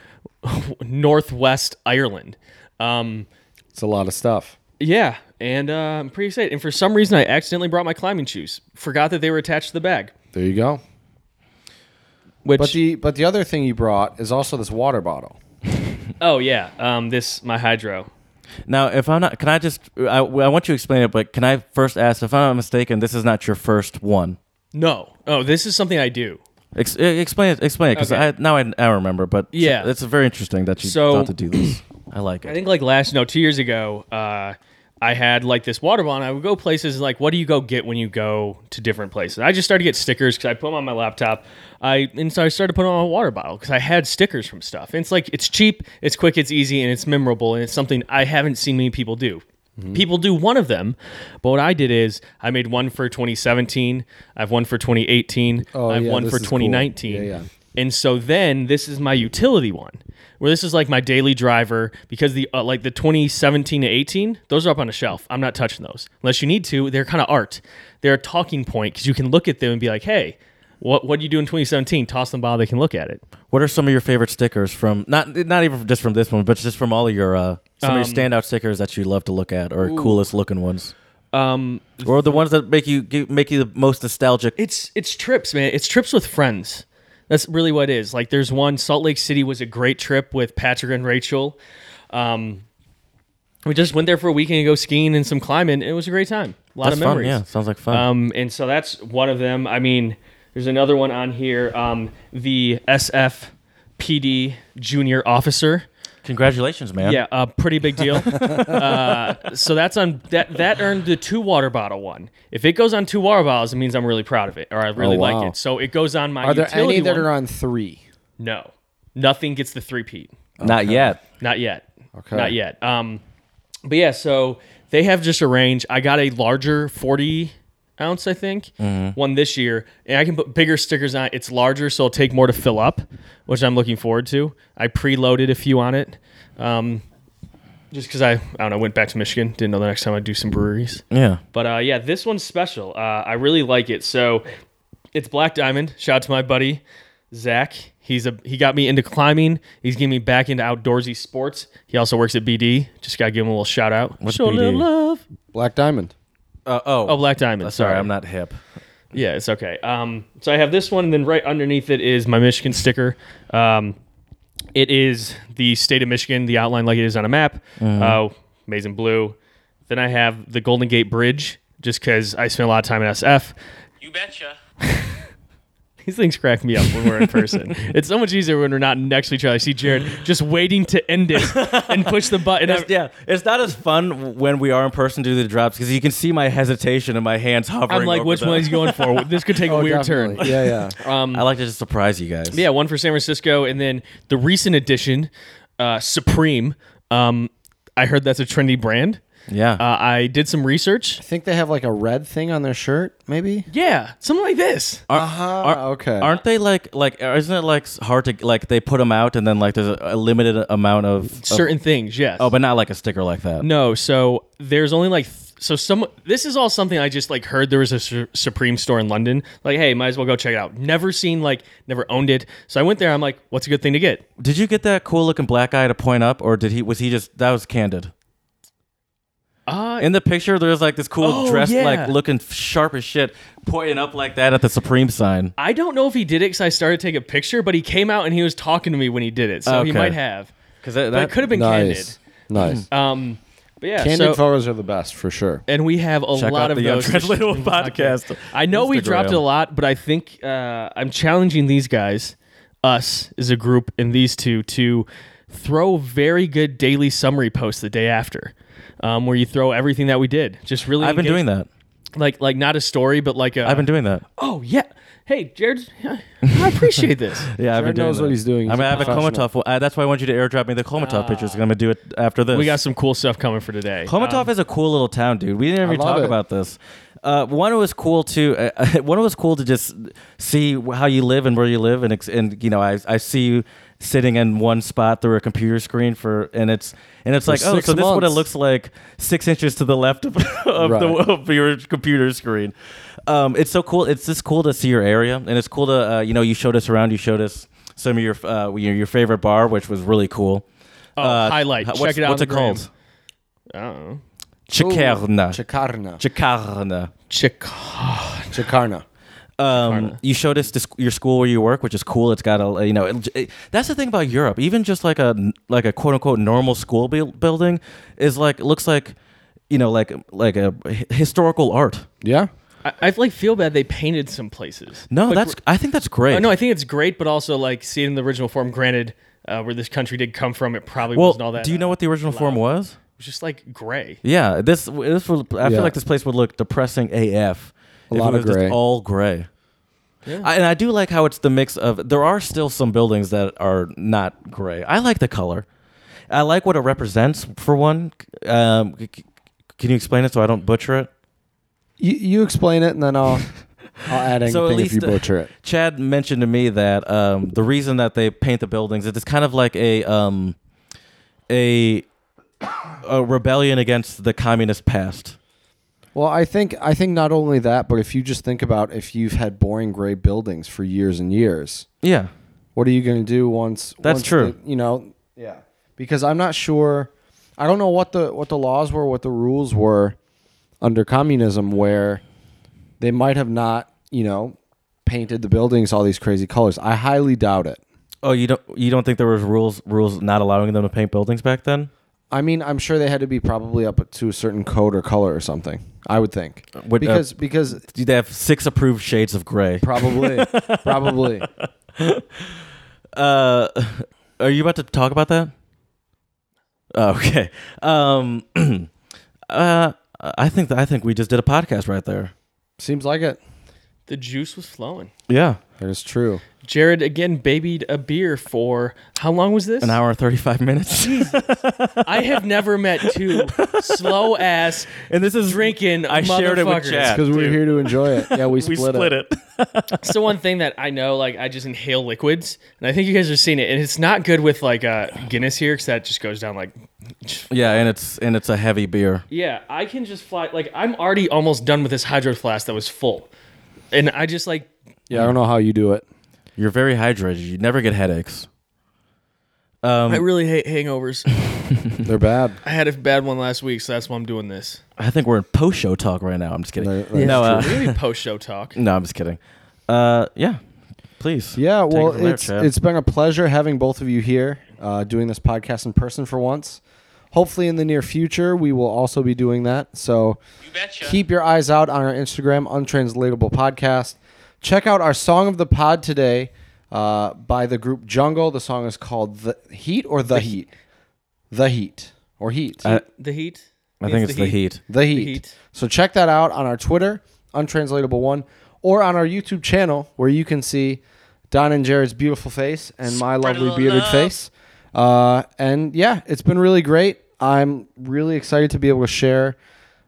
S2: *laughs* Northwest Ireland. Um,
S1: It's a lot of stuff.
S2: yeah, and uh, I'm pretty excited. And for some reason, I accidentally brought my climbing shoes. Forgot that they were attached to the bag.
S1: There you go.
S2: Which
S1: But the but the other thing you brought is also this water bottle.
S2: oh yeah, um, this my hydro.
S3: Now, if I'm not, can I just? I, I want you to explain it, but can I first ask? If I'm not mistaken, this is not your first one.
S2: No, oh this is something I do.
S3: Ex- eh, explain it. Explain it, because
S2: Okay.
S3: I, now I, I remember. But
S2: Yeah.
S3: it's very interesting that you
S2: So-
S3: thought to
S2: *clears throat*
S3: do this. I like it.
S2: I think like last no two years ago, uh, I had like this water bottle. and I would go places and like, what do you go get when you go to different places? I just started to get stickers because I put them on my laptop. I and so I started putting on a water bottle because I had stickers from stuff. And it's like it's cheap, it's quick, it's easy, and it's memorable, and it's something I haven't seen many people do. People do one of them, but what I did is I made one for 2017. I have one for 2018.
S1: Oh,
S2: I have
S1: yeah,
S2: one
S1: this
S2: for
S1: is cool.
S2: 2019.
S1: Yeah, yeah.
S2: And so then this is my utility one, where this is like my daily driver because the uh, like the 2017 to 18, those are up on a shelf. I'm not touching those unless you need to. They're kind of art. They're a talking point because you can look at them and be like, hey, what what do you do in 2017? Toss them by, they can look at it.
S3: What are some of your favorite stickers from? Not not even just from this one, but just from all of your uh, some of your standout stickers that you love to look at, or coolest looking ones,
S2: Um,
S3: or the ones that make you give- make you the most nostalgic.
S2: it's it's trips, man. It's trips with friends. That's really what it is. Like there's one Salt Lake City was a great trip with Patrick and Rachel. Um, we just went there for a weekend to go skiing and some climbing. It was a great time. A lot
S3: That's
S2: of
S3: fun.
S2: memories.
S3: Yeah, sounds like fun.
S2: Um, and so that's one of them. I mean, there's another one on here. Um, the SFPD junior officer.
S3: Congratulations, man.
S2: Yeah, a pretty
S1: *laughs*
S2: big deal. uh, so that's on that that earned the two water bottle one. If it goes on two water bottles, it means I'm really proud of it, or I really
S1: Oh,
S2: like
S1: wow.
S2: it. So it goes on my
S1: Are there
S2: utility
S1: any that
S2: one.
S1: are on three?
S2: no, nothing gets the three peat.
S3: Not yet.
S2: Not yet.
S1: Okay.
S2: Not yet. Um, but yeah, so they have just a range. I got a larger 40 ounce, I think, one this year, and I can put bigger stickers on it. It's larger, so it'll take more to fill up, which I'm looking forward to. I preloaded a few on it. Um, just because I, I don't know, went back to Michigan, didn't know the next time I'd do some breweries.
S3: Yeah.
S2: But uh, yeah, this one's special. Uh, I really like it. So it's Black Diamond. Shout out to my buddy Zach. He's a he got me into climbing. He's getting me back into outdoorsy sports. He also works at BD. Just gotta give him a little shout out.
S3: What's
S2: Show a little
S3: BD?
S2: love.
S1: Black diamond.
S3: Uh, oh.
S2: Oh, Black Diamond.
S3: Sorry, I'm not hip.
S2: Yeah, it's okay. Um, so I have this one, and then right underneath it is my Michigan sticker. Um, it is the state of Michigan, the outline like it is on a map.
S3: Mm-hmm.
S2: Uh, amazing blue. Then I have the Golden Gate Bridge, just because I spent a lot of time in SF.
S4: You betcha.
S2: These things crack me up when we're in
S3: *laughs*
S2: person. it's so much easier when we're not next to each other. I see Jared just waiting to end it and push the button.
S3: It's, yeah, it's not as fun when we are in person to do the drops because you can see my hesitation and my hands *laughs* hovering.
S2: I'm like,
S3: over
S2: which
S3: them.
S2: one is he going for? This could
S3: *laughs* Oh,
S2: take a Oh, weird turn.
S1: Yeah, yeah.
S3: I like to just surprise you guys.
S2: *laughs* Yeah, one for San Francisco, and then the recent addition, uh, Supreme. Um, I heard that's a trendy brand.
S3: yeah.
S2: Uh, I did some research.
S1: I think they have like a red thing on their shirt, maybe.
S2: Yeah, something like this.
S3: Ar-
S1: Uh-huh,
S3: ar-
S1: okay.
S3: Aren't they like like? uh, Isn't it like s- hard to like? They put them out and then like there's a, a limited amount of of-
S2: Certain things, yes.
S3: oh, but not like a sticker like that.
S2: No, so there's only like th- so some. This is all something I just like heard. There was a Su- Supreme store in London. Like, hey, might as well go check it out. Never seen like, never owned it. So I went there. I'm like, what's a good thing to get?
S3: Did you get that cool looking black guy to point up, or did he? Was he just that was candid?
S2: Uh,
S3: In the picture, there's like this cool
S2: Oh,
S3: dressed
S2: yeah.
S3: like looking sharp as shit, pointing up like that at the Supreme sign.
S2: I don't know if he did it because I started to take a picture, but he came out and he was talking to me when he did it. So he
S3: Okay.
S2: might have.
S3: Because that,
S2: But it
S3: that
S2: could have been
S1: Nice, nice.
S2: candid. Um, but yeah,
S1: Candid
S2: so-
S1: photos are the best for sure.
S2: and we have a
S3: Check
S2: lot
S3: out
S2: of
S3: the
S2: those.
S3: Untranslatable *laughs* podcast.
S2: I know we
S3: Instagram.
S2: dropped a lot, but I think uh, I'm challenging these guys, us as a group, and these two to throw very good daily summary posts the day after, um, where you throw everything that we did. Just really,
S3: I've been
S2: engage-
S3: doing that.
S2: like like not a story, but like a.
S3: I've been doing that.
S2: oh yeah, hey Jared, I appreciate
S3: *laughs*
S2: this.
S3: Yeah, I've
S1: Jared
S3: been doing
S1: knows
S3: that.
S1: what he's doing.
S3: I
S1: He's
S3: mean,
S1: a
S3: I have a
S1: professional.
S3: Komatov. Uh, that's why I want you to airdrop me the Komatov pictures. I'm gonna do it after this.
S2: We got some cool stuff coming for today. Uh,
S3: Komatov is a cool little town, dude. We didn't even
S1: um, love
S3: talk
S1: it.
S3: about this. Uh, one, it was cool to uh, *laughs* one, it was cool to just see wh- how you live and where you live, and ex- and you know, I I see you sitting in one spot through a computer screen for, and it's and it's like, oh,
S1: six
S3: so this is what it
S1: months.
S3: looks like six inches to the left *laughs* of, of the
S1: Right.
S3: of your computer screen. um, it's so cool. It's just cool to see your area, and it's cool to uh, you know you showed us around. You showed us some of your uh, your, your favorite bar, which was really cool.
S2: Oh,
S3: Uh,
S2: highlight.
S3: h-
S2: Check
S3: what's-
S2: it out.
S3: What's
S2: on
S3: it
S2: the gram.
S3: called?
S2: I don't know. Oh,
S3: Chicarna.
S1: Chikarna.
S3: Chicarna.
S2: Chicago.
S1: Chikarna.
S3: Um, you showed us the, sc- your school where you work, which is cool. It's got a you know it, it- that's the thing about Europe. Even just like a like a quote unquote normal school buil- building is like looks like you know like like a hi- historical art.
S1: Yeah.
S2: I, I like feel bad they painted some places.
S3: No,
S2: But
S3: that's
S2: gr-
S3: I think that's great.
S2: Uh, no, I think it's great, but also like see it in the original form. Granted, uh, where this country did come from, it probably
S3: well,
S2: wasn't all that.
S3: do you know
S2: uh,
S3: what the original form
S2: loud.
S3: was?
S2: It was just like gray.
S3: Yeah, this this would, I
S1: Yeah.
S3: feel like this place would look depressing AF.
S1: A
S3: if
S1: lot
S3: it was
S1: of gray.
S3: Just all gray.
S2: Yeah.
S3: I, and I do like how it's the mix of there are still some buildings that are not gray. I like the color. I like what it represents for one. Um, c- c- can you explain it so I don't butcher it?
S1: You, you explain it, and then I'll I'll add anything
S3: So at
S1: if you
S3: least, uh,
S1: butcher it.
S3: Chad mentioned to me that um, the reason that they paint the buildings it is kind of like a um, a a rebellion against the communist past.
S1: Well, I think I think not only that, but if you just think about if you've had boring gray buildings for years and years,
S3: Yeah.
S1: what are you going to do once?
S3: That's
S1: once
S3: true.
S1: the- you know, yeah. Because I'm not sure. I don't know what the what the laws were, what the rules were under communism, where they might have not, you know, painted the buildings all these crazy colors. I highly doubt it.
S3: Oh, you don't you don't think there was rules rules not allowing them to paint buildings back then?
S1: I mean, I'm sure they had to be probably up to a certain code or color or something. I would think
S3: Would, uh,
S1: because because
S3: Do they have six approved shades of gray?
S1: probably probably
S3: Uh, *laughs* are you about to talk about that? Oh, *laughs* Okay. Um, *clears throat* uh, I think I think we just did a podcast right there.
S1: seems like it.
S2: The juice was flowing.
S3: Yeah,
S1: That is true.
S2: Jared again babied a beer for how long was this?
S3: an hour and thirty five
S1: *laughs*
S3: minutes.
S2: I have never met two
S3: *laughs*
S2: slow ass
S3: and this is *laughs*
S2: drinking.
S3: I shared it with
S2: motherfuckers.
S3: Jack.
S1: Because we're
S3: Dude.
S1: here to enjoy it. Yeah, we split, it.
S2: It's the one thing that I know. Like I just inhale liquids, and I think you guys have seen it. And it's not good with like uh, Guinness here because that just goes down like.
S3: *laughs*
S2: *sniffs*
S3: Yeah, and it's and it's a heavy beer.
S2: Yeah, I can just fly. Like I'm already almost done with this hydro flask that was full, and I just like
S1: Yeah, I don't know how you do it.
S3: You're very hydrated. You never get headaches.
S2: I really hate hangovers.
S1: They're bad.
S2: I had a bad one last week, so that's why I'm doing this.
S3: I think we're in post show talk right now. I'm just kidding.
S1: No, that's
S3: no, uh, *laughs*
S2: Maybe post show talk.
S3: No, I'm just kidding. Uh, yeah, please.
S1: Yeah,
S3: Take it
S1: well,
S3: from there,
S1: it's
S3: Chad.
S1: it's been a pleasure having both of you here, uh, doing this podcast in person for once. Hopefully, in the near future, we will also be doing that. So
S4: You betcha.
S1: keep your eyes out on our Instagram, Untranslatable Podcast. Check out our song of the pod today uh, by the group Jungle. The song is called "The Heat" or "The, Heat," "The Heat" or "Heat."
S3: I,
S2: The heat.
S3: I think it's the heat.
S1: The heat.
S2: Heat.
S1: So check that out on our Twitter, Untranslatable One, or on our YouTube channel where you can see Don and Jared's beautiful face and my
S4: Spread a
S1: lovely
S4: little
S1: bearded
S4: love.
S1: face. Uh, and yeah, it's been really great. I'm really excited to be able to share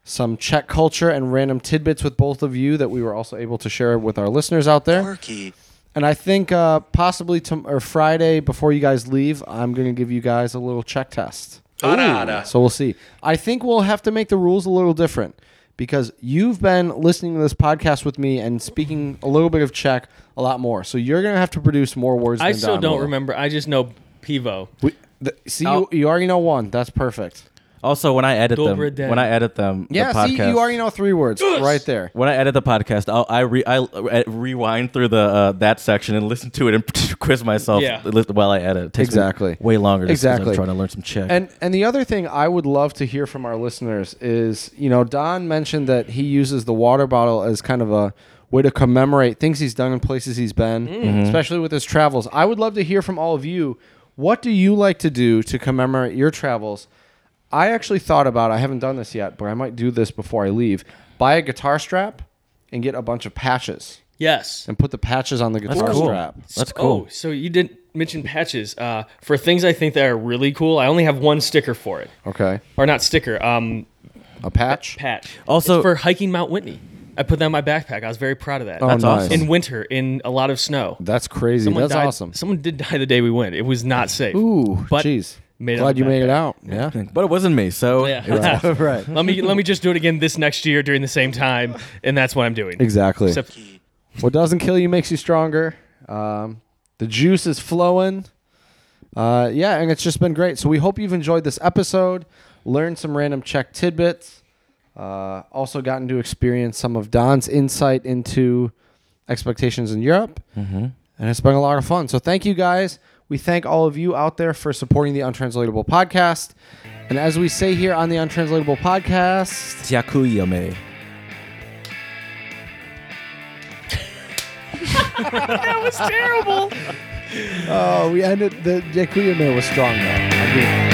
S1: some Czech culture and random tidbits with both of you that we were also able to share with our listeners out there.
S4: Turkey.
S1: And I think uh, possibly tom or Friday before you guys leave, I'm going to give you guys a little check test.
S4: Parada.
S1: So we'll see. I think we'll have to make the rules a little different because you've been listening to this podcast with me and speaking a little bit of Czech a lot more. So you're going to have to produce more words
S2: I
S1: than
S2: still
S1: Don
S2: don't
S1: will.
S2: remember. I just know pivo.
S1: We, the, see, you, you already know one. That's perfect.
S3: Also, when I edit
S2: Dobry den.
S3: them, when I edit them,
S1: Yeah,
S3: the podcast,
S1: see, you already know three words right there.
S3: When I edit the podcast, I'll, I re, I uh, rewind through the uh, that section and listen to it and *laughs* quiz myself
S2: Yeah.
S3: li- while I edit. It takes me
S1: Exactly.
S3: way longer. Just 'cause
S1: Exactly.
S3: I'm trying to learn some Czech.
S1: And and the other thing I would love to hear from our listeners is, you know, Don mentioned that he uses the water bottle as kind of a way to commemorate things he's done and places he's been, especially with his travels. I would love to hear from all of you. What do you like to do to commemorate your travels? I actually thought about I haven't done this yet, but I might do this before I leave. Buy a guitar strap and get a bunch of patches
S2: Yes.
S1: and put the patches on the guitar
S3: cool.
S1: strap.
S3: That's
S2: Oh,
S3: cool.
S2: so you didn't mention patches. Uh, for things I think that are really cool, I only have one sticker for it,
S1: Okay.
S2: or not sticker. Um,
S1: A patch?
S2: patch.
S3: Also-
S2: It's for hiking Mount Whitney. I put that in my backpack. I was very proud of that.
S1: Oh,
S3: That's awesome.
S2: In winter, in a lot of snow.
S1: That's crazy. That's
S2: died,
S1: awesome.
S2: Someone did die the day we went. It was not safe.
S1: Ooh,
S2: but
S1: jeez.
S2: Made
S1: Glad you made it
S2: backpack.
S1: out. Yeah.
S3: But it wasn't me, so *laughs*
S2: Yeah.
S1: Right. Right.
S2: let me let me just do it again this next year during the same time, and that's what I'm doing.
S1: Exactly.
S2: Except
S1: what doesn't kill you makes you stronger. Um, the juice is flowing. Uh, yeah, and it's just been great. So we hope you've enjoyed this episode, learned some random check tidbits, uh, also gotten to experience some of Don's insight into expectations in Europe. Mm-hmm. And it's been a lot of fun. So thank you guys. We thank all of you out there for supporting the Untranslatable Podcast. And as we say here on the Untranslatable Podcast,
S3: Yakuyame.
S1: Oh, we ended the Yakuya meal was strong though. I agree.